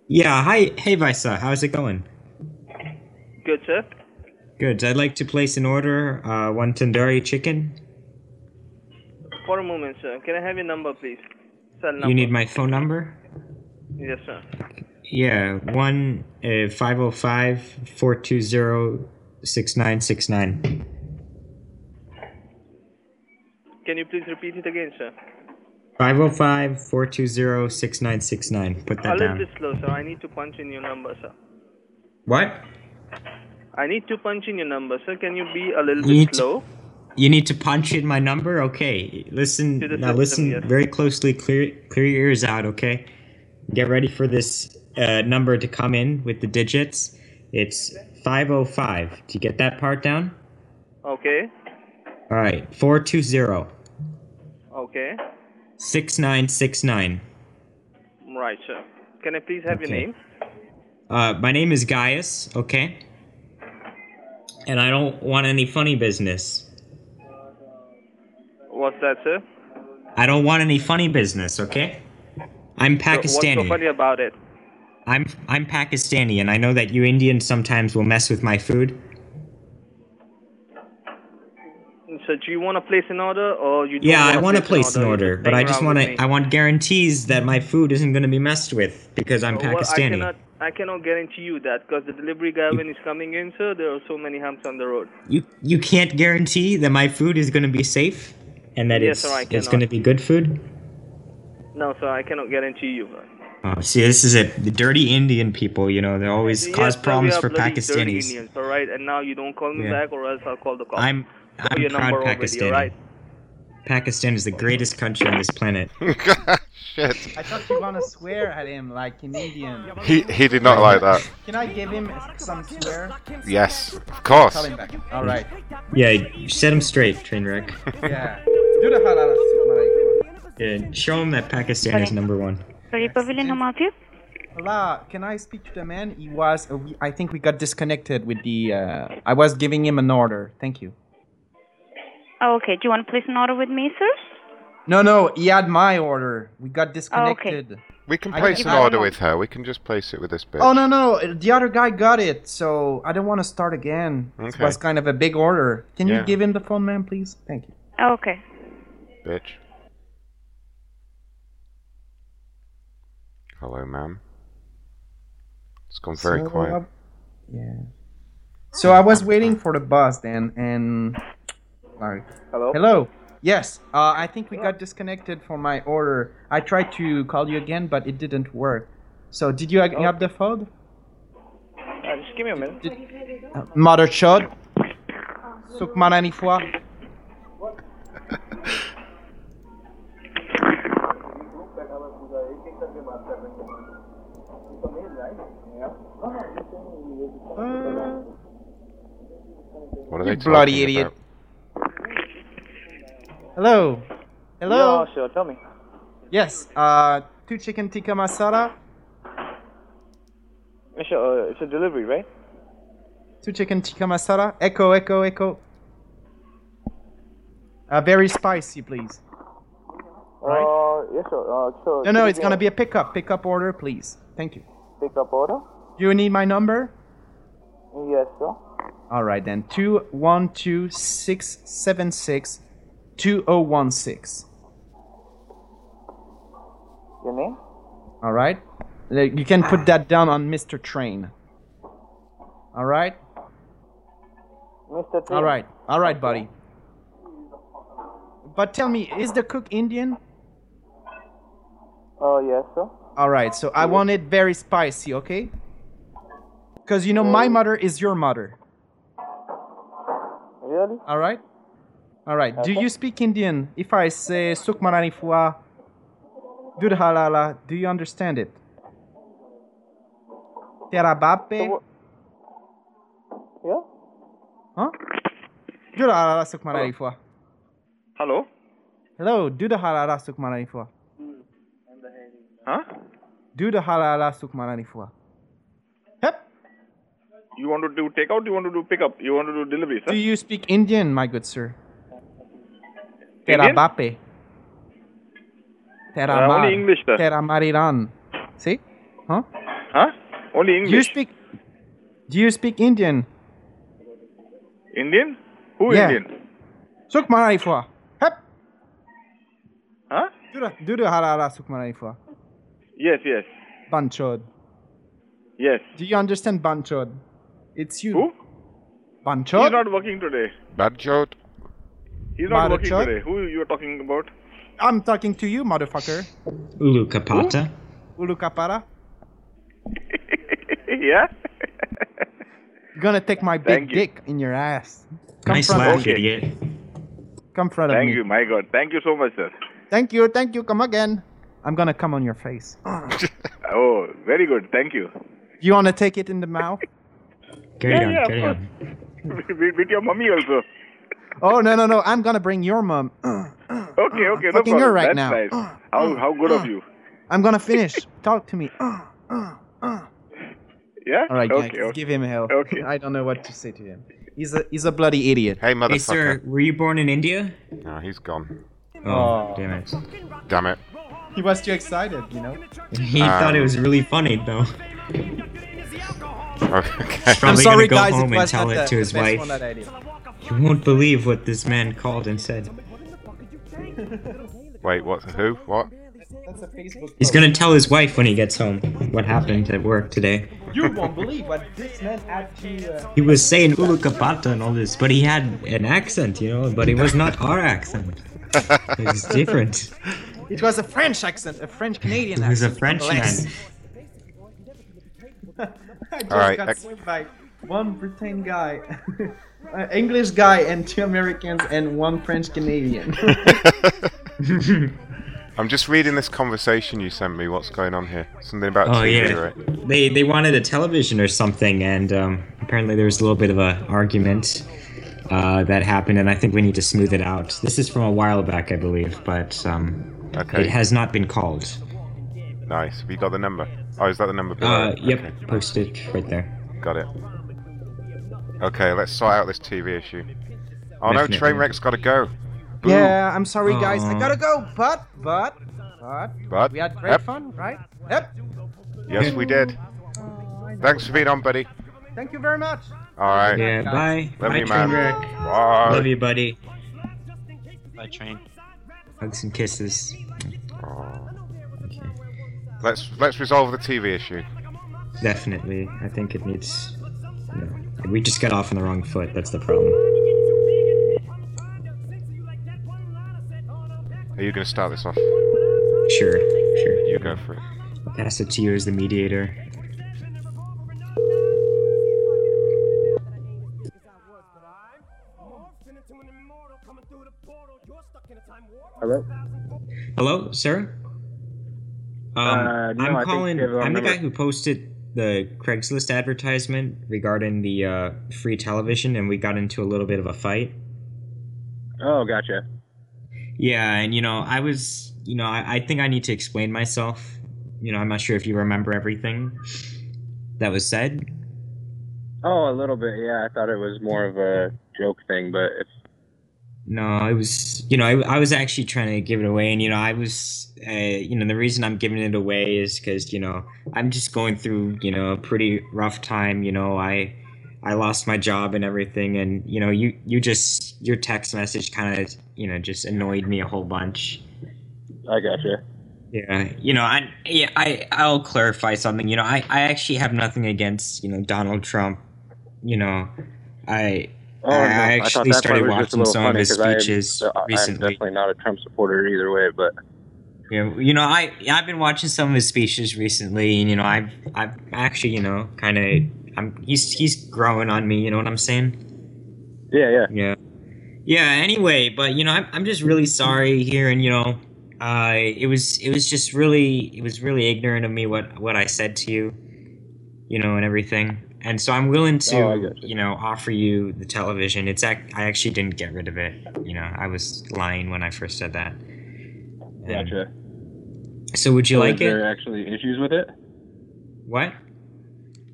Speaker 14: Yeah, hi. Hey, Visa. How's it going?
Speaker 24: Good, sir.
Speaker 14: Good. I'd like to place an order. Uh, one tandoori chicken.
Speaker 24: For a moment, sir. Can I have your number, please? Cell number.
Speaker 14: You need my phone number?
Speaker 24: Yes, sir.
Speaker 14: Yeah, 1 uh, 505 420 6969.
Speaker 24: Can you please repeat it again, sir?
Speaker 14: 505 420 6969. Put
Speaker 24: A
Speaker 14: that
Speaker 24: little
Speaker 14: down.
Speaker 24: bit slow, sir. I need to punch in your number, sir.
Speaker 14: What?
Speaker 24: I need to punch in your number, sir. Can you be a little
Speaker 14: You need
Speaker 24: bit
Speaker 14: to-
Speaker 24: slow?
Speaker 14: You need to punch in my number? Okay. Listen,
Speaker 24: To the
Speaker 14: now
Speaker 24: system,
Speaker 14: listen
Speaker 24: yes.
Speaker 14: very closely. Clear, clear your ears out, okay? Get ready for this uh, number to come in with the digits. It's 505. Do you get that part down?
Speaker 24: Okay.
Speaker 14: All right. 420
Speaker 24: Okay.
Speaker 14: 6969.
Speaker 24: Right, sir. Can I please have your
Speaker 14: Okay.
Speaker 24: name?
Speaker 14: Uh, my name is Gaius, okay? And I don't want any funny business.
Speaker 24: What's that, sir?
Speaker 14: I don't want any funny business, okay? I'm
Speaker 24: What's so
Speaker 14: Pakistani.
Speaker 24: funny about it?
Speaker 14: I'm I'm Pakistani, and I know that you Indians sometimes will mess with my food.
Speaker 24: So, do you want to place an order, or you? Don't
Speaker 14: Yeah, I want
Speaker 24: want
Speaker 14: to place an order, but I just want to I want guarantees that my food isn't going to be messed with because I'm
Speaker 24: Uh, Well, I
Speaker 14: Pakistani.
Speaker 24: cannot. I cannot guarantee you that because the delivery guy, when he's coming in, sir, there are so many humps on the road.
Speaker 14: you you can't guarantee that my food is going to be safe and that
Speaker 24: Yes,
Speaker 14: it's
Speaker 24: sir, I
Speaker 14: it's
Speaker 24: cannot.
Speaker 14: going to be good food.
Speaker 24: No, sir, I cannot guarantee you. sir.
Speaker 14: Oh, see, this is it. The dirty Indian people, you know, they always
Speaker 24: Yes,
Speaker 14: cause
Speaker 24: sir, we
Speaker 14: problems
Speaker 24: are
Speaker 14: for
Speaker 24: bloody dirty
Speaker 14: Pakistanis.
Speaker 24: Indians, all right, and now you don't call me
Speaker 14: Yeah.
Speaker 24: back, or else I'll call the cops.
Speaker 14: I'm
Speaker 24: Show
Speaker 14: I'm
Speaker 24: your
Speaker 14: proud
Speaker 24: number already, all
Speaker 14: Pakistani.
Speaker 24: right?
Speaker 14: Pakistan is the greatest country on this planet.
Speaker 12: Shit.
Speaker 5: I thought you wanna swear at him like in Indian.
Speaker 12: He he did not like that.
Speaker 5: Can I give him some swear?
Speaker 12: Yes, of course.
Speaker 5: Call him back. All right.
Speaker 14: Yeah, you set him straight, train wreck.
Speaker 5: Yeah. Do the halal.
Speaker 14: yeah, show him that Pakistan is number one.
Speaker 5: Sorry, Pavilion, how about you?
Speaker 13: Hola, can I speak to the man? He was. Uh, we, I think we got disconnected with the. Uh, I was giving him an order. Thank you.
Speaker 5: Oh, Okay, do you want to place an order with me, sir?
Speaker 13: No, no, he had my order. We
Speaker 5: Oh,
Speaker 13: got disconnected.
Speaker 12: We can
Speaker 13: I
Speaker 12: place
Speaker 13: can-
Speaker 12: an
Speaker 13: I
Speaker 12: order
Speaker 13: don't-
Speaker 12: with her. We can just place it with this bitch.
Speaker 13: Oh no, no, the other guy got it, so I don't want to start again. It
Speaker 12: Okay.
Speaker 13: was kind of a big order. Can
Speaker 12: Yeah.
Speaker 13: you give him the phone, man, please? Thank you.
Speaker 5: Oh, Okay.
Speaker 12: Bitch. Hello, ma'am. It's gone very
Speaker 13: So,
Speaker 12: quiet.
Speaker 13: uh, yeah. So I was waiting for the bus then, and sorry.
Speaker 24: Hello.
Speaker 13: Hello. Yes. Uh, I think we got disconnected for my order. I tried to call you again, but it didn't work. So did you hang up the phone?
Speaker 24: Uh, just give me a minute.
Speaker 13: Uh, Mother chod. Suk marani fois.
Speaker 12: What are
Speaker 13: You
Speaker 12: they
Speaker 13: bloody
Speaker 12: talking
Speaker 13: idiot.
Speaker 12: about?
Speaker 13: Hello. Hello.
Speaker 24: Yeah, sure. Tell me.
Speaker 13: Yes. Uh, two chicken tikka masala.
Speaker 24: Sure, uh, it's a delivery, right?
Speaker 13: Two chicken tikka masala. Echo, echo, echo. Uh, very spicy, please.
Speaker 24: Uh,
Speaker 6: Yes, sir. Uh, so
Speaker 13: No, no, it's gonna be a pickup. Pickup order, please. Thank you.
Speaker 6: pickup order.
Speaker 13: You need my number?
Speaker 6: Yes, sir.
Speaker 13: All right then. Two one two six seven six two zero one six.
Speaker 6: Your name?
Speaker 13: All right. Like, You can put that down on Mr. Train. All right.
Speaker 6: Mr. T.
Speaker 13: All right. All right, buddy. But tell me, is the cook Indian?
Speaker 6: Oh, yes, sir.
Speaker 13: All right. So I want it very spicy, okay? Because you know my mother is your mother.
Speaker 6: Really?
Speaker 13: All right. All right. Do you speak Indian? If I say sukmarani fua, dudhalala, do you understand it? Terabape?
Speaker 6: Yeah?
Speaker 13: Huh? Dudhalala sukmarani fua.
Speaker 24: Hello?
Speaker 13: Hello, dudhalala sukmarani fua.
Speaker 24: Huh?
Speaker 13: Dudhalala sukmarani fua.
Speaker 24: You want to do takeout? You want to do pickup? You want to do delivery, sir?
Speaker 13: Do you speak Indian, my good sir?
Speaker 24: Indian?
Speaker 13: Terabape.
Speaker 24: Uh, only English, sir.
Speaker 13: Teramariran. See? Huh?
Speaker 24: Huh? Only English.
Speaker 13: You speak. Do you speak Indian?
Speaker 24: Indian? Who
Speaker 13: Yeah.
Speaker 24: Indian?
Speaker 13: Sukmarai fua.
Speaker 24: Huh?
Speaker 13: Dudu harara sukmarai fua.
Speaker 24: Yes, yes,
Speaker 13: Banchod.
Speaker 24: yes.
Speaker 13: Do you understand banchod? It's you.
Speaker 24: Who? He's
Speaker 13: Banchod?
Speaker 24: not working today.
Speaker 12: Banchod?
Speaker 24: He's not working
Speaker 13: Maruchot?
Speaker 24: today. Who you are talking about?
Speaker 13: I'm talking to you, motherfucker.
Speaker 14: Ulu Kapata?
Speaker 13: Ulukapara.
Speaker 24: yeah?
Speaker 13: You're gonna take my big
Speaker 24: Thank you.
Speaker 13: dick in your ass. Come
Speaker 14: nice
Speaker 13: front
Speaker 14: laugh,
Speaker 13: of me.
Speaker 14: idiot.
Speaker 13: Come front of
Speaker 24: Thank
Speaker 13: me.
Speaker 24: you, my God. Thank you so much, sir.
Speaker 13: Thank you, thank you. Come again. I'm gonna come on your face.
Speaker 24: Oh, very good. Thank you.
Speaker 13: You wanna take it in the mouth?
Speaker 24: yeah, yeah, of course. with, with your mummy also.
Speaker 13: Oh no no no! I'm gonna bring your mom.
Speaker 24: Okay, okay, no
Speaker 13: fucking
Speaker 24: problem.
Speaker 13: her right
Speaker 24: That's
Speaker 13: now. Uh,
Speaker 24: nice. How, how good of you?
Speaker 13: I'm gonna finish. Talk to me.
Speaker 24: Yeah?
Speaker 13: All right,
Speaker 24: okay,
Speaker 13: yeah,
Speaker 24: okay.
Speaker 13: give him hell. Okay. I don't know what to say to him. He's a he's a bloody idiot.
Speaker 12: Hey, motherfucker.
Speaker 14: Hey, sir, were you born in India?
Speaker 12: No, he's gone.
Speaker 14: Oh, damn it.
Speaker 12: Damn it.
Speaker 13: He was too excited, you know.
Speaker 14: He thought it was really funny, though.
Speaker 12: Um, Okay.
Speaker 14: Probably
Speaker 13: sorry,
Speaker 14: gonna go
Speaker 13: guys, it
Speaker 14: home and
Speaker 13: was
Speaker 14: tell
Speaker 13: not
Speaker 14: it
Speaker 13: the-
Speaker 14: to
Speaker 13: the
Speaker 14: his
Speaker 13: best
Speaker 14: wife.
Speaker 13: one that I did.
Speaker 14: You won't believe what this man called and said.
Speaker 12: Wait, what? Who? What?
Speaker 13: That's a Facebook.
Speaker 14: He's gonna tell his wife when he gets home what happened at work today.
Speaker 22: You won't believe what this man had to. Uh,
Speaker 14: He was saying Ulu Kapata and all this, but he had an accent, you know, but it was not our accent. It was different.
Speaker 13: It was a French accent, a French Canadian
Speaker 14: It was a
Speaker 13: accent.
Speaker 14: French
Speaker 13: less.
Speaker 14: man.
Speaker 13: I just
Speaker 12: Alright,
Speaker 13: got
Speaker 12: ex-
Speaker 13: swayed by one Britain guy, uh, English guy, and two Americans, and one French Canadian.
Speaker 12: I'm just reading this conversation you sent me. What's going on here? Something about
Speaker 14: Oh
Speaker 12: TV,
Speaker 14: yeah,
Speaker 12: right?
Speaker 14: they they wanted a television or something, and um, apparently there was a little bit of a argument uh, that happened, and I think we need to smooth it out. This is from a while back, I believe, but um,
Speaker 12: Okay.
Speaker 14: it has not been called.
Speaker 12: Nice. Have you got the number? Oh, is that the number? below?
Speaker 14: Uh, yep, posted right there.
Speaker 12: Got it. Okay, let's sort out this TV issue. Oh no,
Speaker 14: Definitely.
Speaker 12: Trainwreck's got to go. Boo.
Speaker 13: Yeah, I'm sorry, guys. I
Speaker 12: Aw.
Speaker 13: gotta go. But, but, but,
Speaker 12: But,
Speaker 13: we had great
Speaker 12: yep.
Speaker 13: fun, right? Yep.
Speaker 12: Yes, we did. Thanks for being on, buddy.
Speaker 13: Thank you very much.
Speaker 12: All right.
Speaker 14: Yeah, bye.
Speaker 12: Love
Speaker 14: Bye,
Speaker 12: you, man.
Speaker 14: Trainwreck.
Speaker 12: Bye.
Speaker 14: Love you, buddy.
Speaker 16: By train.
Speaker 14: Hugs and kisses.
Speaker 12: Let's let's resolve the TV issue.
Speaker 14: Definitely, I think it needs. You know, we just got off on the wrong foot. That's the problem.
Speaker 12: Are you going to start this off?
Speaker 14: Sure, sure.
Speaker 12: You go for it.
Speaker 14: I'll pass it to you as the mediator.
Speaker 8: Hello?
Speaker 14: Hello, sir. Um,
Speaker 8: Uh, no, I
Speaker 14: I'm
Speaker 8: think
Speaker 14: calling.
Speaker 8: you have the wrong
Speaker 14: I'm the guy
Speaker 8: number.
Speaker 14: who posted the Craigslist advertisement regarding the uh, free television, and we got into a little bit of a fight.
Speaker 8: Oh, gotcha.
Speaker 14: Yeah, and you know, I was, you know, I, I think I need to explain myself. You know, I'm not sure if you remember everything that was said.
Speaker 8: Oh, a little bit. Yeah, I thought it was more of a joke thing, but if
Speaker 14: No, it was you know I, I was actually trying to give it away, and you know I was uh, you know the reason I'm giving it away is because you know I'm just going through you know a pretty rough time. You know I I lost my job and everything, and you know you you just your text message kind of you know just annoyed me a whole bunch.
Speaker 17: I gotcha.
Speaker 14: Yeah, you know, I yeah, I I'll clarify something. You know, I I actually have nothing against you know Donald Trump. You know, I I,
Speaker 17: Oh, no,
Speaker 14: I
Speaker 17: I thought
Speaker 14: actually
Speaker 17: that
Speaker 14: started
Speaker 17: part was just
Speaker 14: watching
Speaker 17: a little
Speaker 14: some of
Speaker 17: funny
Speaker 14: his
Speaker 17: 'cause I am-
Speaker 14: speeches
Speaker 17: I- I'm
Speaker 14: recently.
Speaker 17: definitely not a Trump supporter either way, but
Speaker 14: Yeah, you know, I I've been watching some of his speeches recently, and you know, I've I've actually you know kind of I'm he's he's growing on me. You know what I'm saying?
Speaker 17: yeah, yeah,
Speaker 14: yeah. Yeah. Anyway, but you know, I'm I'm just really sorry here, and you know, uh, it was it was just really it was really ignorant of me what what I said to you, you know, and everything. And so I'm willing to
Speaker 17: Oh, I
Speaker 14: you. know offer you the television. It's ac- I actually didn't get rid of it. You know, I was lying when I first said that.
Speaker 17: Gotcha.
Speaker 14: So would you
Speaker 17: So
Speaker 14: like
Speaker 17: is
Speaker 14: it?
Speaker 17: there actually issues with it?
Speaker 14: What?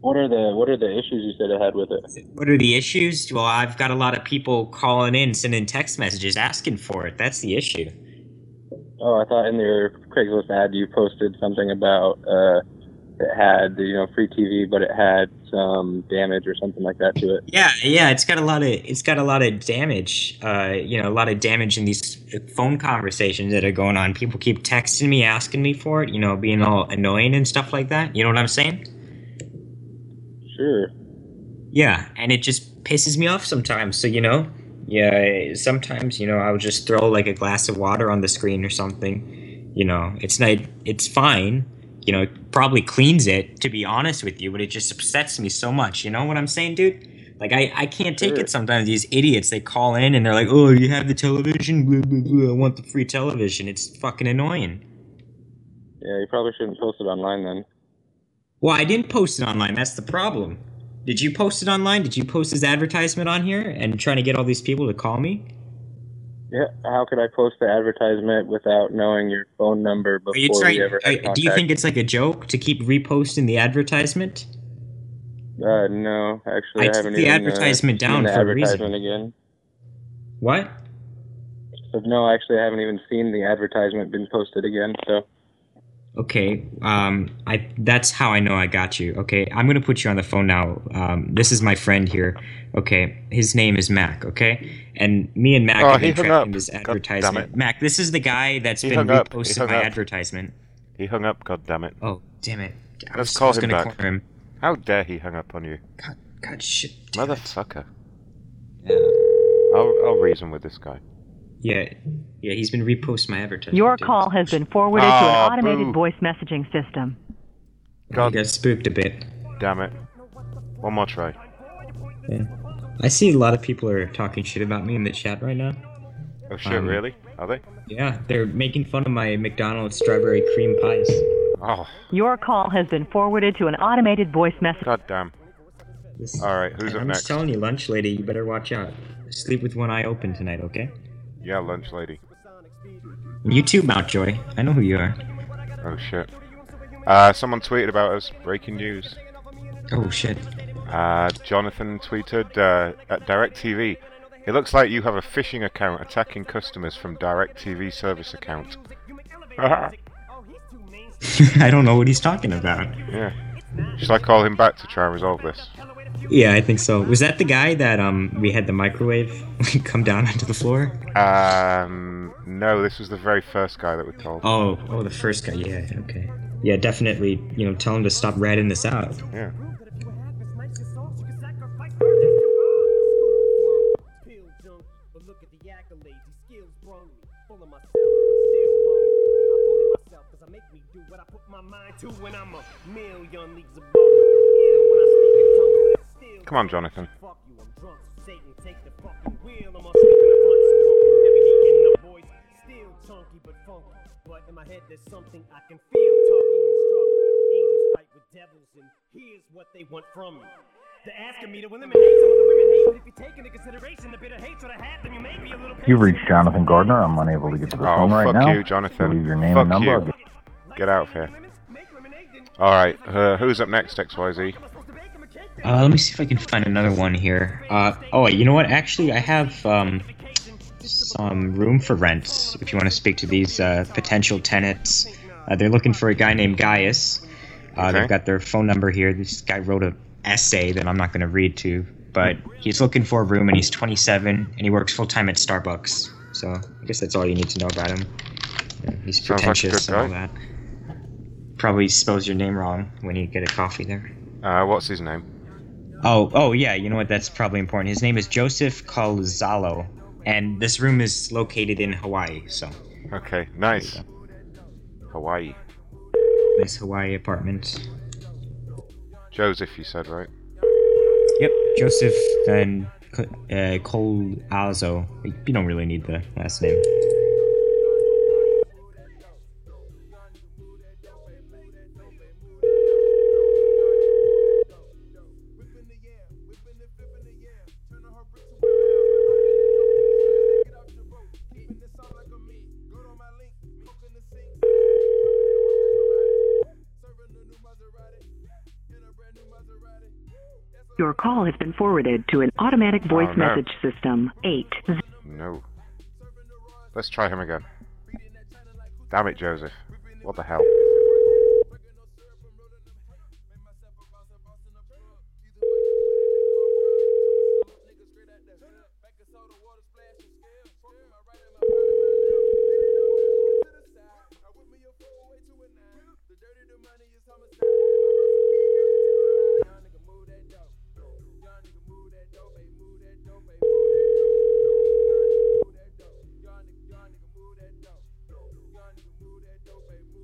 Speaker 17: What are the What are the issues you said it had with it?
Speaker 14: What are the issues? Well, I've got a lot of people calling in, sending text messages asking for it. That's the issue.
Speaker 17: Oh, I thought in your Craigslist ad you posted something about uh, it had you know free TV, but it had some damage or something like that to it.
Speaker 14: Yeah, yeah, it's got a lot of it's got a lot of damage. Uh, you know, a lot of damage in these phone conversations that are going on. People keep texting me, asking me for it. You know, being all annoying and stuff like that. You know what I'm saying?
Speaker 17: Sure.
Speaker 14: Yeah, and it just pisses me off sometimes. So you know, yeah, sometimes you know I'll just throw like a glass of water on the screen or something. You know, it's not it's fine. You know, it probably cleans it to be honest with you, but it just upsets me so much. You know what I'm saying, dude? Like I, I can't take it sometimes. These idiots they call in and they're like, "Oh, you have the television? Blah, blah, blah. I want the free television." It's fucking annoying.
Speaker 17: Yeah, you probably shouldn't post it online then.
Speaker 14: Well, I didn't post it online. That's the problem. Did you post it online? Did you post his advertisement on here and trying to get all these people to call me?
Speaker 17: Yeah, how could I post the advertisement without knowing your phone number before
Speaker 14: Are you trying?
Speaker 17: we ever had
Speaker 14: are- do you
Speaker 17: contact?
Speaker 14: think it's like a joke to keep reposting the advertisement?
Speaker 17: Uh, no,
Speaker 14: I
Speaker 17: actually, I,
Speaker 14: took
Speaker 17: haven't
Speaker 14: the
Speaker 17: even, uh,
Speaker 14: advertisement
Speaker 17: seen
Speaker 14: down
Speaker 17: the
Speaker 14: for a reason.
Speaker 17: advertisement again.
Speaker 14: What?
Speaker 17: So, no, actually, I haven't even seen the advertisement been posted again. So
Speaker 14: Okay, um, I that's how I know I got you. Okay, I'm gonna put you on the phone now. Um, this is my friend here. Okay, his name is Mac. Okay, and me and Mac
Speaker 12: Oh,
Speaker 14: have
Speaker 12: he
Speaker 14: been
Speaker 12: hung
Speaker 14: tracked
Speaker 12: up.
Speaker 14: in this
Speaker 12: God
Speaker 14: advertisement.
Speaker 12: it.
Speaker 14: Mac, this is the guy that's
Speaker 12: He
Speaker 14: been
Speaker 12: hung up. He
Speaker 14: reposting
Speaker 12: hung
Speaker 14: my
Speaker 12: up.
Speaker 14: advertisement.
Speaker 12: He hung up. God damn it.
Speaker 14: Oh, damn it. I
Speaker 12: Let's
Speaker 14: was- I
Speaker 12: call
Speaker 14: was
Speaker 12: him
Speaker 14: gonna
Speaker 12: back.
Speaker 14: corner him.
Speaker 12: How dare he hung up on you?
Speaker 14: God, God shit.
Speaker 12: Motherfucker. Yeah. I'll, I'll reason with this guy.
Speaker 14: Yeah, yeah, he's been reposting my advertisement.
Speaker 21: Your call has been forwarded to
Speaker 12: Ah,
Speaker 21: an automated
Speaker 12: boo.
Speaker 21: voice messaging system.
Speaker 12: God.
Speaker 14: got spooked a bit.
Speaker 12: Damn it. One more try.
Speaker 14: Yeah. I see a lot of people are talking shit about me in the chat right now.
Speaker 12: Oh shit,
Speaker 14: Um,
Speaker 12: really? Are they?
Speaker 14: Yeah, they're making fun of my McDonald's strawberry cream pies.
Speaker 12: Oh,
Speaker 21: Your call has been forwarded to an automated voice message.
Speaker 12: god damn. Alright, who's up
Speaker 14: I'm
Speaker 12: next?
Speaker 14: just telling you, lunch lady, you better watch out. Sleep with one eye open tonight, okay?
Speaker 12: Yeah, lunch lady.
Speaker 14: You too, Mountjoy. I know who you are.
Speaker 12: Oh shit. Uh, someone tweeted about us. Breaking news.
Speaker 14: Oh shit.
Speaker 12: Uh, Jonathan tweeted uh, at DirecTV. It looks like you have a phishing account attacking customers from DirecTV service account.
Speaker 14: I don't know what he's talking about.
Speaker 12: Yeah. Should I call him back to try and resolve this?
Speaker 14: Yeah, I think so. Was that the guy that um we had the microwave come down onto the floor?
Speaker 12: Um, no, this was the very first guy that we told.
Speaker 14: Oh, oh, the first guy. Yeah, okay. Yeah, definitely. You know, tell him to stop ratting this out.
Speaker 12: Yeah. Come on, Jonathan.
Speaker 1: You've reached Jonathan Gardner. I'm unable to get to the
Speaker 12: Oh,
Speaker 1: phone right
Speaker 12: fuck
Speaker 1: now.
Speaker 12: you, Jonathan.
Speaker 1: Leave your name
Speaker 12: fuck
Speaker 1: and number. I'll
Speaker 12: You.
Speaker 1: get-
Speaker 12: Get out of here. All right, uh, who's up next? XYZ.
Speaker 14: Uh, let me see if I can find another one here. Uh, oh, you know what? Actually, I have um, um, room for rent. If you want to speak to these uh, potential tenants, uh, they're looking for a guy named Gaius. Uh, They've
Speaker 12: Okay.
Speaker 14: got their phone number here. This guy wrote an essay that I'm not going to read to, but he's looking for a room and he's 27 and he works full time at Starbucks. So I guess that's all you need to know about him. Yeah, He's
Speaker 12: Sounds like a good
Speaker 14: pretentious and all that. Probably spells your name wrong when you get a coffee there.
Speaker 12: Uh, what's his name?
Speaker 14: Oh, oh yeah, you know what? That's probably important. His name is Joseph Calzalo, and this room is located in Hawaii. So
Speaker 12: Okay, nice. Hawaii.
Speaker 14: nice Hawaii apartment.
Speaker 12: Joseph, you said, right?
Speaker 14: Yep, Joseph then uh, Calzalo. You don't really need the last name.
Speaker 9: Your call has been forwarded to an automatic voice
Speaker 12: Oh, no.
Speaker 9: message system. 8.
Speaker 12: No. Let's try him again. Damn it, Joseph. What the hell?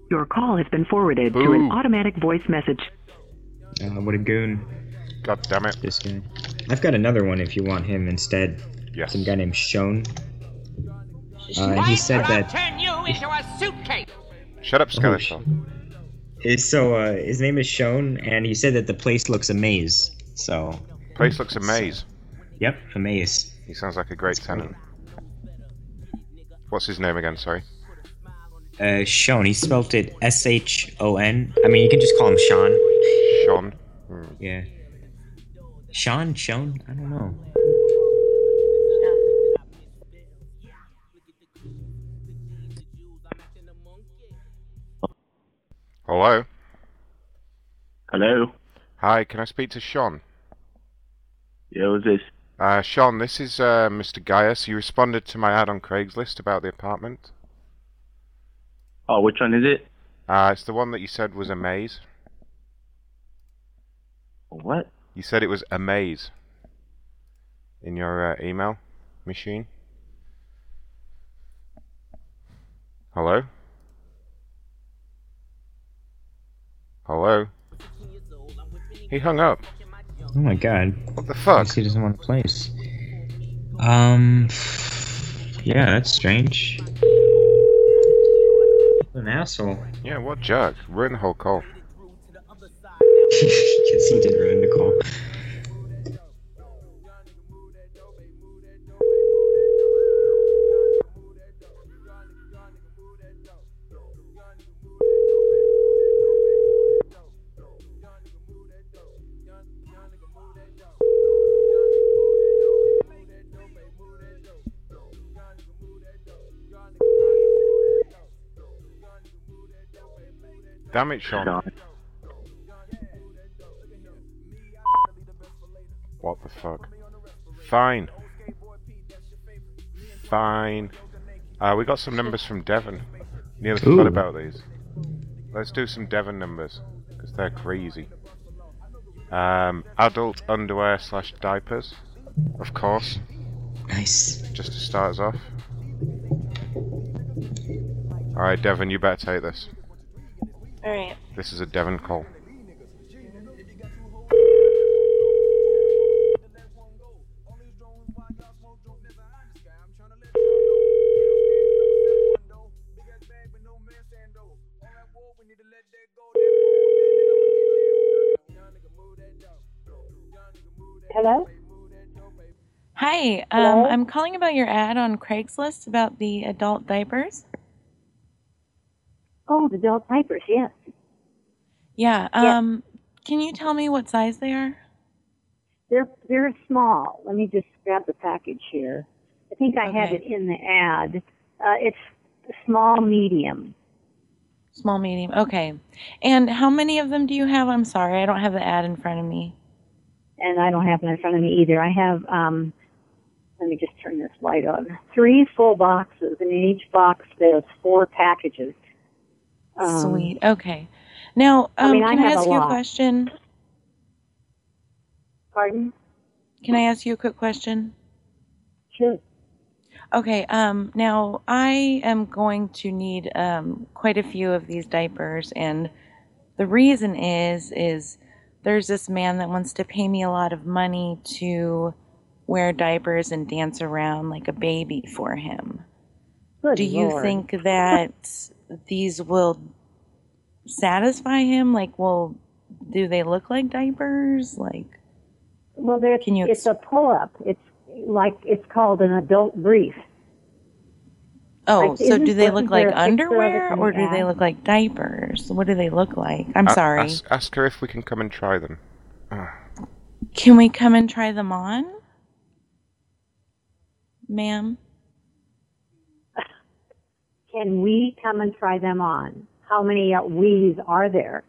Speaker 9: Your call has been forwarded to an
Speaker 14: Boo.
Speaker 9: automatic voice message.
Speaker 14: Uh, what a goon.
Speaker 12: God damn it.
Speaker 14: This guy. I've got another one if you want him instead.
Speaker 12: Yes.
Speaker 14: Some guy named Shone. Uh, he said
Speaker 15: I'll
Speaker 14: that.
Speaker 15: turn you into a suitcase.
Speaker 12: Shut up,
Speaker 14: Oh, sh- It's so uh, his name is Shone, and he said that the place looks a maze. So.
Speaker 12: Place looks a maze.
Speaker 14: Yep, a maze.
Speaker 12: He sounds like a great tenant. What's his name again? Sorry.
Speaker 14: Uh, Shone. He spelt it S H O N. I mean, you can just call him Sean.
Speaker 12: Sean. Hmm.
Speaker 14: Yeah. Sean. Shone. I don't know.
Speaker 12: Hello.
Speaker 10: Hello.
Speaker 12: Hi, can I speak to Sean?
Speaker 10: Yeah, who's this?
Speaker 12: Uh, Sean, this is uh, Mr. Gaius. You responded to my ad on Craigslist about the apartment.
Speaker 10: Oh, which one is it?
Speaker 12: Uh, it's the one that you said was a maze.
Speaker 10: What?
Speaker 12: You said it was a maze in your uh, email machine. Hello? Hello? He hung up.
Speaker 14: Oh my god.
Speaker 12: What the fuck?
Speaker 14: He doesn't want to place. Um. Yeah, that's strange. An asshole.
Speaker 12: Yeah, what jerk? Ruined the whole call.
Speaker 14: Because he did ruin the call.
Speaker 12: Damn it, Sean. What the fuck? Fine. Fine. Uh, we got some numbers from Devon. Nearly forgot
Speaker 14: Ooh.
Speaker 12: about these. Let's do some Devon numbers, because they're crazy. Um, adult underwear slash diapers, of course.
Speaker 14: Nice.
Speaker 12: Just to start us off. Alright, Devon, you better take this.
Speaker 20: All right.
Speaker 12: This is a Devon call.
Speaker 20: Hello? Hi, um, I'm calling about your ad on Craigslist about the adult diapers.
Speaker 25: Oh, the adult diapers, yes.
Speaker 20: Yeah,
Speaker 25: Yeah.
Speaker 20: um, can you tell me what size they are?
Speaker 25: They're they're small. Let me just grab the package here. I
Speaker 19: think I had it in the ad. Uh, it's small, medium.
Speaker 20: Small, medium. Okay. And how many of them do you have? I'm sorry, I don't have the ad in front of me.
Speaker 19: and I don't have it in front of me either. I have, um, let me just turn this light on, three full boxes, and in each box there's four packages. Um,
Speaker 20: Sweet. Okay. Now, um,
Speaker 19: I mean, I
Speaker 20: can I,
Speaker 19: have a
Speaker 20: ask you a
Speaker 19: lot.
Speaker 20: question?
Speaker 19: Pardon?
Speaker 20: Can I ask you a quick question?
Speaker 19: Sure.
Speaker 20: Okay. Um, now, I am going to need um, quite a few of these diapers, and the reason is is there's this man that wants to pay me a lot of money to wear diapers and dance around like a baby for him.
Speaker 19: Good
Speaker 20: Do you
Speaker 19: Lord.
Speaker 20: think that these will satisfy him? Like, will do they look like diapers? Like,
Speaker 19: Well, there,
Speaker 20: Can you
Speaker 19: it's a pull-up. It's like, it's called an adult brief.
Speaker 20: oh,
Speaker 19: Like,
Speaker 20: so
Speaker 19: isn't-
Speaker 20: do they
Speaker 19: wasn't
Speaker 20: look
Speaker 19: there a
Speaker 20: like
Speaker 19: picture of it
Speaker 20: underwear
Speaker 19: in
Speaker 20: or
Speaker 19: the
Speaker 20: do they
Speaker 19: ad?
Speaker 20: look like diapers? What do they look like? I'm
Speaker 12: A-
Speaker 20: sorry.
Speaker 12: Ask, ask her if we can come and try them. Ah,
Speaker 20: Can we come and try them on, ma'am?
Speaker 19: Can we come and try them on? How many uh, we's are there?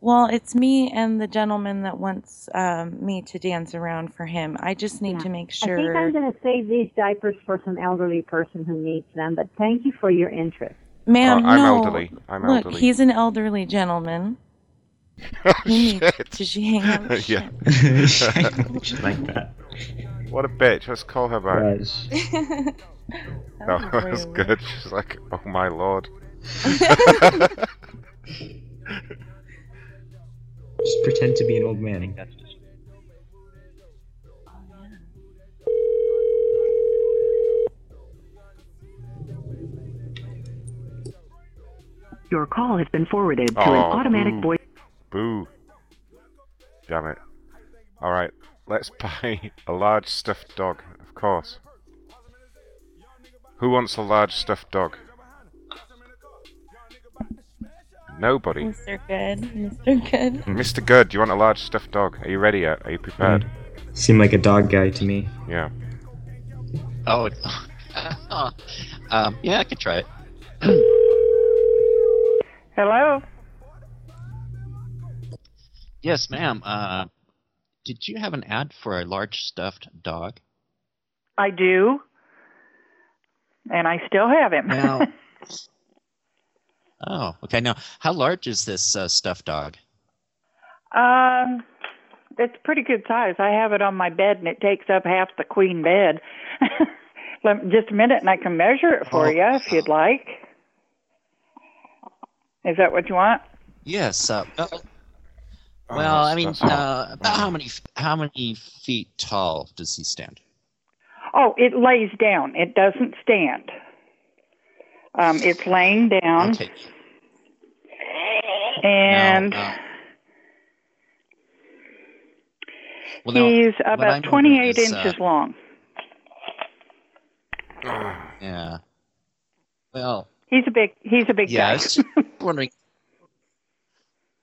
Speaker 20: Well, it's me and the gentleman that wants um, me to dance around for him. I just need
Speaker 19: Yeah.
Speaker 20: to make
Speaker 19: I think
Speaker 20: sure.
Speaker 19: I'm going to save these diapers for some elderly person who needs them, but thank you for your interest.
Speaker 20: Ma'am,
Speaker 12: Oh, I'm
Speaker 20: no.
Speaker 12: elderly. I'm
Speaker 20: Look,
Speaker 12: elderly.
Speaker 20: he's an elderly gentleman.
Speaker 12: Oh,
Speaker 20: He needs- Did she hang up?
Speaker 12: yeah.
Speaker 14: Oh, like that.
Speaker 12: What a bitch. Let's call her back.
Speaker 20: that
Speaker 12: That
Speaker 20: was
Speaker 12: was
Speaker 20: way
Speaker 12: good. She's like, oh my lord.
Speaker 14: Just pretend to be an old man.
Speaker 26: Your call has been forwarded to an
Speaker 12: Oh,
Speaker 26: automatic
Speaker 12: boo.
Speaker 26: voice.
Speaker 12: Boo. Damn it. Alright, let's buy a large stuffed dog, of course. Who wants a large stuffed dog? Nobody.
Speaker 20: Mr. Good, Mr. Good.
Speaker 12: Mr. Good, do you want a large stuffed dog? Are you ready yet? Are you prepared?
Speaker 14: Seemed like a dog guy to me.
Speaker 12: Yeah.
Speaker 16: Oh, um, yeah, I could try it.
Speaker 27: Hello?
Speaker 16: Yes, ma'am. Uh, did you have an ad for a large stuffed dog?
Speaker 27: I do. And I still have him.
Speaker 16: Now- Oh, okay. Now, how large is this uh, stuffed dog?
Speaker 27: um, it's pretty good size. I have it on my bed and it takes up half the queen bed. Let me, just a minute and I can measure it for
Speaker 16: Oh.
Speaker 27: you if you'd like. Is that what you want?
Speaker 16: Yes. Uh, uh, well, I mean, uh, about how many how many feet tall does he stand?
Speaker 27: Oh, it lays down. It doesn't stand. Um, it's laying down.
Speaker 16: Okay.
Speaker 27: And
Speaker 16: Now, uh, well, now,
Speaker 27: he's
Speaker 16: what I'm
Speaker 27: about
Speaker 16: wondering
Speaker 27: 28
Speaker 16: is, uh,
Speaker 27: inches long.
Speaker 16: Yeah. Well,
Speaker 27: He's a big. He's a big
Speaker 16: yeah, I
Speaker 27: guy.
Speaker 16: was just wondering.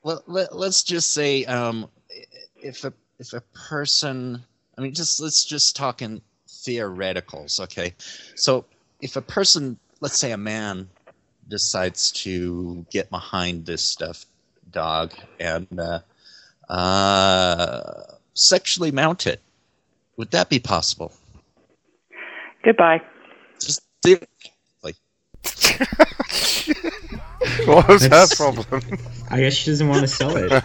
Speaker 16: Well, let, let's just say, um, i- if a if a person, I mean, just let's just talk in theoreticals, okay? So, if a person, let's say a man, decides to get behind this stuffed dog and uh, uh, sexually mount it, would that be possible?
Speaker 27: Goodbye.
Speaker 16: Just the- like.
Speaker 12: What was her
Speaker 14: That's-
Speaker 12: problem?
Speaker 14: I guess she doesn't want to sell it.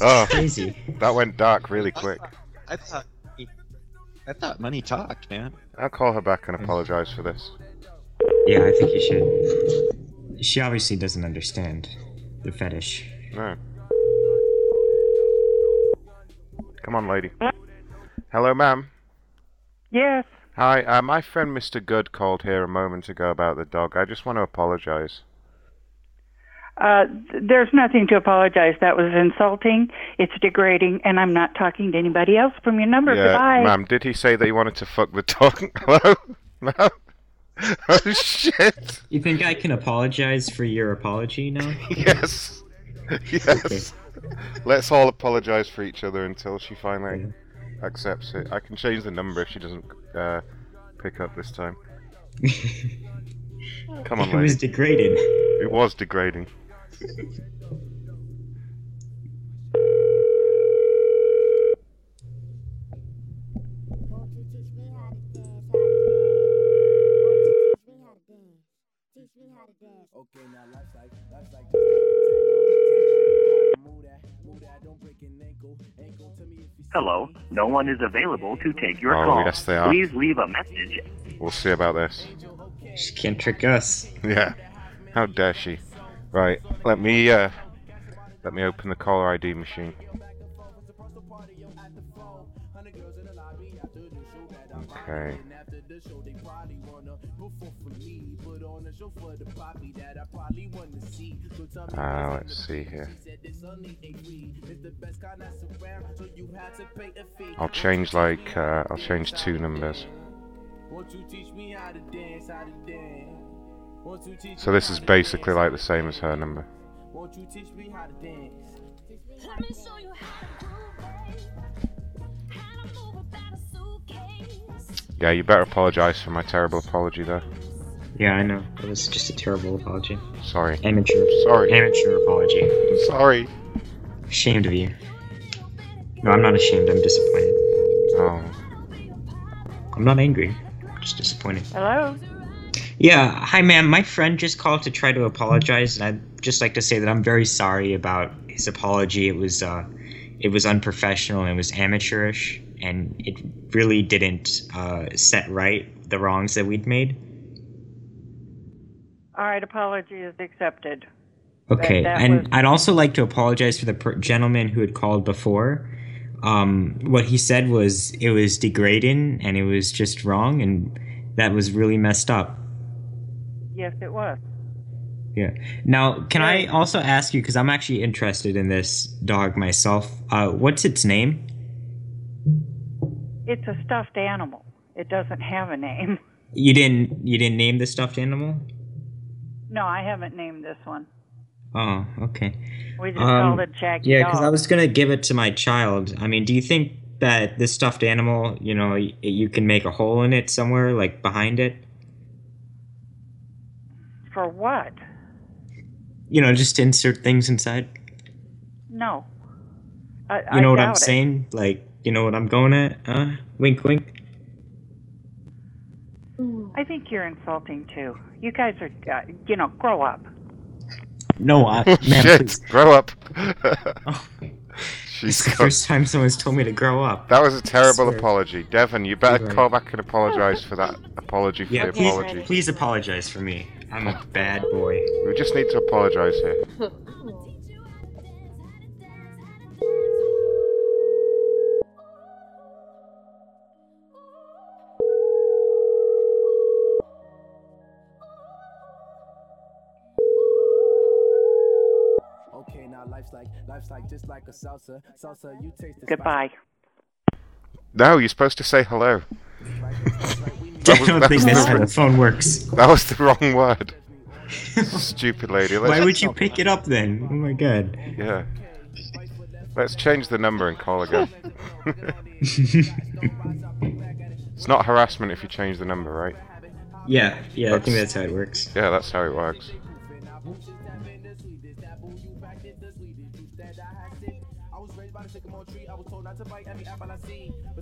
Speaker 12: Oh,
Speaker 14: Crazy.
Speaker 12: That went dark really quick.
Speaker 16: I thought, I thought money talked, man.
Speaker 12: I'll call her back and apologize for this.
Speaker 14: Yeah, I think you should. She obviously doesn't understand the fetish.
Speaker 12: No. Come on, lady. Hello, ma'am.
Speaker 27: Yes.
Speaker 12: Hi, uh, my friend Mr. Good called here a moment ago about the dog. I just want to apologize.
Speaker 27: Uh, th- there's nothing to apologize. That was insulting. It's degrading, and I'm not talking to anybody else from your number.
Speaker 12: yeah,
Speaker 27: Goodbye.
Speaker 12: ma'am, did he say that he wanted to fuck the dog? Hello? Ma'am? Oh, shit.
Speaker 14: You think I can apologize for your apology now?
Speaker 12: yes. Yes. Let's all apologize for each other until she finally accepts it. I can change the number if she doesn't uh, pick up this time. Come on,
Speaker 14: It was
Speaker 12: lady.
Speaker 14: degrading.
Speaker 12: It was degrading.
Speaker 18: Hello, no one is available to take your
Speaker 12: Oh,
Speaker 18: call.
Speaker 12: yes, they are.
Speaker 18: Please leave a message.
Speaker 12: We'll see about this.
Speaker 14: She can't trick us.
Speaker 12: Yeah. How dare she? Right. Let me uh, let me open the caller ID machine. Okay. Uh, let's see here. I'll change like uh, I'll change two numbers. So this is basically like the same as her number. Yeah, you better apologize for my terrible apology there.
Speaker 14: Yeah, I know. It was just a terrible apology.
Speaker 12: Sorry.
Speaker 14: Amateur.
Speaker 12: Sorry.
Speaker 14: Amateur apology.
Speaker 12: Sorry.
Speaker 14: Ashamed of you. No, I'm not ashamed. I'm disappointed.
Speaker 12: Oh.
Speaker 14: I'm not angry. Just disappointed.
Speaker 27: Hello?
Speaker 14: Yeah. Hi, ma'am. My friend just called to try to apologize, and I'd just like to say that I'm very sorry about his apology. It was, uh, it was unprofessional and it was amateurish, and it really didn't uh, set right the wrongs that we'd made.
Speaker 27: All right, apology is accepted.
Speaker 14: Okay,
Speaker 27: that
Speaker 14: and
Speaker 27: was-
Speaker 14: I'd also like to apologize for the per- gentleman who had called before. Um, what he said was it was degrading and it was just wrong, and that was really messed up.
Speaker 27: Yes, it was.
Speaker 14: Yeah. Now, can I also ask you because I'm actually interested in this dog myself? Uh, what's its name?
Speaker 27: It's a stuffed animal. It doesn't have a name.
Speaker 14: You didn't you didn't name the stuffed animal?
Speaker 27: No, I haven't named this one.
Speaker 14: Oh, okay.
Speaker 27: We just
Speaker 14: Um,
Speaker 27: called it Shaggy
Speaker 14: yeah,
Speaker 27: Dog.
Speaker 14: because I was gonna give it to my child. I mean, do you think that this stuffed animal, you know, y- you can make a hole in it somewhere, like behind it?
Speaker 27: For what?
Speaker 14: you know, just insert things inside.
Speaker 27: No. I,
Speaker 14: You
Speaker 27: I
Speaker 14: know what I'm
Speaker 27: doubt it.
Speaker 14: saying? Like, you know what I'm going at? Huh? Wink, wink.
Speaker 27: I think you're insulting too. You guys are, uh, you know, grow up.
Speaker 14: No, I. Man,
Speaker 12: Shit,
Speaker 14: please.
Speaker 12: grow up.
Speaker 14: This is the first time someone's told me to grow up.
Speaker 12: That was a terrible
Speaker 14: Swear.
Speaker 12: apology. Devon, you better
Speaker 14: Right.
Speaker 12: call back and apologise for that apology for
Speaker 14: Yeah,
Speaker 12: the
Speaker 14: please,
Speaker 12: apology.
Speaker 14: please apologize for me. I'm a bad boy.
Speaker 12: We just need to apologise here.
Speaker 11: Okay, now life's like life's like just like a salsa. Salsa, you taste the
Speaker 27: Goodbye.
Speaker 12: No, you're supposed to say hello.
Speaker 14: I don't think that's how
Speaker 12: wrong-
Speaker 14: the phone works.
Speaker 12: That was the wrong word. Stupid lady. Let's,
Speaker 14: Why would you pick it up then? Oh my god.
Speaker 12: Yeah. Let's change the number and call again. it's not harassment if you change the number, right?
Speaker 14: Yeah, yeah, I think that's how it works.
Speaker 12: Yeah, that's how it works.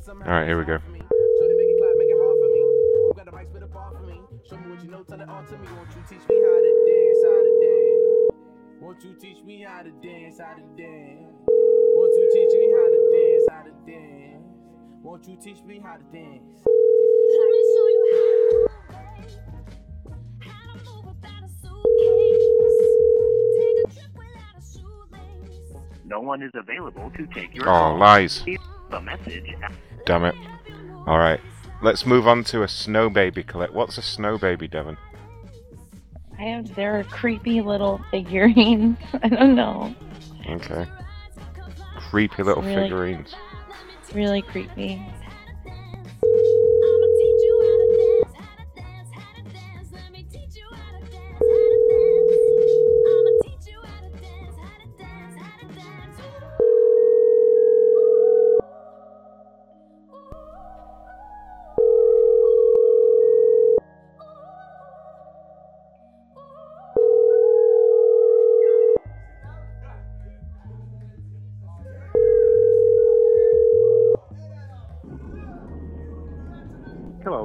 Speaker 12: Alright, here we go.
Speaker 11: Won't you teach me how to dance?
Speaker 18: No one is available to take your
Speaker 12: Oh,
Speaker 18: call.
Speaker 12: lies.
Speaker 18: Please leave a message.
Speaker 12: Damn it. Alright. Let's move on to a snow baby collect. What's a snow baby, Devon?
Speaker 20: I have their creepy little figurines. I don't know.
Speaker 12: Okay. Creepy little
Speaker 20: Really?
Speaker 12: figurines.
Speaker 20: It's really creepy.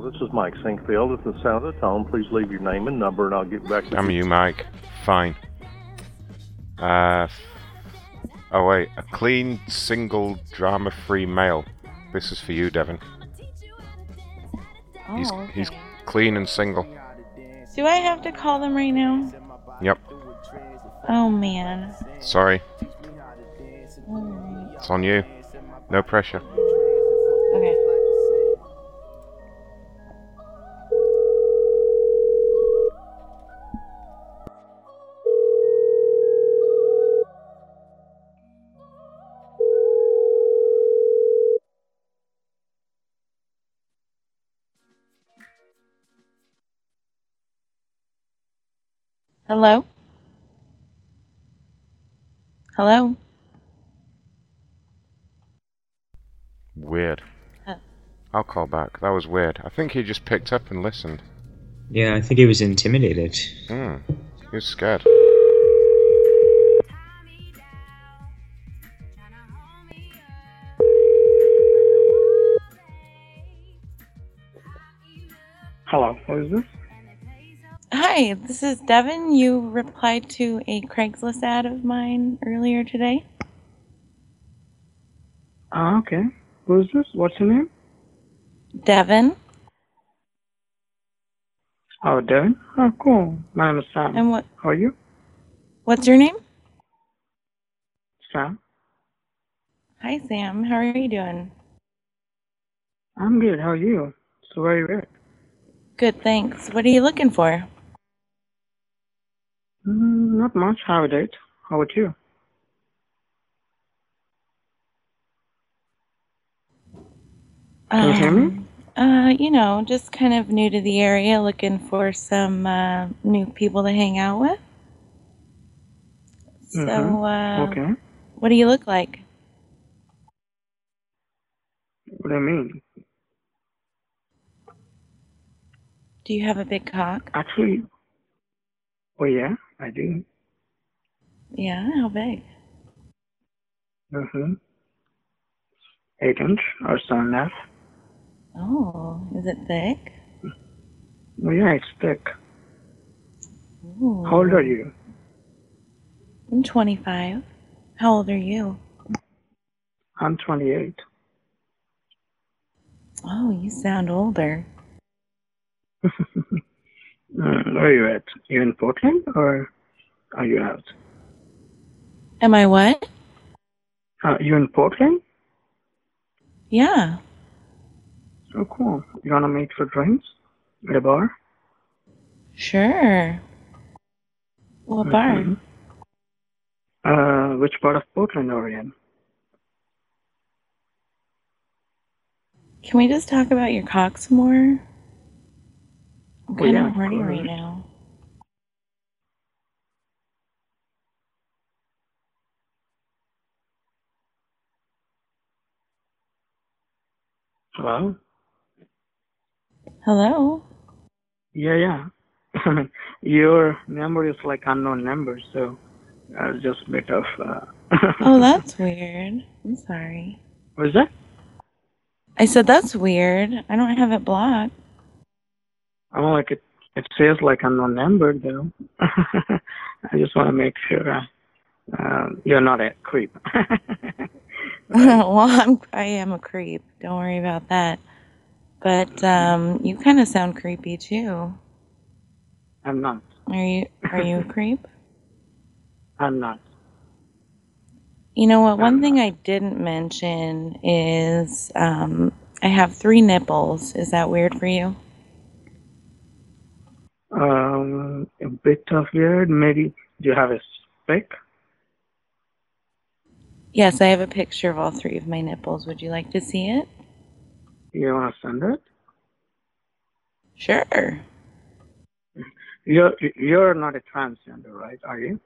Speaker 28: this is Mike Sinkfield. At the sound of the tone, please leave your name and number, and I'll get back to
Speaker 12: Damn you, Mike. Fine. Uh, f- oh wait, a clean, single, drama-free male. This is for you, Devin.
Speaker 20: Oh,
Speaker 12: He's
Speaker 20: okay.
Speaker 12: he's clean and single.
Speaker 20: Do I have to call them right now?
Speaker 12: Yep.
Speaker 20: Oh man.
Speaker 12: Sorry,
Speaker 20: Alright.
Speaker 12: it's on you. No pressure.
Speaker 20: Okay. Hello? Hello?
Speaker 12: Weird.
Speaker 20: Huh.
Speaker 12: I'll call back. That was weird. I think he just picked up and listened.
Speaker 14: Yeah, I think he was intimidated.
Speaker 12: Hmm. He was scared.
Speaker 23: Hello, who is this?
Speaker 20: Hi, this is Devin. You replied to a Craigslist ad of mine earlier today.
Speaker 23: Ah, okay. Who is this? What's your name?
Speaker 20: Devin.
Speaker 23: Oh, Devin. Oh, cool. My name is Sam.
Speaker 20: And what
Speaker 23: How are you?
Speaker 20: what's your name?
Speaker 23: Sam.
Speaker 20: Hi, Sam. How are you doing?
Speaker 23: I'm good. How are you? So where are you at?
Speaker 20: Good, thanks. What are you looking for?
Speaker 23: Mm, not much. How are it? How about you? Can you hear me?
Speaker 20: Uh, you know, just kind of new to the area, looking for some uh, new people to hang out with. So,
Speaker 23: Mhm.
Speaker 20: uh,
Speaker 23: okay.
Speaker 20: what do you look like?
Speaker 23: What do you mean?
Speaker 20: Do you have a big cock?
Speaker 23: Actually, oh yeah, I do.
Speaker 20: Yeah, how big?
Speaker 23: Mm-hmm. Eight inch or so and a half.
Speaker 20: Oh, is it thick?
Speaker 23: Oh yeah, it's thick.
Speaker 20: Ooh.
Speaker 23: How old are you?
Speaker 20: I'm 25. How old are you?
Speaker 23: I'm 28.
Speaker 20: Oh, you sound older.
Speaker 23: Mm, where are you at? You in Portland or are you out?
Speaker 20: Am I what?
Speaker 23: Uh, you in Portland?
Speaker 20: Yeah.
Speaker 23: Oh, cool. You wanna meet for drinks at a bar?
Speaker 20: Sure. What bar?
Speaker 23: Mhm. Uh, which part of Portland are you in?
Speaker 20: Can we just talk about your cock some more? I'm
Speaker 23: Oh,
Speaker 20: kind
Speaker 23: yeah,
Speaker 20: of
Speaker 23: of
Speaker 20: horny right
Speaker 23: course.
Speaker 20: now.
Speaker 23: Hello?
Speaker 20: Hello?
Speaker 23: Yeah, yeah. Your number is like unknown number, so uh, just a bit of. Uh,
Speaker 20: Oh, that's weird. I'm sorry.
Speaker 23: what is that?
Speaker 20: I said that's weird. I don't have it blocked.
Speaker 23: Oh, like it. It says like unknown number though. I just want to make sure uh, um, you're not a creep.
Speaker 20: well, I'm I am a creep. Don't worry about that. But um, you kind of sound creepy too.
Speaker 23: I'm not.
Speaker 20: Are you are you a creep?
Speaker 23: I'm not.
Speaker 20: You know what? One thing I didn't mention is um, I have three nipples. Is that weird for you?
Speaker 23: Um, a bit of weird. Maybe do you have a spec?
Speaker 20: Yes, I have a picture of all three of my nipples. Would you like to see it?
Speaker 23: You want to send it?
Speaker 20: Sure.
Speaker 23: You're you're not a transgender, right? Are you?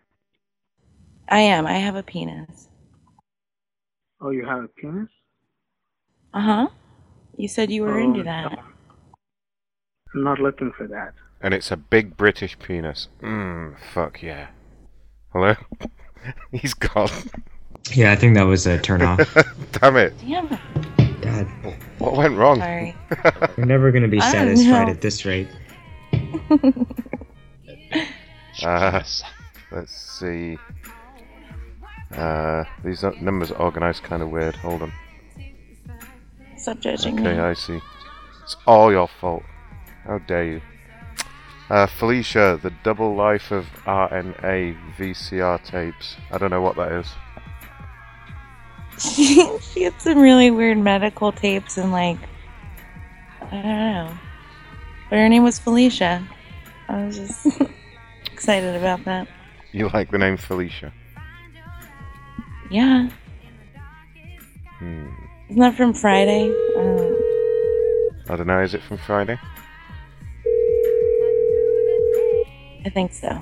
Speaker 20: I am. I have a penis.
Speaker 23: Oh, you have a penis?
Speaker 20: Uh huh. You said you were
Speaker 23: Oh,
Speaker 20: into that.
Speaker 23: I'm not looking for that.
Speaker 12: And it's a big British penis. Mmm, fuck yeah. Hello? He's gone.
Speaker 14: Yeah, I think that was a turn off.
Speaker 12: Damn it.
Speaker 20: Damn it.
Speaker 14: God.
Speaker 12: What went wrong?
Speaker 20: Sorry.
Speaker 14: We're never going to be
Speaker 20: I don't
Speaker 14: satisfied
Speaker 20: know.
Speaker 14: at this rate.
Speaker 12: Uh, let's see. Uh, these nu- numbers are organized kind of weird. Hold on.
Speaker 20: Stop judging
Speaker 12: Okay,
Speaker 20: me.
Speaker 12: I see. It's all your fault. How dare you? Uh, Felicia, the double life of RNA VCR tapes. I don't know what that is.
Speaker 20: she had some really weird medical tapes and like I don't know. But her name was Felicia. I was just excited about that.
Speaker 12: You like the name Felicia?
Speaker 20: Yeah.
Speaker 12: Hmm.
Speaker 20: Isn't that from Friday? Uh,
Speaker 12: I don't know. Is it from Friday?
Speaker 20: I think so.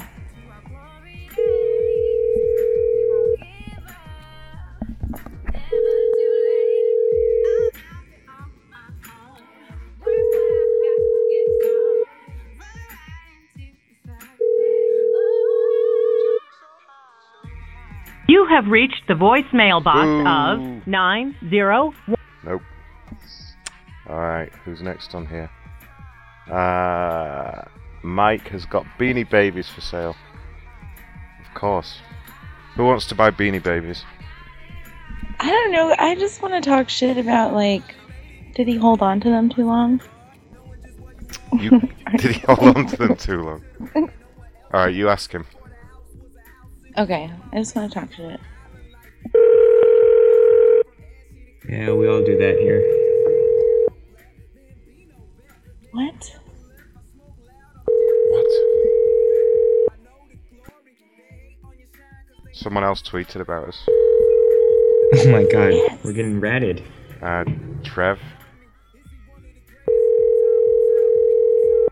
Speaker 21: You have reached the voicemail box
Speaker 12: Boo.
Speaker 21: of 901.
Speaker 12: Nope. All right. Who's next on here? Uh, Mike has got Beanie Babies for sale. Of course. Who wants to buy Beanie Babies?
Speaker 20: I don't know. I just want to talk shit about like, did he hold on to them too long?
Speaker 12: You did he hold on to them too long? All right, you ask him.
Speaker 20: Okay, I just want to talk shit.
Speaker 14: Yeah, we all do that here.
Speaker 20: What?
Speaker 12: What? Someone else tweeted about us.
Speaker 14: Oh my God. We're getting ratted.
Speaker 12: Uh, Trev.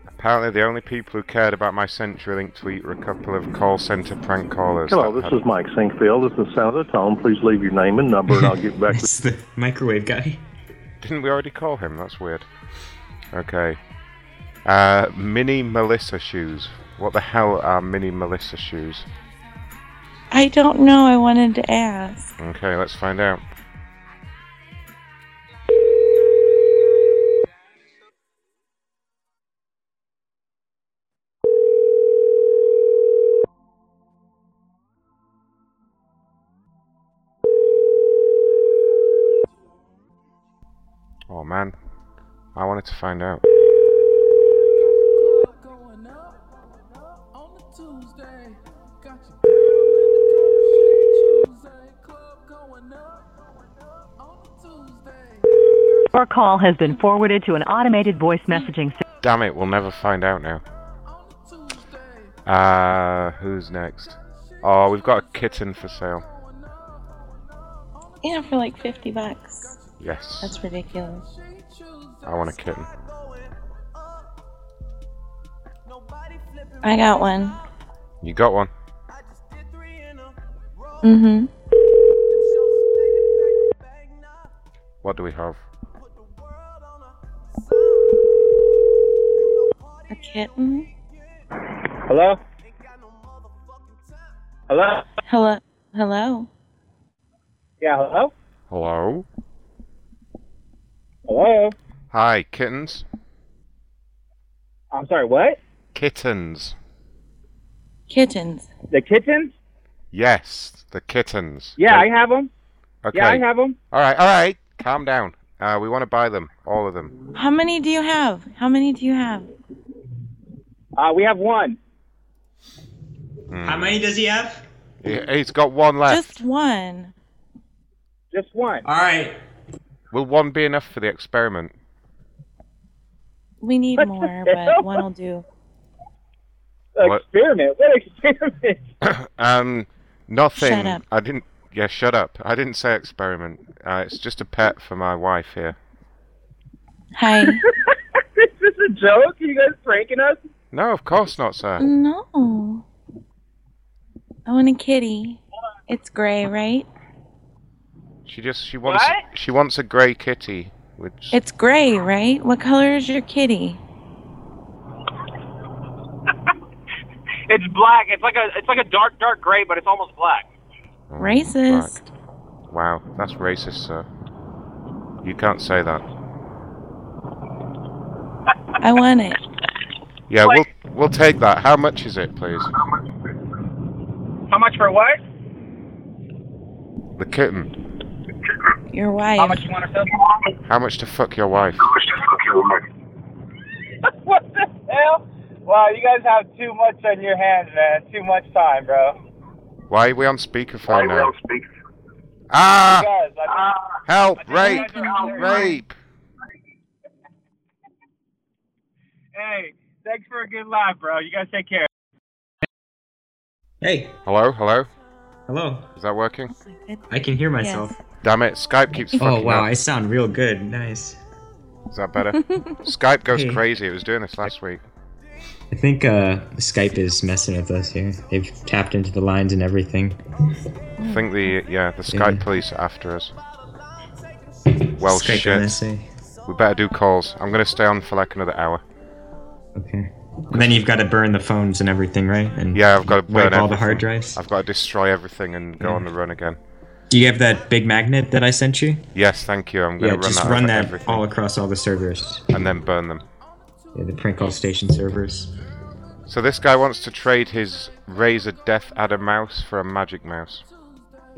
Speaker 12: Apparently, the only people who cared about my CenturyLink tweet were a couple of call center prank callers.
Speaker 2: Hello,
Speaker 12: that
Speaker 2: this
Speaker 12: had-
Speaker 2: is Mike Sinkfield. This is Sound of the Tone. Please leave your name and number, and I'll get back
Speaker 14: It's the microwave guy.
Speaker 12: Didn't we already call him? That's weird. Okay. Uh, mini Melissa shoes. What the hell are mini Melissa shoes?
Speaker 20: I don't know. I wanted to ask.
Speaker 12: Okay, let's find out. Oh man, I wanted to find out.
Speaker 21: Your call has been forwarded to an automated voice messaging system.
Speaker 12: Damn it, we'll never find out now. Uh, who's next? Oh, we've got a kitten for sale.
Speaker 20: Yeah, for like fifty bucks.
Speaker 12: Yes.
Speaker 20: That's ridiculous.
Speaker 12: I want a kitten.
Speaker 20: I got one.
Speaker 12: You got one.
Speaker 20: Mm-hmm.
Speaker 12: What do we have?
Speaker 20: A kitten.
Speaker 5: Hello? Hello?
Speaker 20: Hello. Hello.
Speaker 5: Yeah, hello?
Speaker 12: Hello?
Speaker 5: Hello?
Speaker 12: Hi, kittens.
Speaker 5: I'm sorry, what?
Speaker 12: Kittens.
Speaker 20: Kittens.
Speaker 5: The kittens?
Speaker 12: Yes, the kittens.
Speaker 5: Yeah, I have them.
Speaker 12: Okay.
Speaker 5: Yeah, I have them.
Speaker 12: All right, all right. Calm down. Uh, we want to buy them, all of them.
Speaker 20: How many do you have? How many do you have?
Speaker 5: Uh, we have one.
Speaker 14: How many does he have?
Speaker 12: Hmm. He, he's got one left.
Speaker 20: Just one.
Speaker 5: Just one.
Speaker 14: All right.
Speaker 12: Will one be enough for the experiment?
Speaker 20: We need more, but one will do.
Speaker 12: What?
Speaker 5: Experiment? What experiment?
Speaker 12: Um, nothing.
Speaker 20: Shut up.
Speaker 12: I didn't. Yeah, shut up. I didn't say experiment. Uh, it's just a pet for my wife here.
Speaker 20: Hi.
Speaker 5: Is this a joke? Are you guys pranking us?
Speaker 12: No, of course not,
Speaker 20: Mm.
Speaker 12: sir.
Speaker 20: No. I want a kitty. It's gray, right?
Speaker 12: She just she wants she wants a grey kitty, which
Speaker 20: It's gray, right? What color is your kitty?
Speaker 5: It's black. It's like a it's like a dark dark gray, but it's almost black.
Speaker 12: oh,
Speaker 20: Racist.
Speaker 12: fuck. Wow, that's racist, sir. You can't say that.
Speaker 20: I want it.
Speaker 12: Yeah, we'll we'll take that. How much is it, please?
Speaker 5: How much for what?
Speaker 12: The kitten.
Speaker 20: Your wife.
Speaker 5: How much you want to sell?
Speaker 12: How much to fuck your wife?
Speaker 5: what the hell? Wow, you guys have too much on your hands, man. uh, Too much time, bro.
Speaker 12: Why are we on speakerphone now?
Speaker 5: Ah!
Speaker 12: Ah!
Speaker 5: You guys, I
Speaker 12: Help!
Speaker 5: think you guys
Speaker 12: Rape!
Speaker 5: are out there.
Speaker 12: Rape!
Speaker 5: Hey, thanks for a good laugh, bro. You guys take care.
Speaker 12: Hey. Hello. Hello.
Speaker 14: Hello.
Speaker 12: Is that working?
Speaker 14: I can hear myself.
Speaker 12: Damn it! Skype keeps fucking
Speaker 14: Oh wow,
Speaker 12: up.
Speaker 14: I sound real good. Nice.
Speaker 12: Is that better? Skype goes
Speaker 14: Hey.
Speaker 12: crazy. It was doing this last week.
Speaker 14: I think uh, Skype is messing with us here. They've tapped into the lines and everything. Mm.
Speaker 12: I think the yeah the Skype police are after us. Well
Speaker 14: Skype
Speaker 12: shit.
Speaker 14: NSA.
Speaker 12: We better do calls. I'm gonna stay on for like another hour.
Speaker 14: Okay. And then you've got to burn the phones and everything, right? And
Speaker 12: yeah, I've got to
Speaker 14: wipe
Speaker 12: burn
Speaker 14: all the hard
Speaker 12: everything.
Speaker 14: drives.
Speaker 12: I've got to destroy everything and go
Speaker 14: Yeah.
Speaker 12: on the run again.
Speaker 14: Do you have that big magnet that I sent you?
Speaker 12: Yes, thank you. I'm gonna
Speaker 14: Yeah,
Speaker 12: run
Speaker 14: just
Speaker 12: that
Speaker 14: run
Speaker 12: over
Speaker 14: that
Speaker 12: everything
Speaker 14: all across all the servers.
Speaker 12: and then burn them.
Speaker 14: Yeah, the prank call station servers.
Speaker 12: So this guy wants to trade his Razer Death Adder mouse for a magic mouse.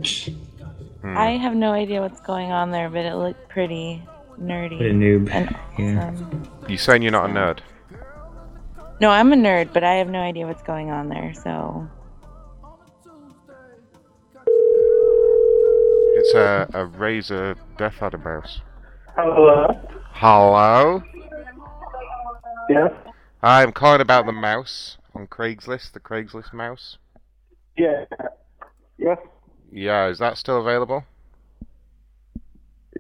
Speaker 12: Hmm.
Speaker 20: I have no idea what's going on there, but it looked pretty nerdy.
Speaker 12: What a noob.
Speaker 20: And um,
Speaker 12: Yeah.
Speaker 20: awesome.
Speaker 12: You saying you're not a nerd?
Speaker 20: No, I'm a nerd, but I have no idea what's going on there, so.
Speaker 12: It's a, a Razer Death Adder mouse.
Speaker 24: Hello.
Speaker 12: Hello?
Speaker 24: Yes.
Speaker 12: Hi, I'm calling about the mouse on Craigslist, the Craigslist mouse.
Speaker 24: Yeah. Yes.
Speaker 12: Yeah, is that still available?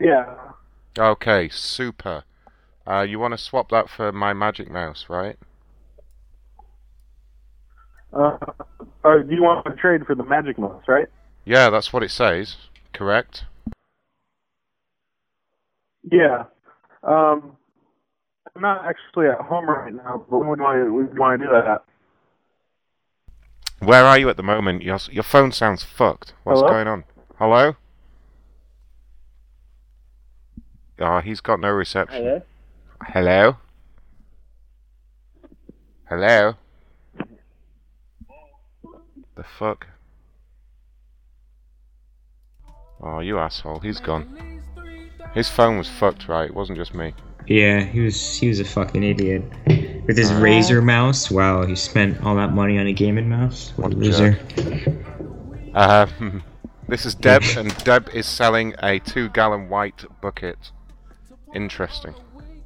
Speaker 24: Yeah.
Speaker 12: Okay, super. Uh, you want to swap that for my magic mouse, right?
Speaker 24: Uh, uh, do you want to trade for the magic mouse, right?
Speaker 12: Yeah, that's what it says. Correct.
Speaker 24: Yeah. Um, I'm not actually at home right now, but when would I, when would I do that? At?
Speaker 12: Where are you at the moment? Your s- your phone sounds fucked. What's
Speaker 24: Hello?
Speaker 12: going on? Hello? Oh, he's got no reception.
Speaker 24: Hello?
Speaker 12: Hello? Hello? The fuck? Oh, you asshole. He's gone. His phone was fucked, right? It wasn't just me.
Speaker 14: Yeah, he was he was a fucking idiot. With his
Speaker 12: Uh,
Speaker 14: Razer mouse, wow, he spent all that money on a gaming mouse. What a loser.
Speaker 12: Um, this is Deb, and Deb is selling a two gallon white bucket. Interesting.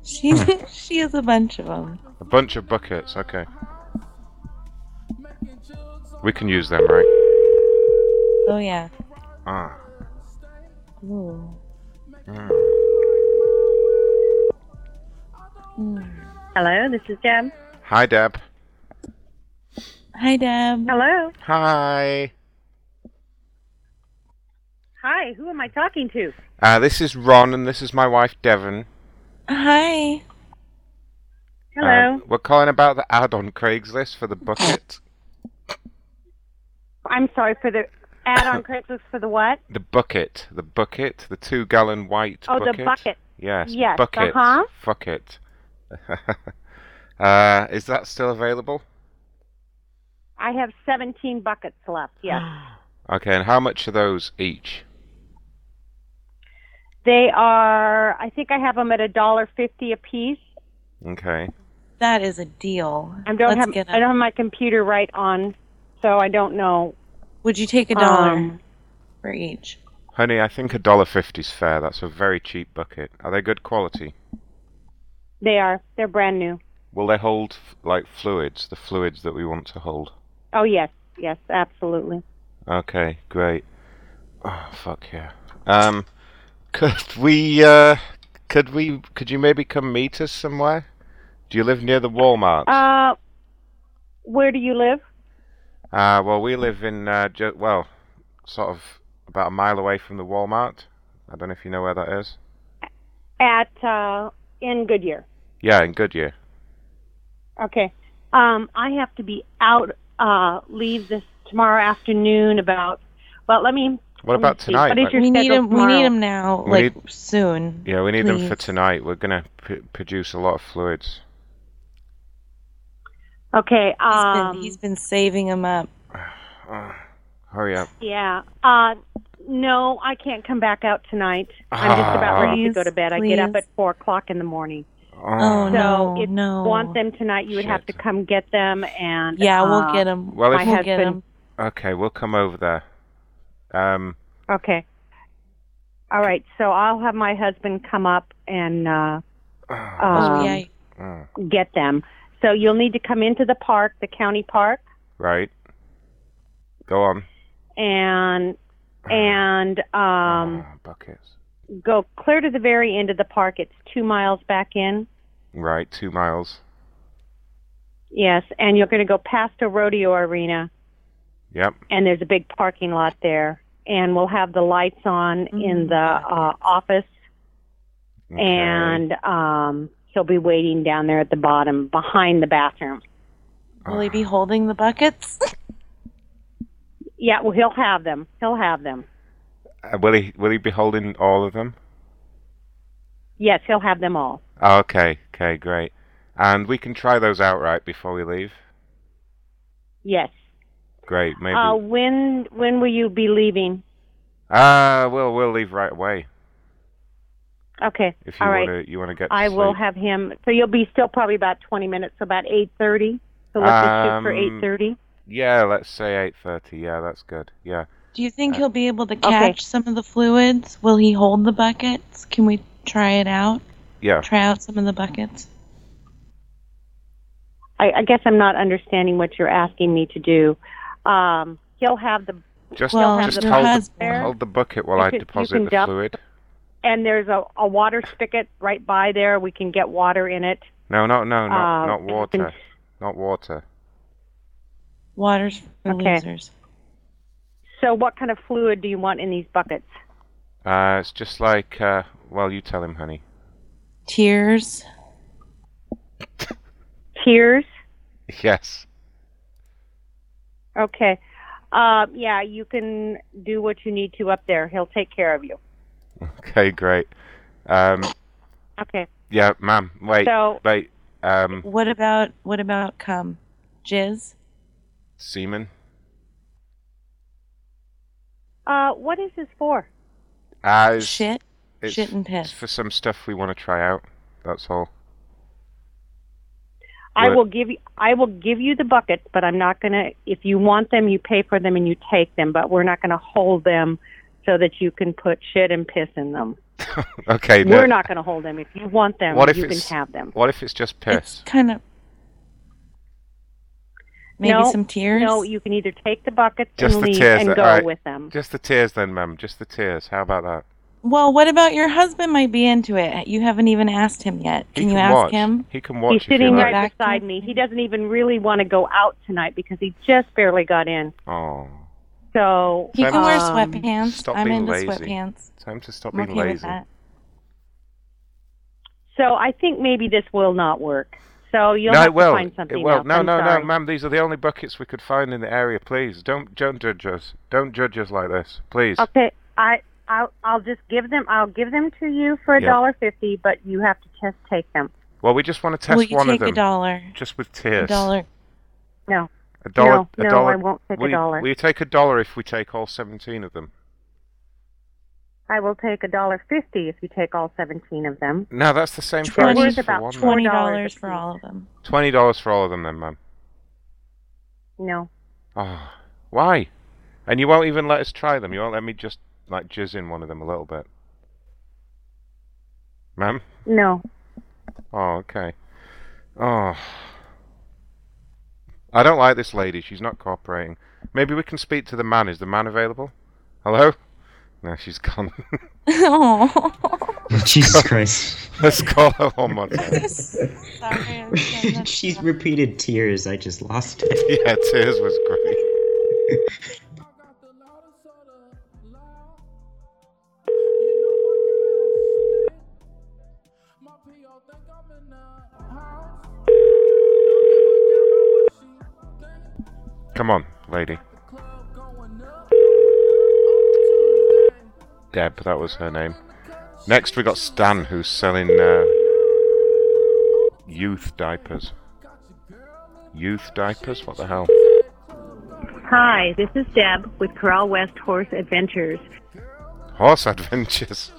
Speaker 20: She's, she has a bunch of them.
Speaker 12: A bunch of buckets, okay. We can use them, right?
Speaker 20: Oh, yeah.
Speaker 12: Ah.
Speaker 20: Ooh.
Speaker 12: mm.
Speaker 19: Hello, this is Deb.
Speaker 12: Hi, Deb.
Speaker 20: Hi, Deb.
Speaker 19: Hello.
Speaker 12: Hi.
Speaker 19: Hi, who am I talking to?
Speaker 12: Uh, this is Ron, and this is my wife, Devon.
Speaker 20: Hi.
Speaker 23: Uh,
Speaker 12: Um, we're calling about the ad on Craigslist for the bucket.
Speaker 19: I'm sorry for the ad on Craigslist for the what?
Speaker 12: The bucket. The bucket. The two gallon white
Speaker 19: Oh,
Speaker 12: bucket.
Speaker 19: the bucket.
Speaker 12: Yes,
Speaker 19: Yes,
Speaker 12: bucket.
Speaker 19: uh-huh.
Speaker 12: Fuck it. uh, is that still available?
Speaker 19: I have 17 buckets left. Yes.
Speaker 12: Okay, and how much are those each?
Speaker 19: they are I think I have them at a dollar 50 a piece.
Speaker 12: Okay.
Speaker 20: That is a deal.
Speaker 19: I don't
Speaker 20: Let's
Speaker 19: have
Speaker 20: get
Speaker 19: I don't have my computer right on, so I don't know. Um,
Speaker 20: Would you take a dollar for each?
Speaker 12: Honey, I think a dollar fifty's fair. That's a very cheap bucket. Are they good quality?
Speaker 19: They are. They're brand new.
Speaker 12: Will they hold f- like fluids, the fluids that we want to hold?
Speaker 19: Oh yes. Yes, absolutely.
Speaker 12: Okay, great. Oh, fuck yeah. Um, could we, uh, could we, could you maybe come meet us somewhere? Do you live near the Walmart?
Speaker 19: Uh where do you live?
Speaker 12: Uh, well, we live in, uh, ju- well, sort of about a mile away from the Walmart. I don't know if you know where that is.
Speaker 19: At uh in Goodyear.
Speaker 12: Yeah, in Goodyear.
Speaker 19: Okay. Um, I have to be out, uh, leave this tomorrow afternoon about, well, let me,
Speaker 12: What about tonight? Like-
Speaker 20: we need him. We need him now,
Speaker 12: We
Speaker 20: like
Speaker 12: need-
Speaker 20: soon.
Speaker 12: Yeah, we need them for
Speaker 20: please.
Speaker 12: tonight. We're gonna p- produce a lot of fluids.
Speaker 19: Okay. Um,
Speaker 20: he's been saving him up.
Speaker 12: Uh, hurry up.
Speaker 19: Yeah. Uh, no, I can't come back out tonight. I'm just
Speaker 12: Ah.
Speaker 19: about ready to go to bed. I get up
Speaker 20: Please.
Speaker 19: at four o'clock in the morning.
Speaker 12: Oh,
Speaker 19: so
Speaker 20: no,
Speaker 19: if
Speaker 20: no.
Speaker 19: you want them tonight, you would have to come get them. And
Speaker 20: Yeah, we'll
Speaker 19: uh,
Speaker 20: get 'em.
Speaker 12: Well, if-
Speaker 19: my
Speaker 12: We'll
Speaker 19: husband.
Speaker 12: get 'em. Okay, we'll come over there. Um,
Speaker 19: Okay. All right. So I'll have my husband come up and uh,
Speaker 20: Oh,
Speaker 19: um,
Speaker 12: yeah. mm,
Speaker 19: get them. So you'll need to come into the park, the county park,
Speaker 12: right. Go on.
Speaker 19: and and um,
Speaker 12: Ah, Buckets.
Speaker 19: go clear to the very end of the park. It's two miles back in.
Speaker 12: Right, two miles.
Speaker 19: Yes, and you're going to go past a rodeo arena,
Speaker 12: Yep.
Speaker 19: and there's a big parking lot there. And we'll have the lights on
Speaker 12: Mm.
Speaker 19: in the uh, office, and um, he'll be waiting down there at the bottom behind the bathroom.
Speaker 20: Will he be holding the buckets?
Speaker 19: Yeah, well, he'll have them. He'll have them.
Speaker 12: Uh, will he? Will he be holding all of them?
Speaker 19: Yes, he'll have them all.
Speaker 12: Oh, okay. Okay. Great. And we can try those out right before we leave.
Speaker 19: Yes.
Speaker 12: Great. Maybe.
Speaker 19: Uh, when when will you be leaving?
Speaker 12: Ah, we'll we'll leave right away
Speaker 19: Okay.
Speaker 12: if you
Speaker 19: all right.
Speaker 12: wanna you wanna get. To
Speaker 19: I will
Speaker 12: sleep.
Speaker 19: have him. So you'll be still probably about twenty minutes, so about eight thirty. So let's just shoot for
Speaker 12: Um,
Speaker 19: eight thirty.
Speaker 12: Yeah, let's say eight thirty. Yeah, that's good. Yeah.
Speaker 20: Do you think
Speaker 12: Uh,
Speaker 20: he'll be able to catch some of the fluids? Will he hold the buckets? Can we try it out?
Speaker 12: Yeah.
Speaker 20: Try out some of the buckets.
Speaker 19: I, I guess I'm not understanding what you're asking me to do. Um, he'll have the
Speaker 12: Just
Speaker 19: he'll have
Speaker 12: just
Speaker 19: the
Speaker 12: hold
Speaker 19: buckets
Speaker 12: the,
Speaker 19: there,
Speaker 12: hold the bucket while
Speaker 19: You
Speaker 12: I
Speaker 19: can- you
Speaker 12: deposit
Speaker 19: can
Speaker 12: the
Speaker 19: dump-
Speaker 12: fluid.
Speaker 19: and there's a, a water spigot right by there. We can get water in it.
Speaker 12: No, no, no, not
Speaker 19: Uh,
Speaker 12: not
Speaker 19: and you can-
Speaker 12: water, not water.
Speaker 20: Water's for
Speaker 19: Okay.
Speaker 20: losers.
Speaker 19: So what kind of fluid do you want in these buckets?
Speaker 12: Uh, it's just like uh, well, you tell him, honey.
Speaker 20: Tears.
Speaker 19: Tears.
Speaker 12: Yes.
Speaker 19: Okay. Uh, yeah, you can do what you need to up there. He'll take care of you.
Speaker 12: Okay, great. Um,
Speaker 19: Okay.
Speaker 12: yeah, ma'am. Wait,
Speaker 20: So-
Speaker 12: wait. Um,
Speaker 20: What about what about cum? Jizz?
Speaker 12: semen.
Speaker 19: Uh, what is this for?
Speaker 12: Uh, it's-
Speaker 20: Shit?
Speaker 12: It's,
Speaker 20: Shit and piss.
Speaker 12: It's for some stuff we want to try out. That's all.
Speaker 19: I
Speaker 12: What?
Speaker 19: will give you. I will give you the buckets, but I'm not gonna. If you want them, you pay for them and you take them. But we're not gonna hold them so that you can put shit and piss in them.
Speaker 12: Okay.
Speaker 19: we're
Speaker 12: no-
Speaker 19: not gonna hold them. If you want them,
Speaker 12: What if
Speaker 19: you can
Speaker 12: it's
Speaker 19: have them.
Speaker 12: What if it's just piss?
Speaker 20: Kind of. Maybe
Speaker 19: No,
Speaker 20: some tears.
Speaker 19: No, you can either take the buckets
Speaker 12: Just
Speaker 19: and
Speaker 12: the
Speaker 19: leave
Speaker 12: tears.
Speaker 19: and
Speaker 12: then-
Speaker 19: go
Speaker 12: alright.
Speaker 19: with them.
Speaker 12: Just the tears, then, ma'am. Just the tears. How about that?
Speaker 20: Well, what about your husband? Might be into it. You haven't even asked him yet.
Speaker 12: He
Speaker 20: Can you ask
Speaker 12: watch.
Speaker 20: him?
Speaker 12: He can watch.
Speaker 19: He's
Speaker 12: if he
Speaker 19: sitting
Speaker 12: likes.
Speaker 19: right beside me. He doesn't even really want to go out tonight because he just barely got in.
Speaker 12: Oh.
Speaker 19: So
Speaker 20: He can wear
Speaker 19: um,
Speaker 20: sweatpants.
Speaker 12: Stop
Speaker 20: I'm
Speaker 12: being
Speaker 20: into
Speaker 12: lazy.
Speaker 20: sweatpants.
Speaker 12: Time to stop
Speaker 20: I'm
Speaker 12: being
Speaker 20: okay
Speaker 12: lazy.
Speaker 20: with that.
Speaker 19: So I think maybe this will not work. So you'll
Speaker 12: no,
Speaker 19: have
Speaker 12: it will.
Speaker 19: to find something
Speaker 12: it will.
Speaker 19: else.
Speaker 12: No,
Speaker 19: I'm
Speaker 12: no,
Speaker 19: sorry.
Speaker 12: no, ma'am. These are the only buckets we could find in the area. Please, don't, don't judge us. Don't judge us like this, please.
Speaker 19: Okay, I I'll, I'll just give them. I'll give them to you for a
Speaker 12: Yeah.
Speaker 19: dollar fifty, but you have to just take them.
Speaker 12: Well, we just want to test
Speaker 20: Will you
Speaker 12: one
Speaker 20: take
Speaker 12: of
Speaker 20: a
Speaker 12: them.
Speaker 20: dollar?
Speaker 12: Just with tears.
Speaker 20: A dollar.
Speaker 19: No.
Speaker 12: A dollar.
Speaker 19: No,
Speaker 12: a
Speaker 19: no,
Speaker 12: dollar.
Speaker 19: I won't take a
Speaker 12: will you-
Speaker 19: dollar.
Speaker 12: will you take a dollar if we take all seventeen of them?
Speaker 19: I will take a dollar fifty if you take all seventeen of them.
Speaker 12: No, that's the same
Speaker 19: Twenty-
Speaker 12: price
Speaker 19: Worth
Speaker 12: as for
Speaker 19: about
Speaker 12: one. ma'am.
Speaker 20: Twenty
Speaker 19: $20
Speaker 20: dollars for all of them.
Speaker 12: Twenty dollars for all of them, then, ma'am.
Speaker 19: No.
Speaker 12: Oh, why? And you won't even let us try them. You won't let me just like jizz in one of them a little bit, ma'am.
Speaker 19: No.
Speaker 12: Oh, okay. Oh. I don't like this lady. She's not cooperating. Maybe we can speak to the man. Is the man available? Hello? No, she's gone.
Speaker 20: oh.
Speaker 14: Jesus Christ.
Speaker 12: Let's call her one more time.
Speaker 14: She's repeated tears. I just lost it.
Speaker 12: Yeah, tears was great. Come on, lady. Deb, that was her name. Next, we got Stan, who's selling uh, youth diapers. Youth diapers? What the hell?
Speaker 19: Hi, this is Deb with Corral West Horse Adventures.
Speaker 12: Horse Adventures.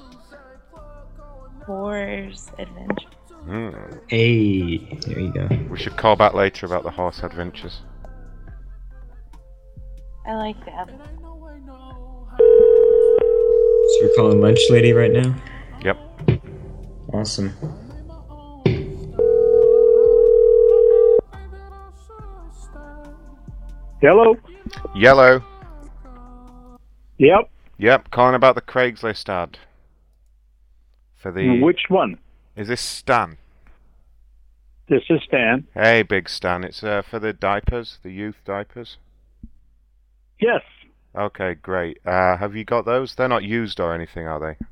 Speaker 20: Horse adventure.
Speaker 12: Mm.
Speaker 14: Hey, there you go.
Speaker 12: We should call back later about the horse adventures.
Speaker 20: I like that.
Speaker 14: So you're calling lunch lady right now?
Speaker 12: Yep.
Speaker 14: Awesome.
Speaker 18: Hello.
Speaker 12: Yellow.
Speaker 18: Yep.
Speaker 12: Yep, calling about the Craigslist ad. For the.
Speaker 18: Mm, Which one?
Speaker 12: Is this Stan?
Speaker 18: This is Stan.
Speaker 12: Hey, big Stan. It's uh, for the diapers, the youth diapers.
Speaker 18: Yes.
Speaker 12: Okay, great. Uh, have you got those? They're not used or anything, are they?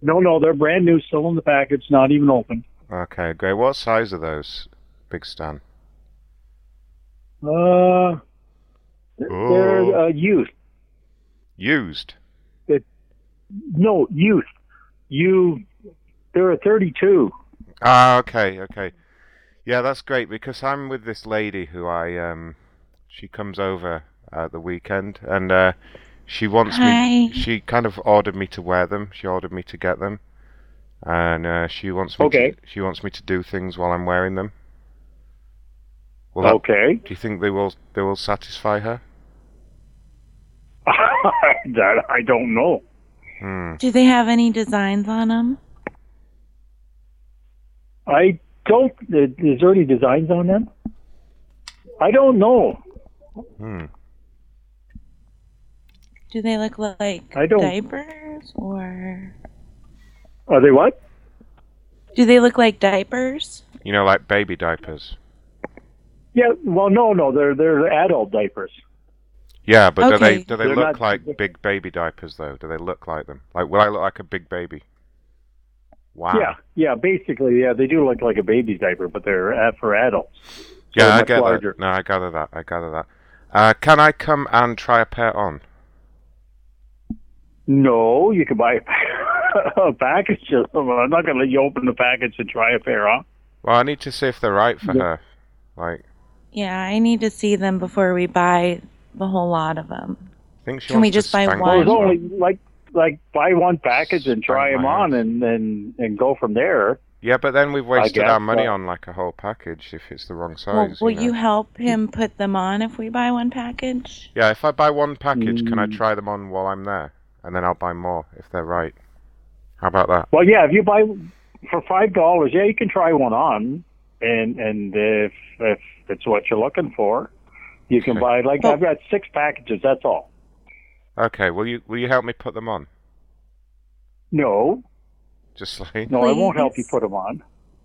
Speaker 18: No, no, they're brand new, still in the package, not even open.
Speaker 12: Okay, great. What size are those, big Stan?
Speaker 18: Uh,
Speaker 12: Oh.
Speaker 18: they're uh, youth.
Speaker 12: Used.
Speaker 18: It, no, youth. You, they're a 32.
Speaker 12: Ah, okay, okay. Yeah, that's great because I'm with this lady who I um, she comes over at the weekend and uh, she wants me.
Speaker 2: Hi.
Speaker 12: She kind of ordered me to wear them. She ordered me to get them, and uh, she wants me.
Speaker 18: Okay.
Speaker 12: To, she wants me to do things while I'm wearing them. Will that-
Speaker 18: Okay.
Speaker 12: Do you think they will they will satisfy her?
Speaker 18: that I don't know.
Speaker 12: Hmm.
Speaker 20: Do they have any designs on them?
Speaker 18: I don't. Is there any designs on them? I don't know.
Speaker 12: Hmm.
Speaker 20: Do they look like
Speaker 18: I don't-
Speaker 20: diapers or
Speaker 18: Are they what?
Speaker 20: do they look like diapers?
Speaker 12: You know, like baby diapers.
Speaker 18: Yeah. Well, no, no. They're they're adult diapers.
Speaker 12: Yeah, but do they
Speaker 20: Okay.
Speaker 12: do they
Speaker 18: They're
Speaker 12: look
Speaker 18: not-
Speaker 12: like big baby diapers though? Do they look like them? Like will I look like a big baby? Wow.
Speaker 18: Yeah. Yeah. Basically, yeah. They do look like a baby's diaper, but they're uh, for adults.
Speaker 12: Yeah,
Speaker 18: They're
Speaker 12: I
Speaker 18: much
Speaker 12: get
Speaker 18: larger.
Speaker 12: that. No, I gather that. I gather that. Uh, can I come and try a pair on?
Speaker 18: No, you can buy a pack- a package of them. I'm not going to let you open the package and try a pair on.
Speaker 12: Well, I need to see if they're right for
Speaker 18: Yeah.
Speaker 12: her. Like,
Speaker 20: Yeah, I need to see them before we buy the whole lot of them.
Speaker 12: I think she
Speaker 20: Can we
Speaker 12: wants to
Speaker 20: just buy
Speaker 12: spank
Speaker 18: Well,
Speaker 20: one?
Speaker 18: it's only like like buy one package and try
Speaker 12: Spank
Speaker 18: them
Speaker 12: my
Speaker 18: on, and and and go from there.
Speaker 12: Yeah, but then we've wasted
Speaker 18: guess
Speaker 12: our money
Speaker 18: so.
Speaker 12: on like a whole package if it's the wrong
Speaker 20: Well,
Speaker 12: size.
Speaker 20: will
Speaker 12: you know?
Speaker 20: you help him put them on if we buy one package?
Speaker 12: Yeah, if I buy one package, can I
Speaker 18: Hmm.
Speaker 12: try them on while I'm there, and then I'll buy more if they're right. How about that?
Speaker 18: Well, yeah, if you buy for five dollars, yeah, you can try one on, and and if if it's what you're looking for, you can
Speaker 12: Okay.
Speaker 18: buy like I've got six packages. That's all.
Speaker 12: Okay, will you will you help me put them on?
Speaker 18: No,
Speaker 12: Just like
Speaker 18: no, I won't help you put them on.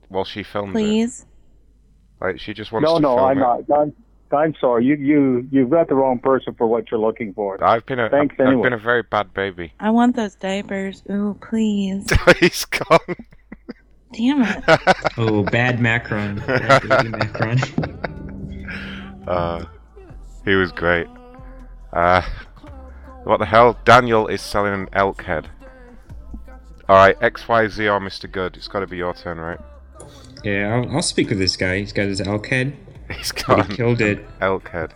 Speaker 12: While she films
Speaker 20: Please.
Speaker 12: it, like she just wants
Speaker 18: No,
Speaker 12: to
Speaker 18: no,
Speaker 12: film
Speaker 18: I'm
Speaker 12: it.
Speaker 18: not. I'm, I'm sorry. You you you've got the wrong person for what you're looking for.
Speaker 12: I've been a
Speaker 18: Thanks
Speaker 12: have
Speaker 18: anyway.
Speaker 12: been a very bad baby.
Speaker 20: I want those diapers. Ooh, please.
Speaker 12: He's gone.
Speaker 20: Damn it.
Speaker 14: Oh, bad macaron. Bad baby macaron.
Speaker 12: Uh, he was great. Uh, what the hell? Daniel is selling an elk head. Alright, XYZ or Mr. Good. It's got to be your turn, right?
Speaker 14: Yeah, I'll, I'll speak with this guy. He's got his elk head.
Speaker 12: He's
Speaker 14: But
Speaker 12: got
Speaker 14: he
Speaker 12: an-
Speaker 14: killed it.
Speaker 12: Elk head.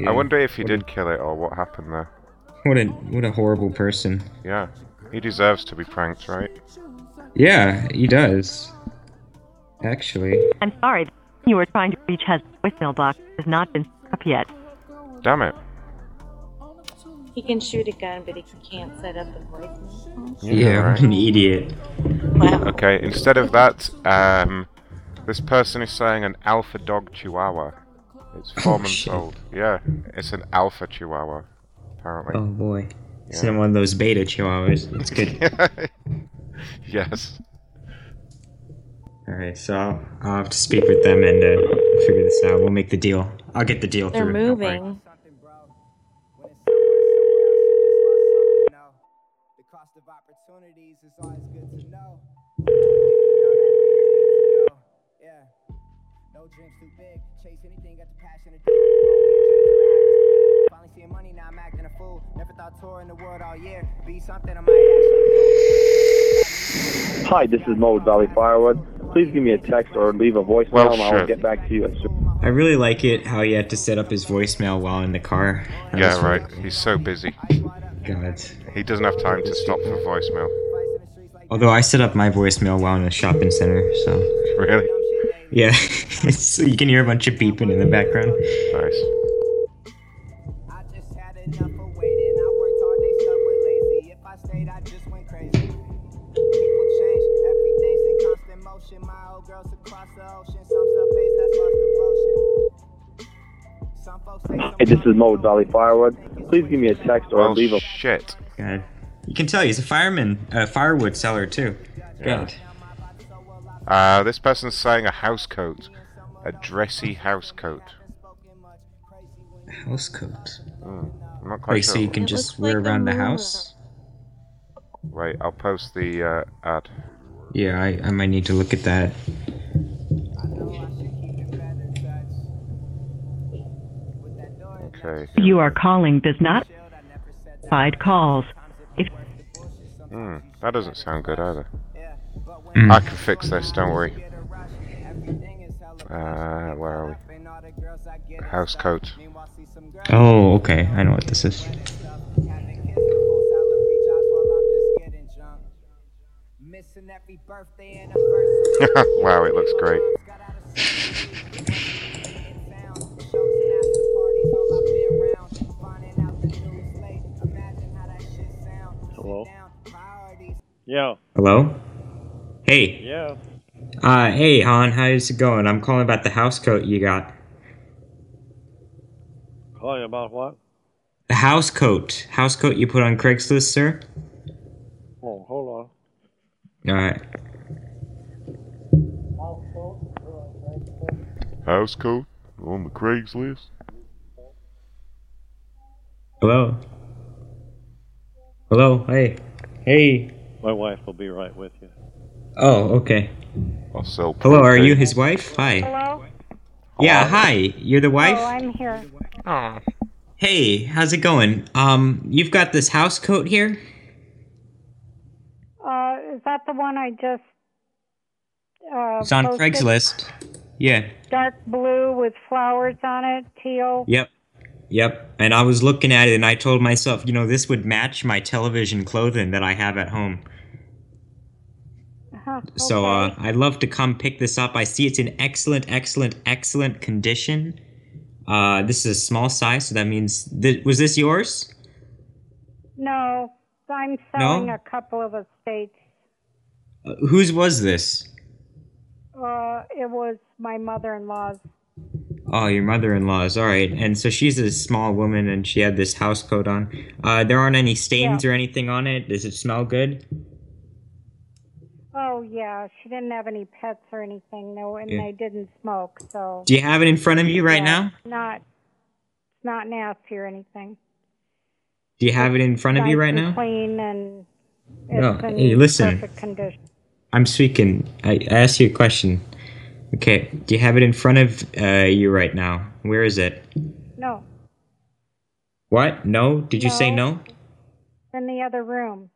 Speaker 14: Yeah.
Speaker 12: I wonder if he did kill it or what happened there.
Speaker 14: What a what a horrible person.
Speaker 12: Yeah. He deserves to be pranked, right?
Speaker 14: Yeah, he does. Actually,
Speaker 21: I'm sorry, the person you were trying to reach has a voicemail box has not been set up yet.
Speaker 12: Damn it.
Speaker 20: He can shoot a gun, but he can't set up the voicemail.
Speaker 14: yeah, what an idiot.
Speaker 12: Okay, instead of that, um, this person is saying an alpha dog chihuahua. It's four months
Speaker 14: Oh, shit.
Speaker 12: old. Yeah, it's an alpha chihuahua, apparently.
Speaker 14: Oh boy. He's
Speaker 12: Yeah.
Speaker 14: in one of those beta chihuahuas. That's good.
Speaker 12: Yes.
Speaker 14: All right, so I'll, I'll have to speak with them and uh, figure this out. We'll make the deal. I'll get the deal
Speaker 20: They're
Speaker 14: through. don't worry.
Speaker 20: moving.
Speaker 18: Finally seeing money, now I'm acting a fool. Never thought touring the world all year. Be something I might
Speaker 8: Hi, this is Mo with Valley Firewood. Please give me a text or leave a voicemail
Speaker 14: Well,
Speaker 8: and
Speaker 12: Oh,
Speaker 8: I'll
Speaker 14: shit.
Speaker 8: get back to you as soon.
Speaker 14: I really like it how you have to set up his voicemail while in the car. That
Speaker 12: Yeah,
Speaker 14: was-
Speaker 12: right. He's so busy.
Speaker 14: God.
Speaker 12: He doesn't have time to stop for voicemail.
Speaker 14: Although I set up my voicemail while in a shopping center, so.
Speaker 12: Really?
Speaker 14: Yeah, so you can hear a bunch of beeping in the background.
Speaker 12: Nice.
Speaker 8: Hey, this is Mo with Valley Firewood. Please give me a text or
Speaker 14: Well,
Speaker 8: leave a
Speaker 12: shit.
Speaker 14: God. You can tell he's a fireman, a firewood seller too. God.
Speaker 12: Uh, this person's saying a house coat. A dressy house coat.
Speaker 14: House coat?
Speaker 12: I'm not quite
Speaker 14: Wait,
Speaker 12: sure.
Speaker 14: so you can It just looks wear like a around the house?
Speaker 12: Wait, I'll post the uh, ad.
Speaker 14: Yeah, I, I might need to look at that.
Speaker 12: Okay.
Speaker 21: You are calling does not provide calls. If
Speaker 12: Hmm, that doesn't sound good either.
Speaker 21: Mm.
Speaker 14: Hmm.
Speaker 12: I can fix this, don't worry. Uh, where are we? House coat.
Speaker 14: Oh, okay. I know what this is.
Speaker 12: wow, it looks great.
Speaker 10: Hello. Yeah.
Speaker 14: Hello? Hey.
Speaker 10: Yeah.
Speaker 14: Uh, hey, Han, how's it going? I'm calling about the house coat you got.
Speaker 10: Calling about what?
Speaker 14: The house coat. House coat you put on Craigslist, sir?
Speaker 10: Oh, hold
Speaker 14: Alright.
Speaker 17: House coat on the Craigslist.
Speaker 14: Hello? Hello? Hey. Hey.
Speaker 10: on. My wife will be right with you.
Speaker 14: Oh, okay.
Speaker 12: I'll sell
Speaker 14: Hello, are
Speaker 12: propane.
Speaker 14: you his wife? Hi.
Speaker 25: Hello?
Speaker 14: Yeah, hi. You're the wife?
Speaker 25: Oh, I'm here.
Speaker 14: Oh. Hey, how's it going? Um, you've got this house coat here?
Speaker 25: Uh, is that the one I just. Uh,
Speaker 14: It's on
Speaker 25: posted?
Speaker 14: Craigslist. Yeah.
Speaker 25: Dark blue with flowers on it, teal.
Speaker 14: Yep. Yep. And I was looking at it and I told myself, you know, this would match my television clothing that I have at home.
Speaker 25: Huh,
Speaker 14: So uh, I'd love to come pick this up. I see it's in excellent, excellent, excellent condition. Uh, this is a small size, so that means th- was this yours?
Speaker 25: No, I'm selling
Speaker 14: No?
Speaker 25: a couple of estates.
Speaker 14: Uh, whose was this?
Speaker 25: Uh, it was my mother in law's.
Speaker 14: Oh, your mother-in-law's. All right, and so she's a small woman, and she had this house coat on. Uh, there aren't any stains or anything on it. Does it smell good?
Speaker 25: Oh, yeah. She didn't have any pets or anything, no, and
Speaker 14: Yeah.
Speaker 25: they didn't smoke, so.
Speaker 14: Do you have it in front of you right now?
Speaker 25: Not, it's not nasty or anything.
Speaker 14: Do you have it in front of you
Speaker 25: Nice
Speaker 14: right
Speaker 25: and
Speaker 14: now?
Speaker 25: Clean and.
Speaker 14: No,
Speaker 25: it's in
Speaker 14: hey, listen.
Speaker 25: Perfect condition.
Speaker 14: I'm speaking. I, I asked you a question. Okay, do you have it in front of uh, you right now? Where is it?
Speaker 25: No,
Speaker 14: What? No? Did you say
Speaker 25: No.
Speaker 14: no?
Speaker 25: it's in the other room.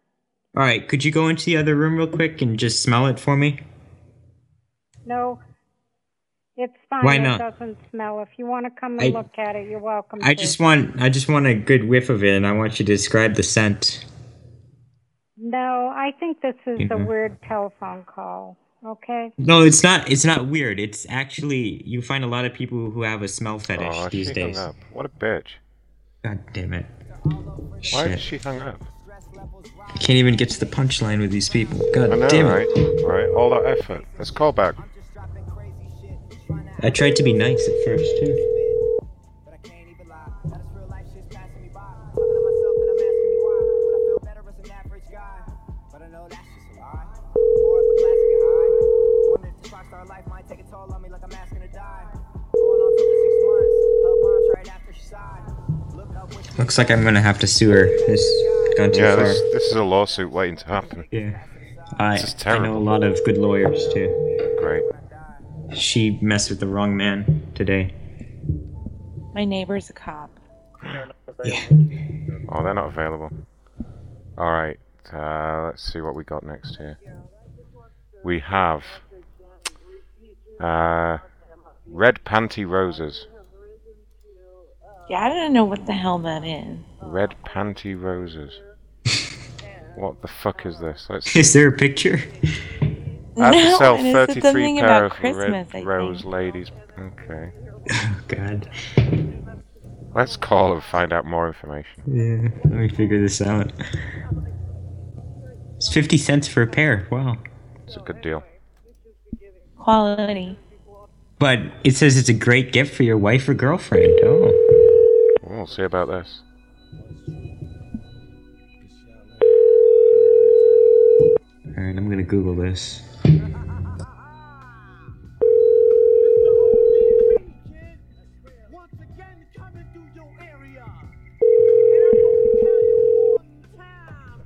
Speaker 14: All right, could you go into the other room real quick and just smell it for me?
Speaker 25: No, it's fine.
Speaker 14: Why
Speaker 25: it
Speaker 14: not?
Speaker 25: doesn't smell. If you want to come and
Speaker 14: I-
Speaker 25: look at it, you're welcome.
Speaker 14: I
Speaker 25: to.
Speaker 14: just want I just want a good whiff of it and I want you to describe the scent.
Speaker 25: No, I think this is a
Speaker 14: Mhm.
Speaker 25: weird telephone call. Okay.
Speaker 14: No, it's not it's not weird. It's actually you find a lot of people who have a smell fetish
Speaker 12: Oh,
Speaker 14: these
Speaker 12: she
Speaker 14: days.
Speaker 12: hung up. What a bitch.
Speaker 14: God damn it.
Speaker 12: Why
Speaker 14: Shit.
Speaker 12: did she hung up?
Speaker 14: I can't even get to the punchline with these people. God
Speaker 12: I know,
Speaker 14: damn it.
Speaker 12: right? Right? All that effort. Let's call back.
Speaker 14: I tried to be nice at first too. Looks like I'm gonna have to sue her. This has gone too
Speaker 12: yeah,
Speaker 14: far.
Speaker 12: this, this is a lawsuit waiting to happen.
Speaker 14: Yeah. I,
Speaker 12: This is
Speaker 14: I know a lot of good lawyers too.
Speaker 12: Great.
Speaker 14: She messed with the wrong man today.
Speaker 20: My neighbor's a cop.
Speaker 12: Oh, they're not available. All right. Uh, let's see what we got next here. We have uh, red panty roses.
Speaker 20: Yeah, I don't know what the hell that is.
Speaker 12: Red panty roses. what the fuck is this? Let's
Speaker 14: Is there a picture?
Speaker 20: No,
Speaker 12: Add to sell
Speaker 20: and it said
Speaker 12: 33
Speaker 20: something
Speaker 12: pair
Speaker 20: about
Speaker 12: of
Speaker 20: Christmas, I
Speaker 12: red rose ladies. Okay. Oh, God. Let's call and find out more information.
Speaker 14: Yeah, let me figure this out. It's 50 cents for a pair. Wow.
Speaker 12: It's a good deal.
Speaker 20: Quality.
Speaker 14: But it says it's a great gift for your wife or girlfriend. Oh.
Speaker 12: We'll see about this.
Speaker 14: All right, I'm going to Google this.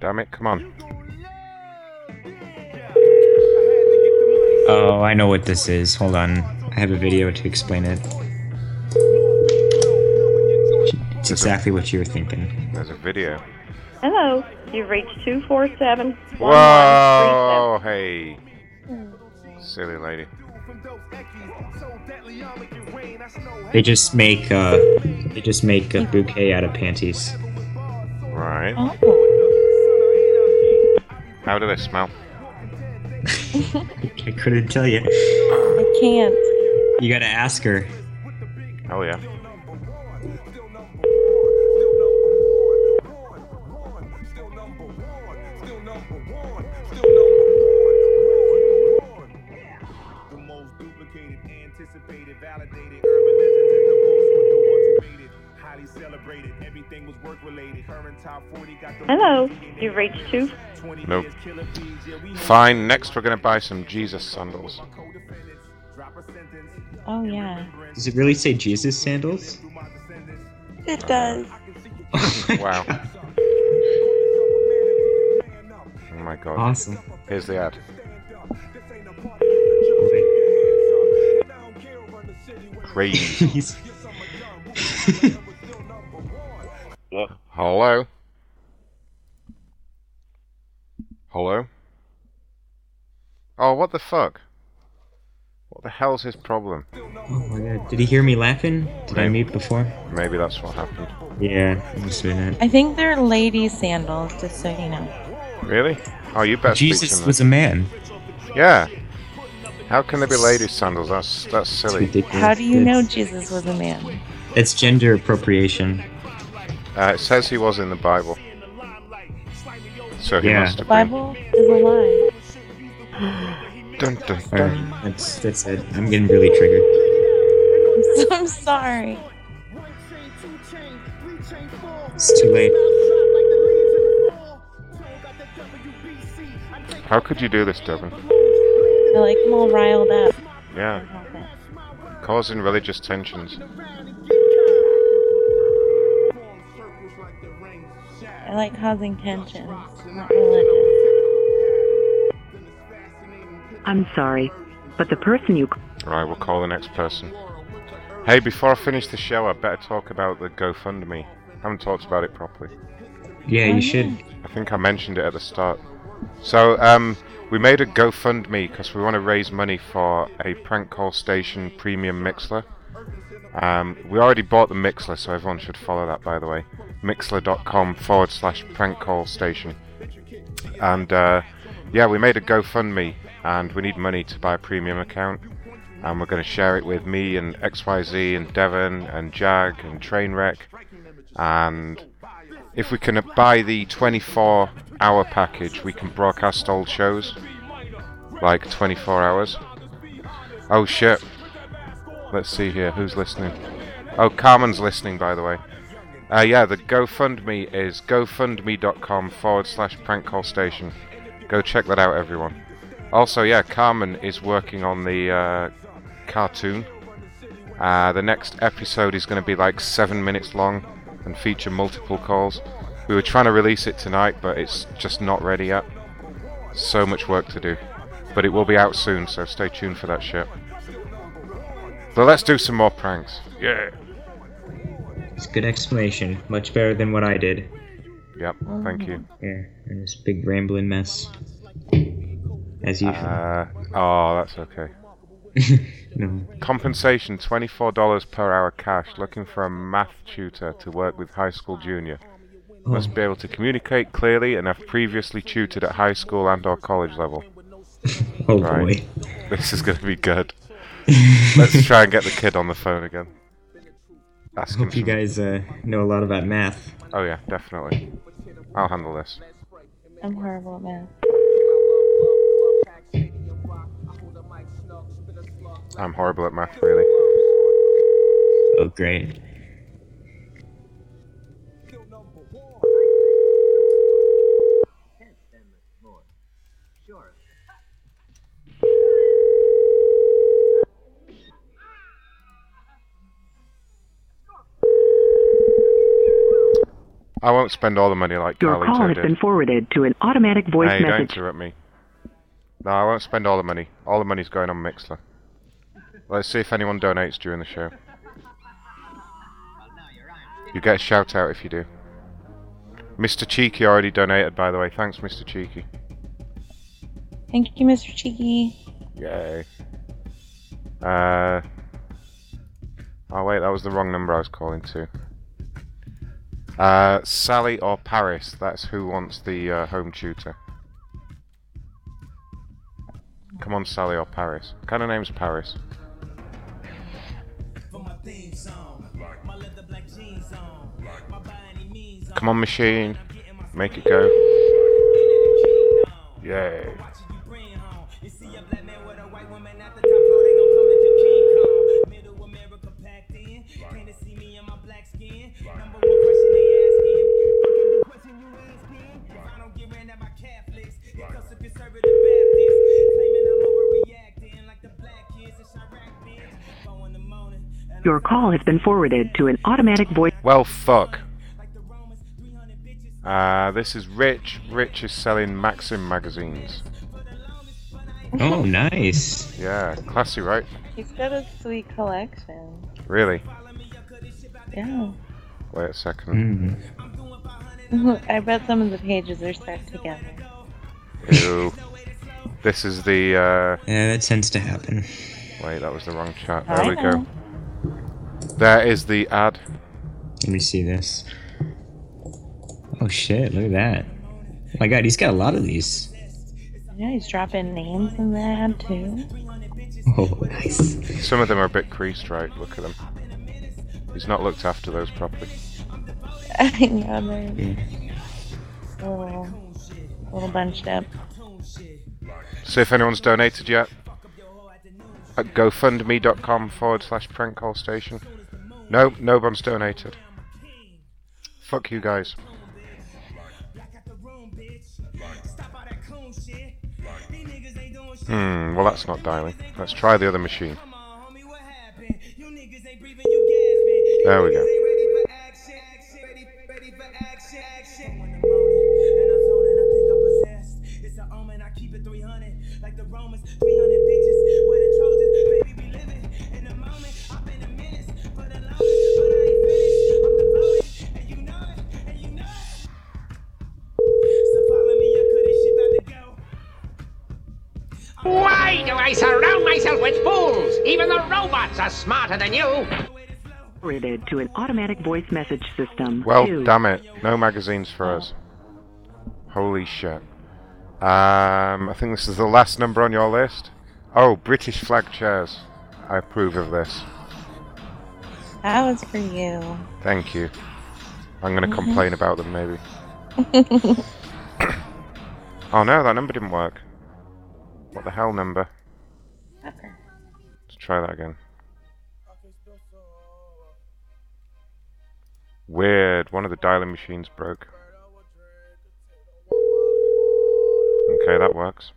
Speaker 12: Damn it, come on.
Speaker 14: Oh, I know what this is. Hold on. I have a video to explain it. It's exactly what you were thinking.
Speaker 12: There's a video.
Speaker 15: Hello. You've reached 247.
Speaker 12: Whoa! Hey! Silly lady.
Speaker 14: They just make uh, they just make a bouquet out of panties.
Speaker 12: Right. How do they smell?
Speaker 14: I couldn't tell you.
Speaker 20: I can't.
Speaker 14: You gotta ask her.
Speaker 12: Oh yeah.
Speaker 15: Hello. You've reached 2.
Speaker 12: Nope. Fine, next we're gonna buy some Jesus sandals.
Speaker 20: Oh yeah.
Speaker 14: Does it really say Jesus sandals?
Speaker 20: It does.
Speaker 12: wow. Oh my god.
Speaker 14: Awesome.
Speaker 12: Here's the ad. Crazy. Hello? Hello? Oh, what the fuck? What the hell's his problem?
Speaker 14: Oh my god. Did he hear me laughing? Did I mute before?
Speaker 12: Maybe that's what happened.
Speaker 14: Yeah, must have been it.
Speaker 20: I think they're lady sandals, just so you know.
Speaker 12: Really? Oh, you better speak to
Speaker 14: Jesus
Speaker 12: him
Speaker 14: was a
Speaker 12: then.
Speaker 14: man.
Speaker 12: Yeah. How can there be ladies' sandals? That's that's silly.
Speaker 20: How do you know Jesus was a man?
Speaker 14: It's gender appropriation.
Speaker 12: Uh, it says he was in the Bible. So he
Speaker 14: Yeah.
Speaker 12: must
Speaker 20: The
Speaker 12: have been.
Speaker 20: Bible is a lie.
Speaker 12: Dun, dun,
Speaker 14: All right, that's that's it. I'm getting really triggered.
Speaker 20: I'm, so, I'm sorry.
Speaker 14: It's too late.
Speaker 12: How could you do this, Devin?
Speaker 20: I like I'm all riled up.
Speaker 12: Yeah. Causing religious tensions.
Speaker 20: I like causing tensions. Not religious.
Speaker 9: I'm sorry, but the person you
Speaker 12: Right, we'll call the next person. Hey, before I finish the show, I better talk about the GoFundMe. I haven't talked about it properly.
Speaker 14: Yeah, you should.
Speaker 12: I think I mentioned it at the start. So, um, we made a GoFundMe because we want to raise money for a prank call station premium Mixler. Um, we already bought the Mixler, so everyone should follow that, by the way. Mixler.com forward slash prank call station. And uh, yeah, we made a GoFundMe, and we need money to buy a premium account. And we're going to share it with me and XYZ and Devon and Jag and Trainwreck. And if we can buy the 24 hour package, we can broadcast old shows like 24 hours. Oh shit. Let's see here. Who's listening? Oh, Carmen's listening, by the way. Uh, yeah, the GoFundMe is gofundme.com forward slash prank call station. Go check that out, everyone. Also, yeah, Carmen is working on the uh, cartoon. Uh, the next episode is going to be like seven minutes long and feature multiple calls. We were trying to release it tonight, but it's just not ready yet. So much work to do. But it will be out soon, so stay tuned for that shit. But let's do some more pranks. Yeah.
Speaker 14: It's a good explanation. Much better than what I did.
Speaker 12: Yep, thank you.
Speaker 14: Yeah, in this big rambling mess. As usual.
Speaker 12: Uh, oh, that's okay.
Speaker 14: no.
Speaker 12: Compensation $24 per hour cash. Looking for a math tutor to work with high school junior. Must be able to communicate clearly and have previously tutored at high school and or college level.
Speaker 14: Oh
Speaker 12: Right.
Speaker 14: boy.
Speaker 12: This is going to be good. Let's try and get the kid on the phone again.
Speaker 14: I hope you guys uh, know a lot about math.
Speaker 12: Oh yeah, definitely. I'll handle this.
Speaker 20: I'm horrible at math.
Speaker 12: I'm horrible at math, really.
Speaker 14: Oh great.
Speaker 12: I won't spend all the money like
Speaker 9: Your
Speaker 12: Carlito
Speaker 9: call has
Speaker 12: did.
Speaker 9: been forwarded to an automatic voice
Speaker 12: hey, don't
Speaker 9: message.
Speaker 12: interrupt me. No, I won't spend all the money. All the money's going on Mixler. Let's see if anyone donates during the show. You get a shout out if you do. Mr. Cheeky already donated, by the way. Thanks, Mr. Cheeky.
Speaker 20: Thank you, Mr. Cheeky.
Speaker 12: Yay. Uh. Oh wait, that was the wrong number I was calling to. Uh, Sally or Paris? That's who wants the uh, home tutor. Come on, Sally or Paris. What kind of name's Paris? Come on, machine. Make it go. Yay.
Speaker 9: Your call has been forwarded to an automatic voice.
Speaker 12: Well, fuck. Uh, this is Rich. Rich is selling Maxim magazines.
Speaker 14: Oh nice.
Speaker 12: Yeah, classy, right?
Speaker 20: He's got a sweet collection.
Speaker 12: Really?
Speaker 20: Yeah.
Speaker 12: Wait a second.
Speaker 20: I bet some of the pages are stuck together.
Speaker 12: Ew. This is the. Uh...
Speaker 14: Hmm. Yeah, that tends to happen.
Speaker 12: Wait, that was the wrong chat. There we go. There is the ad.
Speaker 14: Let me see this. Oh shit, look at that. Oh my god, he's got a lot of these.
Speaker 20: Yeah, he's dropping names in that too.
Speaker 14: Oh, nice.
Speaker 12: Some of them are a bit creased, right? Look at them. He's not looked after those properly.
Speaker 20: yeah, they're a little, a little bunched up.
Speaker 12: See if anyone's donated yet. At gofundme.com forward slash prank call station. No, no one's donated. Fuck you guys. Hmm, well, that's not dialing. Let's try the other machine. There we go.
Speaker 1: Why do I surround myself with fools? Even the robots are smarter than you.
Speaker 9: Forwarded to an automatic voice message system.
Speaker 12: Well,
Speaker 9: Two.
Speaker 12: damn it. No magazines for us. Holy shit. Um, I think this is the last number on your list. Oh, British flag chairs. I approve of this.
Speaker 20: That was for you.
Speaker 12: Thank you. I'm going to
Speaker 20: Mhm.
Speaker 12: complain about them, maybe. Oh no, that number didn't work. What the hell number? Let's try that again. Weird, one of the dialing machines broke. Okay, that works.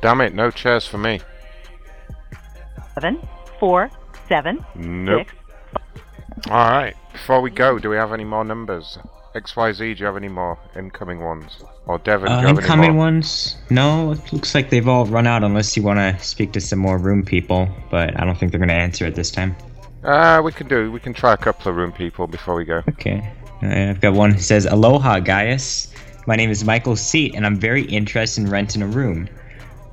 Speaker 12: damn it, no chairs for me.
Speaker 21: Seven, four, seven,
Speaker 12: Nope.
Speaker 21: six.
Speaker 12: All right. Before we go, do we have any more numbers? XYZ, do you have any more incoming ones? Or Devon, do
Speaker 14: Uh,
Speaker 12: you have any
Speaker 14: incoming
Speaker 12: more?
Speaker 14: ones? No, it looks like they've all run out unless you want to speak to some more room people, but I don't think they're going to answer at this time.
Speaker 12: Uh, we can do. We can try a couple of room people before we go.
Speaker 14: Okay. Uh, I've got one who says, Aloha, Gaius. My name is Michael Seat, and I'm very interested in renting a room.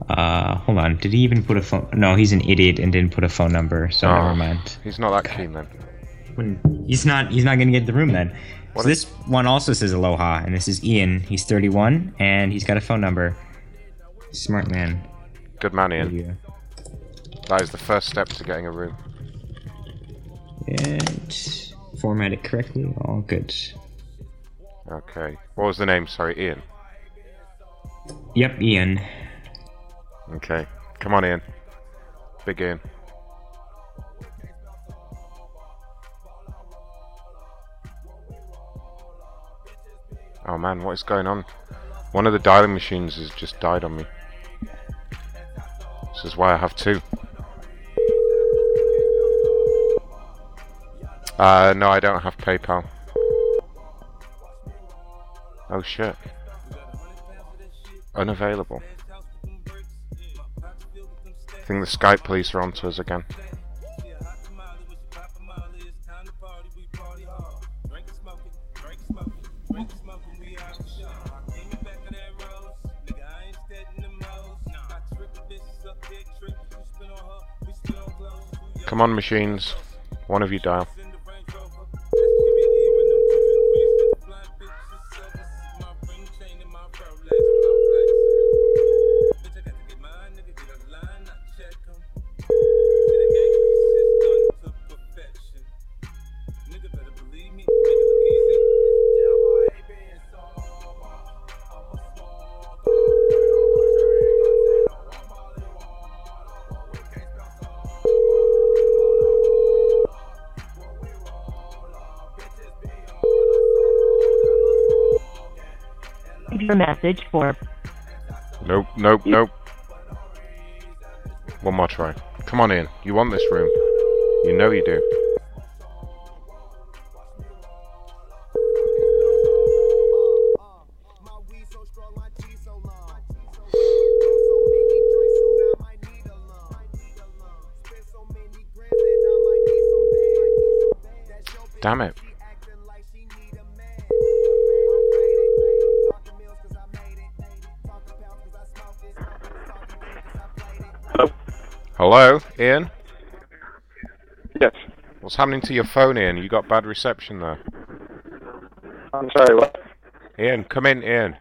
Speaker 14: Uh, hold on. Did he even put a phone? No, he's an idiot and didn't put a phone number, so
Speaker 12: Oh,
Speaker 14: never mind.
Speaker 12: He's not that keen then.
Speaker 14: When- he's not. He's not going to get the room then. so this one also says Aloha, and this is Ian. He's 31, and he's got a phone number. Smart man.
Speaker 12: Good man, Ian. That is the first step to getting a room.
Speaker 14: It format it correctly. All good.
Speaker 12: Okay. What was the name? Sorry, Ian.
Speaker 14: Yep, Ian.
Speaker 12: Okay. Come on, Ian. Big Ian. Oh man, what is going on? One of the dialing machines has just died on me. This is why I have two. Uh, no, I don't have PayPal. Oh shit. Unavailable. I think the Skype police are onto us again. Come on, machines. One of you dial.
Speaker 21: Leave Your message for
Speaker 12: Nope, nope, nope. One more try. Come on in. You want this room. You know you do. Damn it. Hello, Ian? Yes. What's happening to your phone, Ian? You got bad reception there.
Speaker 11: I'm sorry, what?
Speaker 12: Ian, come in, Ian.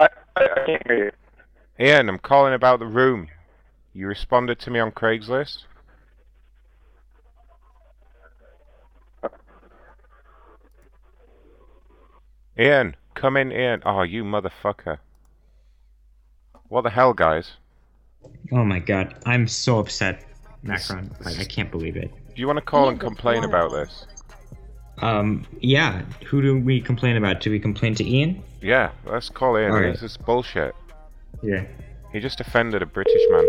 Speaker 11: I, I can't hear you.
Speaker 12: Ian, I'm calling about the room. You responded to me on Craigslist? Ian, come in, Ian. Oh, you motherfucker. What the hell, guys?
Speaker 14: Oh my god, I'm so upset, Macron. Like, I can't believe it.
Speaker 12: Do you want to call and complain about this?
Speaker 14: Um, yeah. Who do we complain about? Do we complain to Ian?
Speaker 12: Yeah, let's call Ian.
Speaker 14: Alright.
Speaker 12: This is bullshit.
Speaker 14: Yeah.
Speaker 12: He just offended a British man.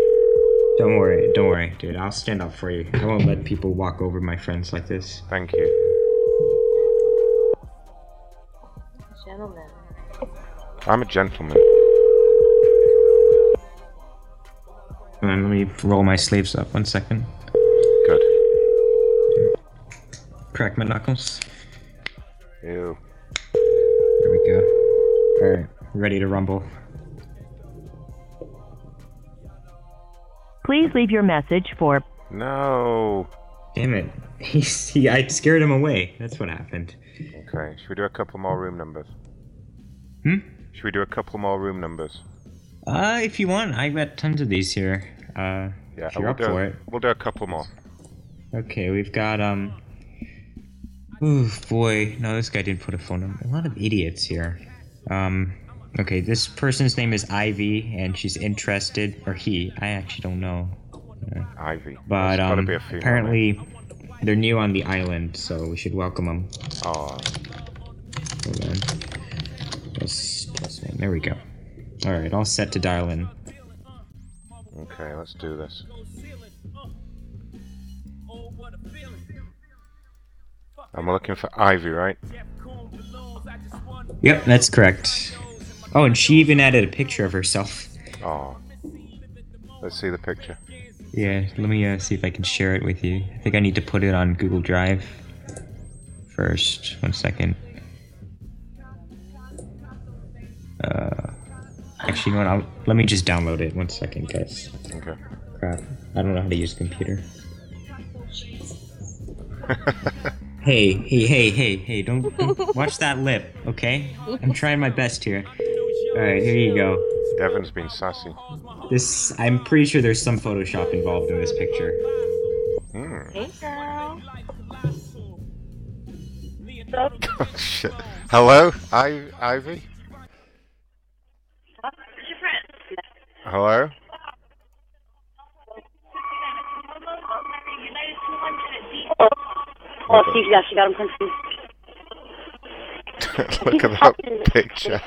Speaker 14: Don't worry, don't worry, dude. I'll stand up for you. I won't let people walk over my friends like this.
Speaker 12: Thank you.
Speaker 20: Gentlemen.
Speaker 12: I'm a gentleman.
Speaker 14: And let me roll my sleeves up one second.
Speaker 12: Good.
Speaker 14: Crack my knuckles.
Speaker 12: Ew.
Speaker 14: There we go. All right, ready to rumble.
Speaker 21: Please leave your message for
Speaker 12: No.
Speaker 14: Damn it. He's, he, I scared him away. That's what happened.
Speaker 12: Okay, should we do a couple more room numbers?
Speaker 14: Hmm?
Speaker 12: Should we do a couple more room numbers?
Speaker 14: Uh, if you want, I've got tons of these here. Uh,
Speaker 12: Yeah,
Speaker 14: if you're
Speaker 12: we'll,
Speaker 14: up
Speaker 12: do,
Speaker 14: for it.
Speaker 12: we'll do a couple more.
Speaker 14: Okay, we've got um. Ooh boy, no, this guy didn't put a phone number. A lot of idiots here. Um, okay, this person's name is Ivy, and she's interested, or he. I actually don't know. Uh,
Speaker 12: Ivy.
Speaker 14: But
Speaker 12: It's gotta
Speaker 14: um,
Speaker 12: be a female
Speaker 14: apparently, they're new on the island, so we should welcome them.
Speaker 12: Oh.
Speaker 14: Hold on. Plus, plus name. There we go. All right, all set to dial in.
Speaker 12: Okay, let's do this. And we're looking for Ivy, right?
Speaker 14: Yep, that's correct. Oh, and she even added a picture of herself.
Speaker 12: Oh. Let's see the picture.
Speaker 14: Yeah, let me uh, see if I can share it with you. I think I need to put it on Google Drive first. One second. Uh, actually, you know what? I'll, let me just download it. One second, guys.
Speaker 12: Okay.
Speaker 14: Crap. I don't know how to use a computer. hey, hey, hey, hey, hey! Don't, don't watch that lip, okay? I'm trying my best here. All right, here you go.
Speaker 12: Devin's being sassy.
Speaker 14: This, I'm pretty sure there's some Photoshop involved in this picture.
Speaker 12: Hmm.
Speaker 25: Hey, girl.
Speaker 12: Oh, shit. Hello, I, Ivy. Hello.
Speaker 7: Oh, she, yeah, she got him confused.
Speaker 12: Look at that picture.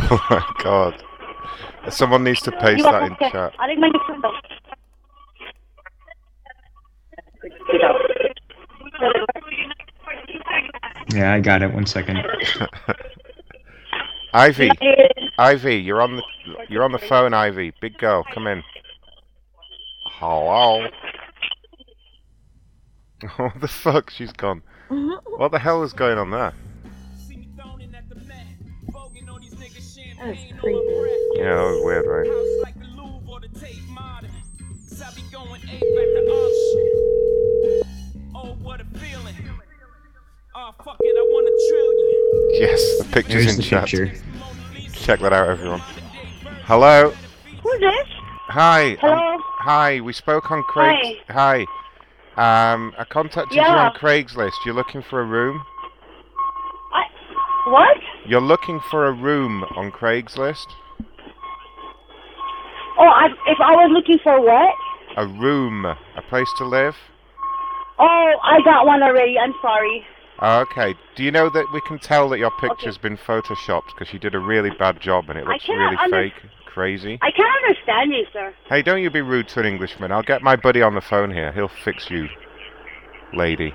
Speaker 12: oh my god. Someone needs to paste that in chat.
Speaker 7: I didn't make it for
Speaker 14: Yeah, I got it. One second.
Speaker 12: Ivy, Ivy, you're on the you're on the phone. Ivy, big girl, come in. Hello. What the fuck? She's gone. What the hell is going on there? Yeah, that was weird, right? Yes, the picture's
Speaker 14: Here's
Speaker 12: in
Speaker 14: the
Speaker 12: chat.
Speaker 14: picture.
Speaker 12: Check that out, everyone. Hello.
Speaker 7: Who's this?
Speaker 12: Hi. um,
Speaker 7: Hello?
Speaker 12: hi. We spoke on Craig's. Hi. Um, I contacted you
Speaker 7: Yeah.
Speaker 12: on Craigslist. You're looking for a room.
Speaker 7: What?
Speaker 12: You're looking for a room on Craigslist.
Speaker 7: Oh, I, if I was looking for what?
Speaker 12: A room, a place to live.
Speaker 7: Oh, I got one already. I'm sorry.
Speaker 12: Oh, Okay. Do you know that we can tell that your picture's been photoshopped because you did a really bad job and it
Speaker 7: I
Speaker 12: looks
Speaker 7: cannot
Speaker 12: really
Speaker 7: under-
Speaker 12: fake, crazy?
Speaker 7: I can't understand you, sir.
Speaker 12: Hey, don't you be rude to an Englishman. I'll get my buddy on the phone here. He'll fix you, lady.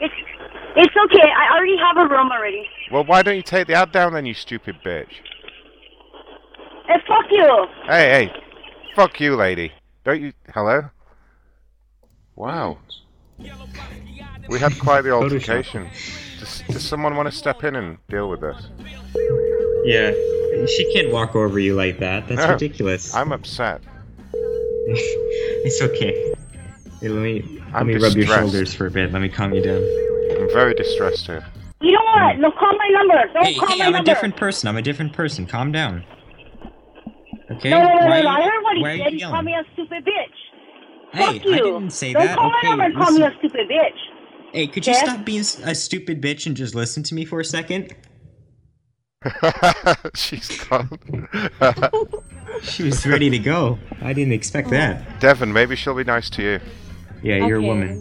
Speaker 7: It's it's okay. I already have a room already.
Speaker 12: Well, why don't you take the ad down then, you stupid bitch?
Speaker 7: Hey, Eh, fuck you.
Speaker 12: Hey, hey, fuck you, lady. Don't you? Hello. Wow. We had quite the altercation. Does, does someone want to step in and deal with this?
Speaker 14: Yeah, she can't walk over you like that. That's
Speaker 12: No.
Speaker 14: ridiculous.
Speaker 12: I'm upset.
Speaker 14: it's okay. Here, let me let
Speaker 12: I'm
Speaker 14: me rub your
Speaker 12: distressed.
Speaker 14: shoulders for a bit. Let me calm you down.
Speaker 12: I'm very distressed here.
Speaker 7: You know what? No, call my number. Don't
Speaker 14: Hmm. Hey,
Speaker 7: call
Speaker 14: hey,
Speaker 7: my
Speaker 14: I'm a
Speaker 7: number.
Speaker 14: different person. I'm a different person. Calm down. Okay.
Speaker 7: No, no, no,
Speaker 14: why
Speaker 7: no, no. I
Speaker 14: are you-
Speaker 7: heard what
Speaker 14: why are
Speaker 7: he
Speaker 14: you
Speaker 7: said. He called
Speaker 14: yelling?
Speaker 7: me a stupid bitch.
Speaker 14: Hey,
Speaker 7: fuck you.
Speaker 14: I didn't say
Speaker 7: Don't
Speaker 14: that.
Speaker 7: call
Speaker 14: okay,
Speaker 7: my number and call me
Speaker 14: listen.
Speaker 7: a stupid bitch.
Speaker 14: Hey, could you
Speaker 7: Yes?
Speaker 14: stop being s- a stupid bitch and just listen to me for a second?
Speaker 12: She's gone.
Speaker 14: she was ready to go. I didn't expect that.
Speaker 12: Devon, maybe she'll be nice to you.
Speaker 14: Yeah, you're a woman.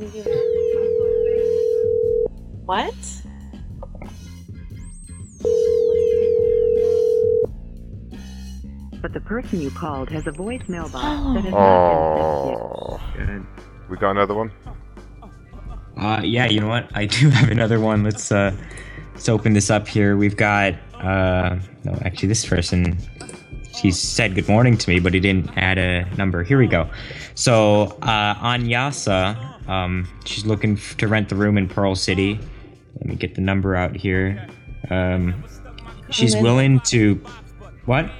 Speaker 20: What?
Speaker 9: But the person you called has a voicemail box that has
Speaker 12: Oh. We got another one?
Speaker 14: Uh, yeah, you know what? I do have another one. Let's uh, let's open this up here. We've got uh, no, actually, this person, she said good morning to me, but he didn't add a number. Here we go. So uh, Anyasa, um, she's looking f- to rent the room in Pearl City. Let me get the number out here. Um, she's
Speaker 20: Who is-
Speaker 14: willing to what?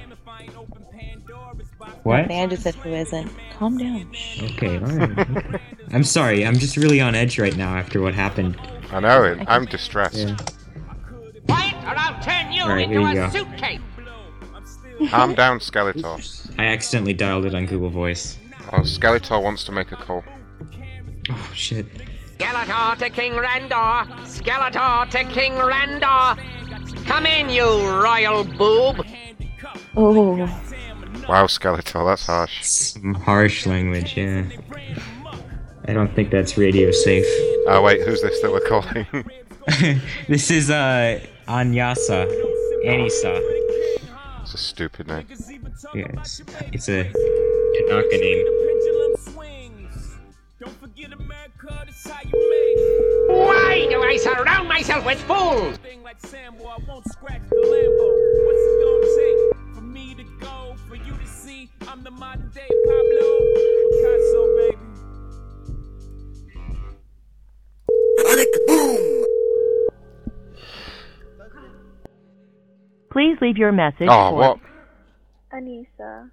Speaker 14: What?
Speaker 20: Okay, I just said who isn't. Calm down. Shh.
Speaker 14: Okay, all right. I'm sorry. I'm just really on edge right now after what happened.
Speaker 12: I know it. I'm distressed.
Speaker 1: Or I'll turn you
Speaker 14: All right,
Speaker 1: into
Speaker 14: here
Speaker 1: a
Speaker 14: you go.
Speaker 1: suitcase.
Speaker 12: I'm down, Skeletor.
Speaker 14: I accidentally dialed it on Google Voice.
Speaker 12: Oh, Skeletor wants to make a call.
Speaker 14: Oh shit.
Speaker 1: Skeletor to King Randor. Skeletor to King Randor. Come in, you royal boob.
Speaker 20: Oh.
Speaker 12: Wow, Skeletor, that's harsh.
Speaker 14: Harsh language, yeah. I don't think that's radio safe.
Speaker 12: Oh, wait, who's this that we're calling?
Speaker 14: this is uh Anyasa. Anisa.
Speaker 12: It's a stupid name.
Speaker 14: Yeah, it's, it's a Tanaka name.
Speaker 1: Why do I surround myself with fools?
Speaker 21: Please leave your message.
Speaker 12: Oh,
Speaker 21: for-
Speaker 12: what?
Speaker 6: Anissa.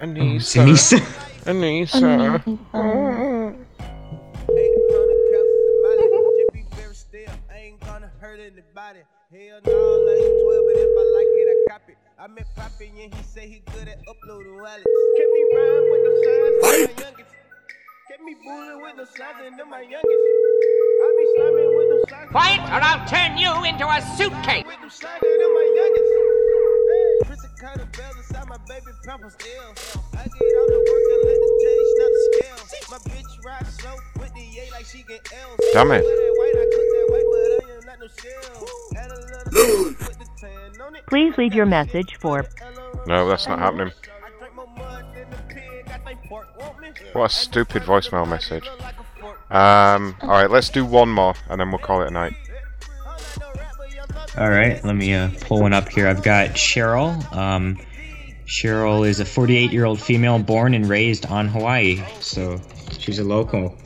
Speaker 12: Anissa.
Speaker 14: Anissa.
Speaker 12: Anissa.
Speaker 1: Quiet, or I'll turn you into a suitcase.
Speaker 12: Damn it.
Speaker 21: Please leave your message for
Speaker 12: No, that's not happening. What a stupid voicemail message. Um, alright, let's do one more and then we'll call it a night.
Speaker 14: All right, let me uh, pull one up here. I've got Cheryl. Um, Cheryl is a 48 year old female born and raised on Hawaii, so she's a local.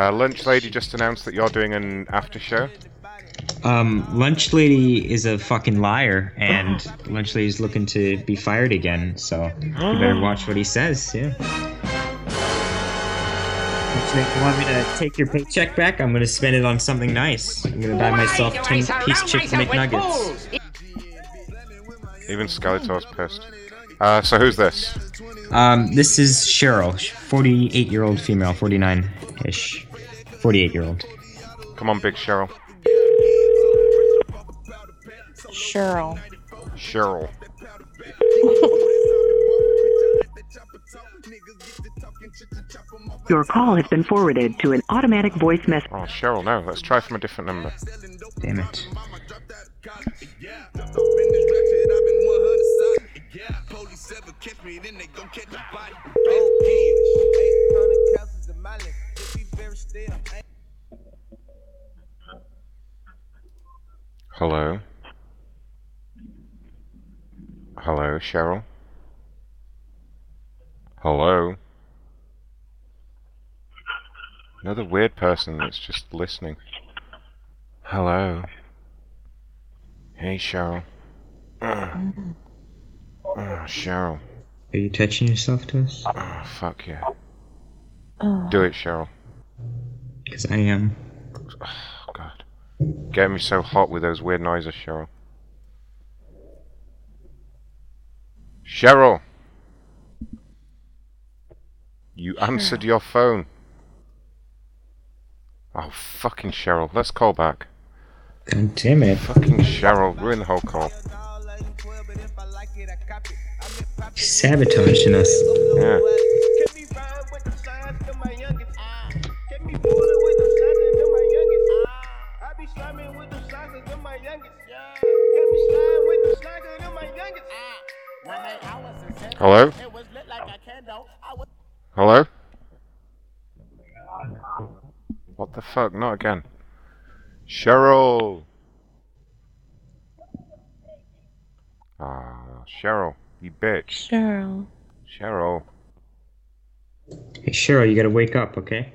Speaker 12: Uh, Lunch Lady just announced that you're doing an after show.
Speaker 14: Um, Lunch Lady is a fucking liar, and Lunch Lady's looking to be fired again, so you better watch what he says, yeah. Lunch Lady, you want me to take your paycheck back? I'm gonna spend it on something nice. I'm gonna buy myself 10 piece chicken McNuggets.
Speaker 12: Even Skeletor's pissed. Uh, so who's this?
Speaker 14: Um, this is Cheryl, 48 year old female, 49 ish. 48 year old.
Speaker 12: Come on, Big Cheryl.
Speaker 20: Cheryl.
Speaker 12: Cheryl.
Speaker 9: Your call has been forwarded to an automatic voice message.
Speaker 12: Oh, Cheryl, no. Let's try from a different number.
Speaker 14: Damn it.
Speaker 12: Hello. Hello, Cheryl. Hello. Another weird person that's just listening. Hello. Hey, Cheryl. Ugh. Ugh, Ah, Cheryl.
Speaker 14: Are you touching yourself to us?
Speaker 12: Oh, fuck yeah. Do it, Cheryl.
Speaker 14: Because I am.
Speaker 12: Oh, God. Getting me so hot with those weird noises, Cheryl. Cheryl! You answered your phone. Oh, fucking Cheryl. Let's call back.
Speaker 14: God damn it.
Speaker 12: Fucking Cheryl. Ruin the whole call.
Speaker 14: Sabotaging us.
Speaker 12: Yeah. Hello? Hello? What the fuck? Not again. Cheryl! Ah, Cheryl, you bitch.
Speaker 20: Cheryl.
Speaker 12: Cheryl.
Speaker 14: Hey, Cheryl, you gotta wake up, okay?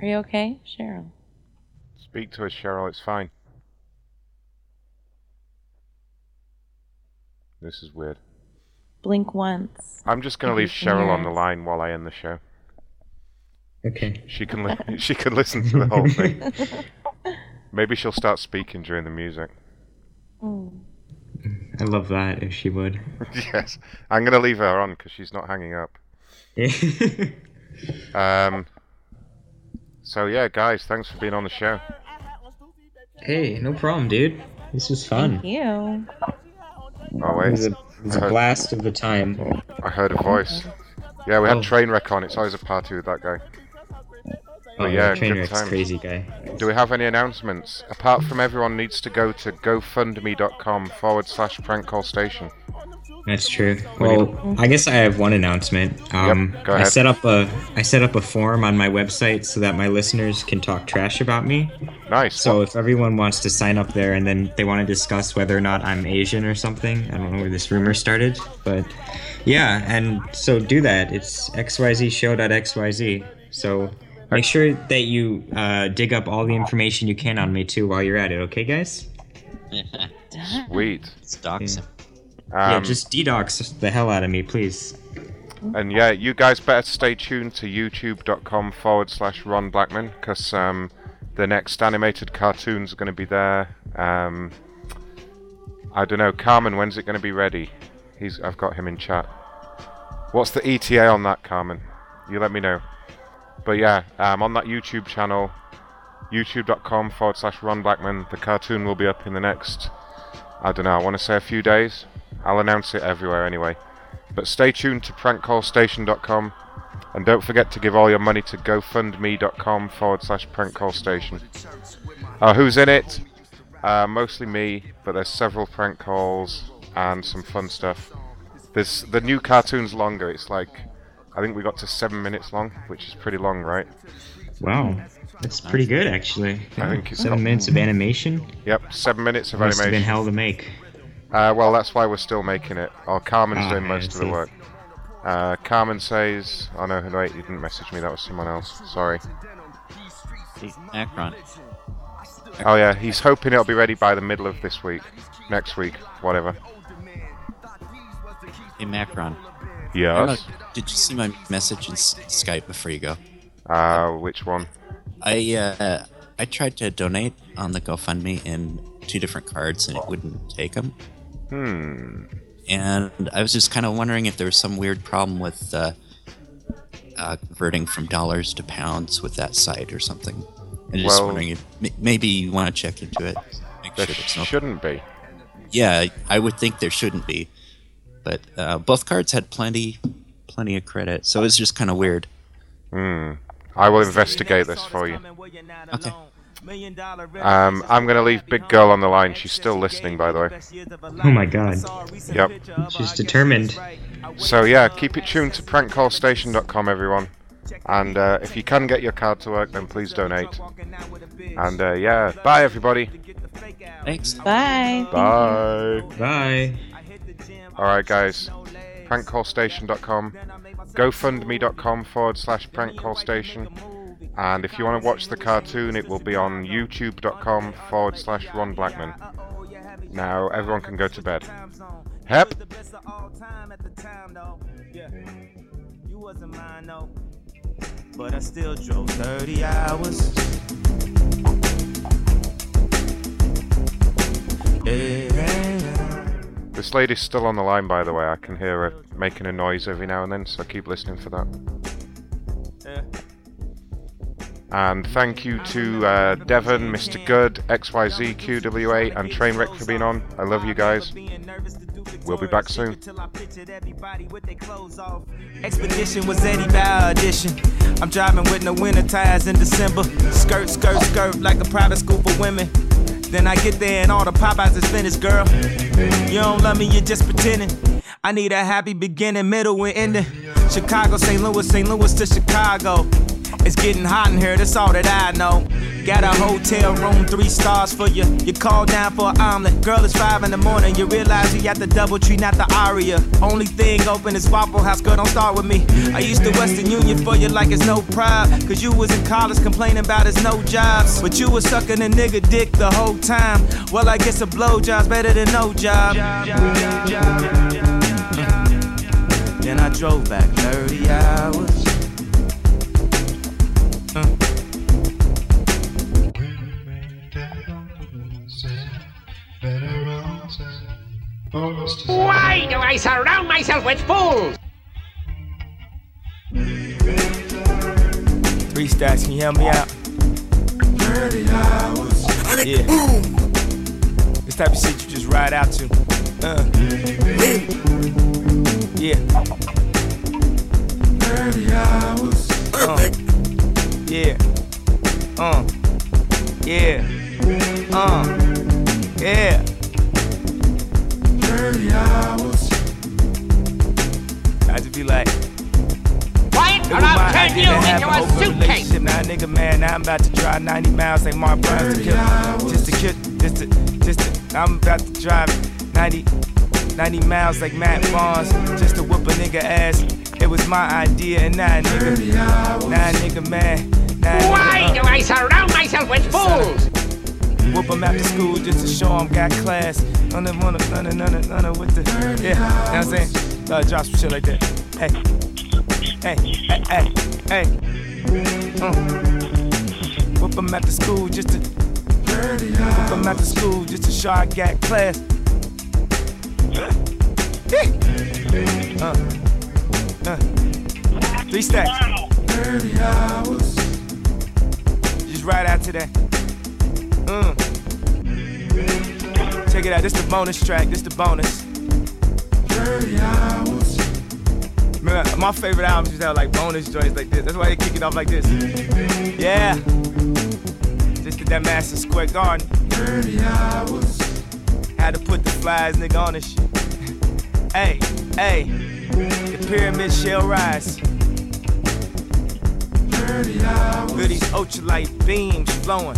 Speaker 20: Are you okay, Cheryl?
Speaker 12: Speak to us, Cheryl. It's fine. This is weird.
Speaker 20: Blink once.
Speaker 12: I'm just gonna leave
Speaker 20: Everything
Speaker 12: Cheryl on the
Speaker 20: else.
Speaker 12: line while I end the show.
Speaker 14: Okay.
Speaker 12: She can li- she can listen to the whole thing. Maybe she'll start speaking during the music.
Speaker 14: I love that if she would.
Speaker 12: yes, I'm gonna leave her on because she's not hanging up. Um. So yeah, guys, thanks for being on the show.
Speaker 14: hey, no problem, dude. This was fun.
Speaker 20: Thank you.
Speaker 12: Oh
Speaker 14: It was a,
Speaker 12: wait,
Speaker 14: it was a blast of the time. Oh.
Speaker 12: I heard a voice. Yeah, we had Trainwreck on. It's always a party with that guy. But
Speaker 14: Oh,
Speaker 12: yeah,
Speaker 14: train
Speaker 12: good
Speaker 14: wreck's
Speaker 12: times.
Speaker 14: crazy guy.
Speaker 12: Do we have any announcements? Apart from everyone needs to go to gofundme.com forward slash prank call station.
Speaker 14: That's true. Well, I guess I have one announcement. Um,
Speaker 12: go
Speaker 14: I
Speaker 12: ahead.
Speaker 14: set up a I set up a forum on my website so that my listeners can talk trash about me.
Speaker 12: Nice.
Speaker 14: So if everyone wants to sign up there and then they want to discuss whether or not I'm Asian or something, I don't know where this rumor started, but yeah, and so do that. It's xyzshow.xyz. So make sure that you uh, dig up all the information you can on me too while you're at it. Okay, guys?
Speaker 12: Sweet.
Speaker 14: Dox him. yeah,
Speaker 12: Um,
Speaker 14: just dedox the hell out of me, please.
Speaker 12: And yeah, you guys better stay tuned to youtube.com forward slash Ron Blackman because um, the next animated cartoons are going to be there. Um, I don't know, Carmen, when's it going to be ready? He's, I've got him in chat. What's the ETA on that, Carmen? You let me know. But yeah, um, on that YouTube channel, youtube.com forward slash Ron Blackman, the cartoon will be up in the next, I don't know, I want to say a few days. I'll announce it everywhere anyway. But stay tuned to prankcallstation.com and don't forget to give all your money to gofundme.com forward slash prankcallstation. Uh, who's in it? Uh, mostly me, but there's several prank calls and some fun stuff. This the new cartoon's longer. It's like I think we got to seven minutes long, which is pretty long, right?
Speaker 14: Wow. That's pretty good, actually.
Speaker 12: I think it's
Speaker 14: seven
Speaker 12: got-
Speaker 14: minutes of animation.
Speaker 12: Yep, seven minutes of
Speaker 14: Must have
Speaker 12: animation.
Speaker 14: been hell to make.
Speaker 12: Uh, well, that's why we're still making it. Or Carmen's
Speaker 14: Ah,
Speaker 12: doing
Speaker 14: I
Speaker 12: most of the
Speaker 14: see.
Speaker 12: work. Uh, Carmen says, "Oh no, no, wait, you didn't message me. That was someone else. Sorry."
Speaker 2: Akron.
Speaker 12: Oh yeah, he's hoping it'll be ready by the middle of this week, next week, whatever.
Speaker 2: Hey, Macron.
Speaker 12: Yes.
Speaker 2: I don't know, Did you see my message in S- Skype before you go?
Speaker 12: Uh, which one?
Speaker 2: I uh, I tried to donate on the GoFundMe in two different cards, and it wouldn't take them.
Speaker 12: Hmm.
Speaker 2: And I was just kind of wondering if there was some weird problem with uh, uh, converting from dollars to pounds with that site or something. I'm just
Speaker 12: Well-
Speaker 2: wondering if m- maybe you want to check into it. Make sure there's no
Speaker 12: shouldn't be.
Speaker 2: Yeah, I would think there shouldn't be, but uh, both cards had plenty, plenty of credit, so it's just kind of weird.
Speaker 12: Hmm. I will investigate this for you. Okay. Um, I'm gonna leave Big Girl on the line. She's still listening, by the way.
Speaker 14: Oh my god.
Speaker 12: Yep.
Speaker 14: She's determined.
Speaker 12: So yeah, keep it tuned to prankcallstation.com, everyone. And uh, if you can get your card to work, then please donate. And uh, yeah, bye everybody.
Speaker 2: Thanks.
Speaker 20: Bye.
Speaker 12: Bye.
Speaker 14: Bye.
Speaker 12: All right, guys. Prankcallstation.com, GoFundMe.com forward slash prankcallstation, and if you want to watch the cartoon, it will be on YouTube.com forward slash Ron Blackman. Now everyone can go to bed. Hep.
Speaker 29: But I still drove 30 hours.
Speaker 12: This lady's still on the line, by the way. I can hear her making a noise every now and then, so keep listening for that. And thank you to uh, Devon, Mr. Good, XYZ, QWA, and Trainwreck for being on. I love you guys. We'll be back soon.
Speaker 29: Expedition was Eddie Bauer edition. I'm driving with no winter tires in December. Skirt, skirt, skirt, like a private school for women. Then I get there and all the Popeyes is finished, girl. You don't love me, you're just pretending. I need a happy beginning, middle, and ending. Chicago, St. Louis, St. Louis to Chicago. It's getting hot in here, that's all that I know. Got a hotel room, three stars for you. You call down for an omelet. Girl, it's five in the morning. You realize you got the double tree, not the aria. Only thing open is Waffle House, girl, don't start with me. I used to Western Union for you like it's no pride. Cause you was in college complaining about it's no jobs. But you was sucking a nigga dick the whole time. Well, I guess a blowjob's better than no job. Then I drove back 30 hours.
Speaker 1: Why do I surround myself with fools?
Speaker 29: Three stacks, can you help me out? Yeah. This type of shit you just ride out to. Uh. Yeah. Uh. Uh. Yeah.
Speaker 1: a suitcase.
Speaker 29: Relationship, now nigga mad, now I'm about to drive 90 miles, ain't Mark Brown's to kill. Just to kill, just to, just to, I'm about to drive 90, 90 miles like Matt Barnes, just to whip a nigga ass. It was my idea, and now a nigga, now a nigga mad. Now a nigga
Speaker 1: Why
Speaker 29: up.
Speaker 1: do I surround myself with fools?
Speaker 29: Whoop 'em after school just to show 'em got class. None of none of none of none of none of with the yeah. You know what I'm saying? Uh, drop some shit like that. Hey, hey, hey, hey, hey. Mm. Whoop 'em after school just to. Whoop 'em after school just to show I got class. Yeah. Uh, uh. Three stacks. Thirty hours. Just right after that. Mm. Check it out, this the bonus track, this the bonus. Man, my favorite albums just have like bonus joints like this. That's why they kick it off like this. Yeah. Just did that Madison Square Garden. Had to put the flies, nigga, on this shit. hey, hey, the pyramid shall rise. Goodies, ultralight beams flowing.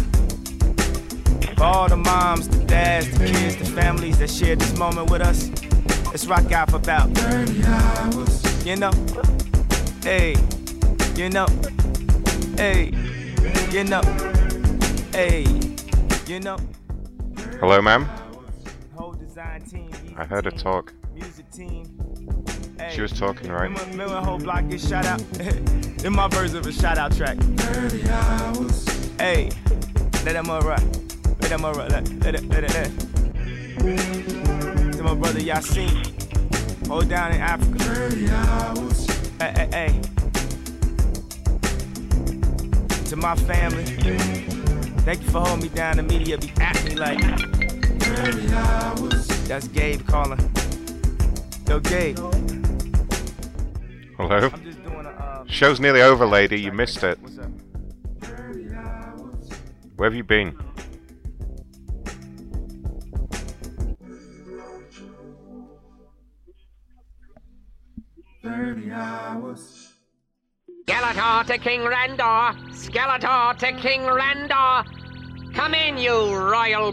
Speaker 29: For all the moms, the dads, the kids, the families that shared this moment with us, let's rock out for about 30 hours. You know, hey, you know, hey, you know, hey, you know.
Speaker 12: Hello, ma'am.
Speaker 29: Whole design team,
Speaker 12: I heard her talk.
Speaker 29: music team.
Speaker 12: She was talking, right?
Speaker 29: Remember, remember whole block is shout out. In my verse of a shout out track. 30 hours. Hey, let that mother rock. Let that mother rock. Let, let, it- let, it- let, it. To my brother Yasin. Hold down in Africa. 30 hours. Hey, hey, hey. To my family. Thank you for holding me down. The media be at me like. 30 hours. That's Gabe calling. Yo, Gabe.
Speaker 12: Hello. Show's nearly over, lady. You missed it. Where have you been?
Speaker 1: Skeletor to King Randor. Skeletor to King Randor. Come in, you royal